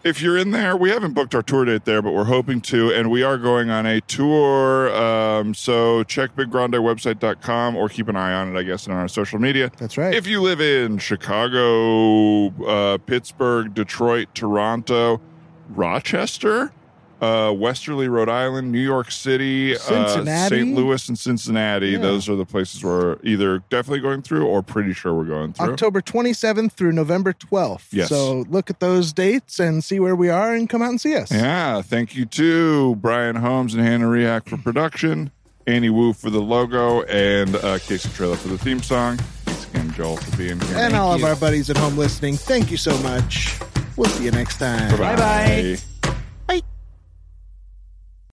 Speaker 2: if you're in there, we haven't booked our tour date there, but we're hoping to. And we are going on a tour. Um, so check biggrandewebsite.com or keep an eye on it, I guess, and on our social media.
Speaker 3: That's right.
Speaker 2: If you live in Chicago, uh, Pittsburgh, Detroit, Toronto, Rochester, uh, Westerly, Rhode Island, New York City, uh,
Speaker 3: Cincinnati.
Speaker 2: St. Louis, and Cincinnati,
Speaker 3: Yeah.
Speaker 2: those are the places we're either definitely going through or pretty sure we're going through.
Speaker 3: October 27th through November 12th.
Speaker 2: Yes.
Speaker 3: So look at those dates and see where we are and come out and see us.
Speaker 2: Yeah, thank you to Brian Holmes and Hannah React for production, Annie Wu for the logo, and uh, Casey Trailer for the theme song. Thanks again, Joel, for being here.
Speaker 3: And all
Speaker 4: you.
Speaker 3: of our buddies at home listening, thank you so much. We'll see you next time.
Speaker 2: Bye-bye.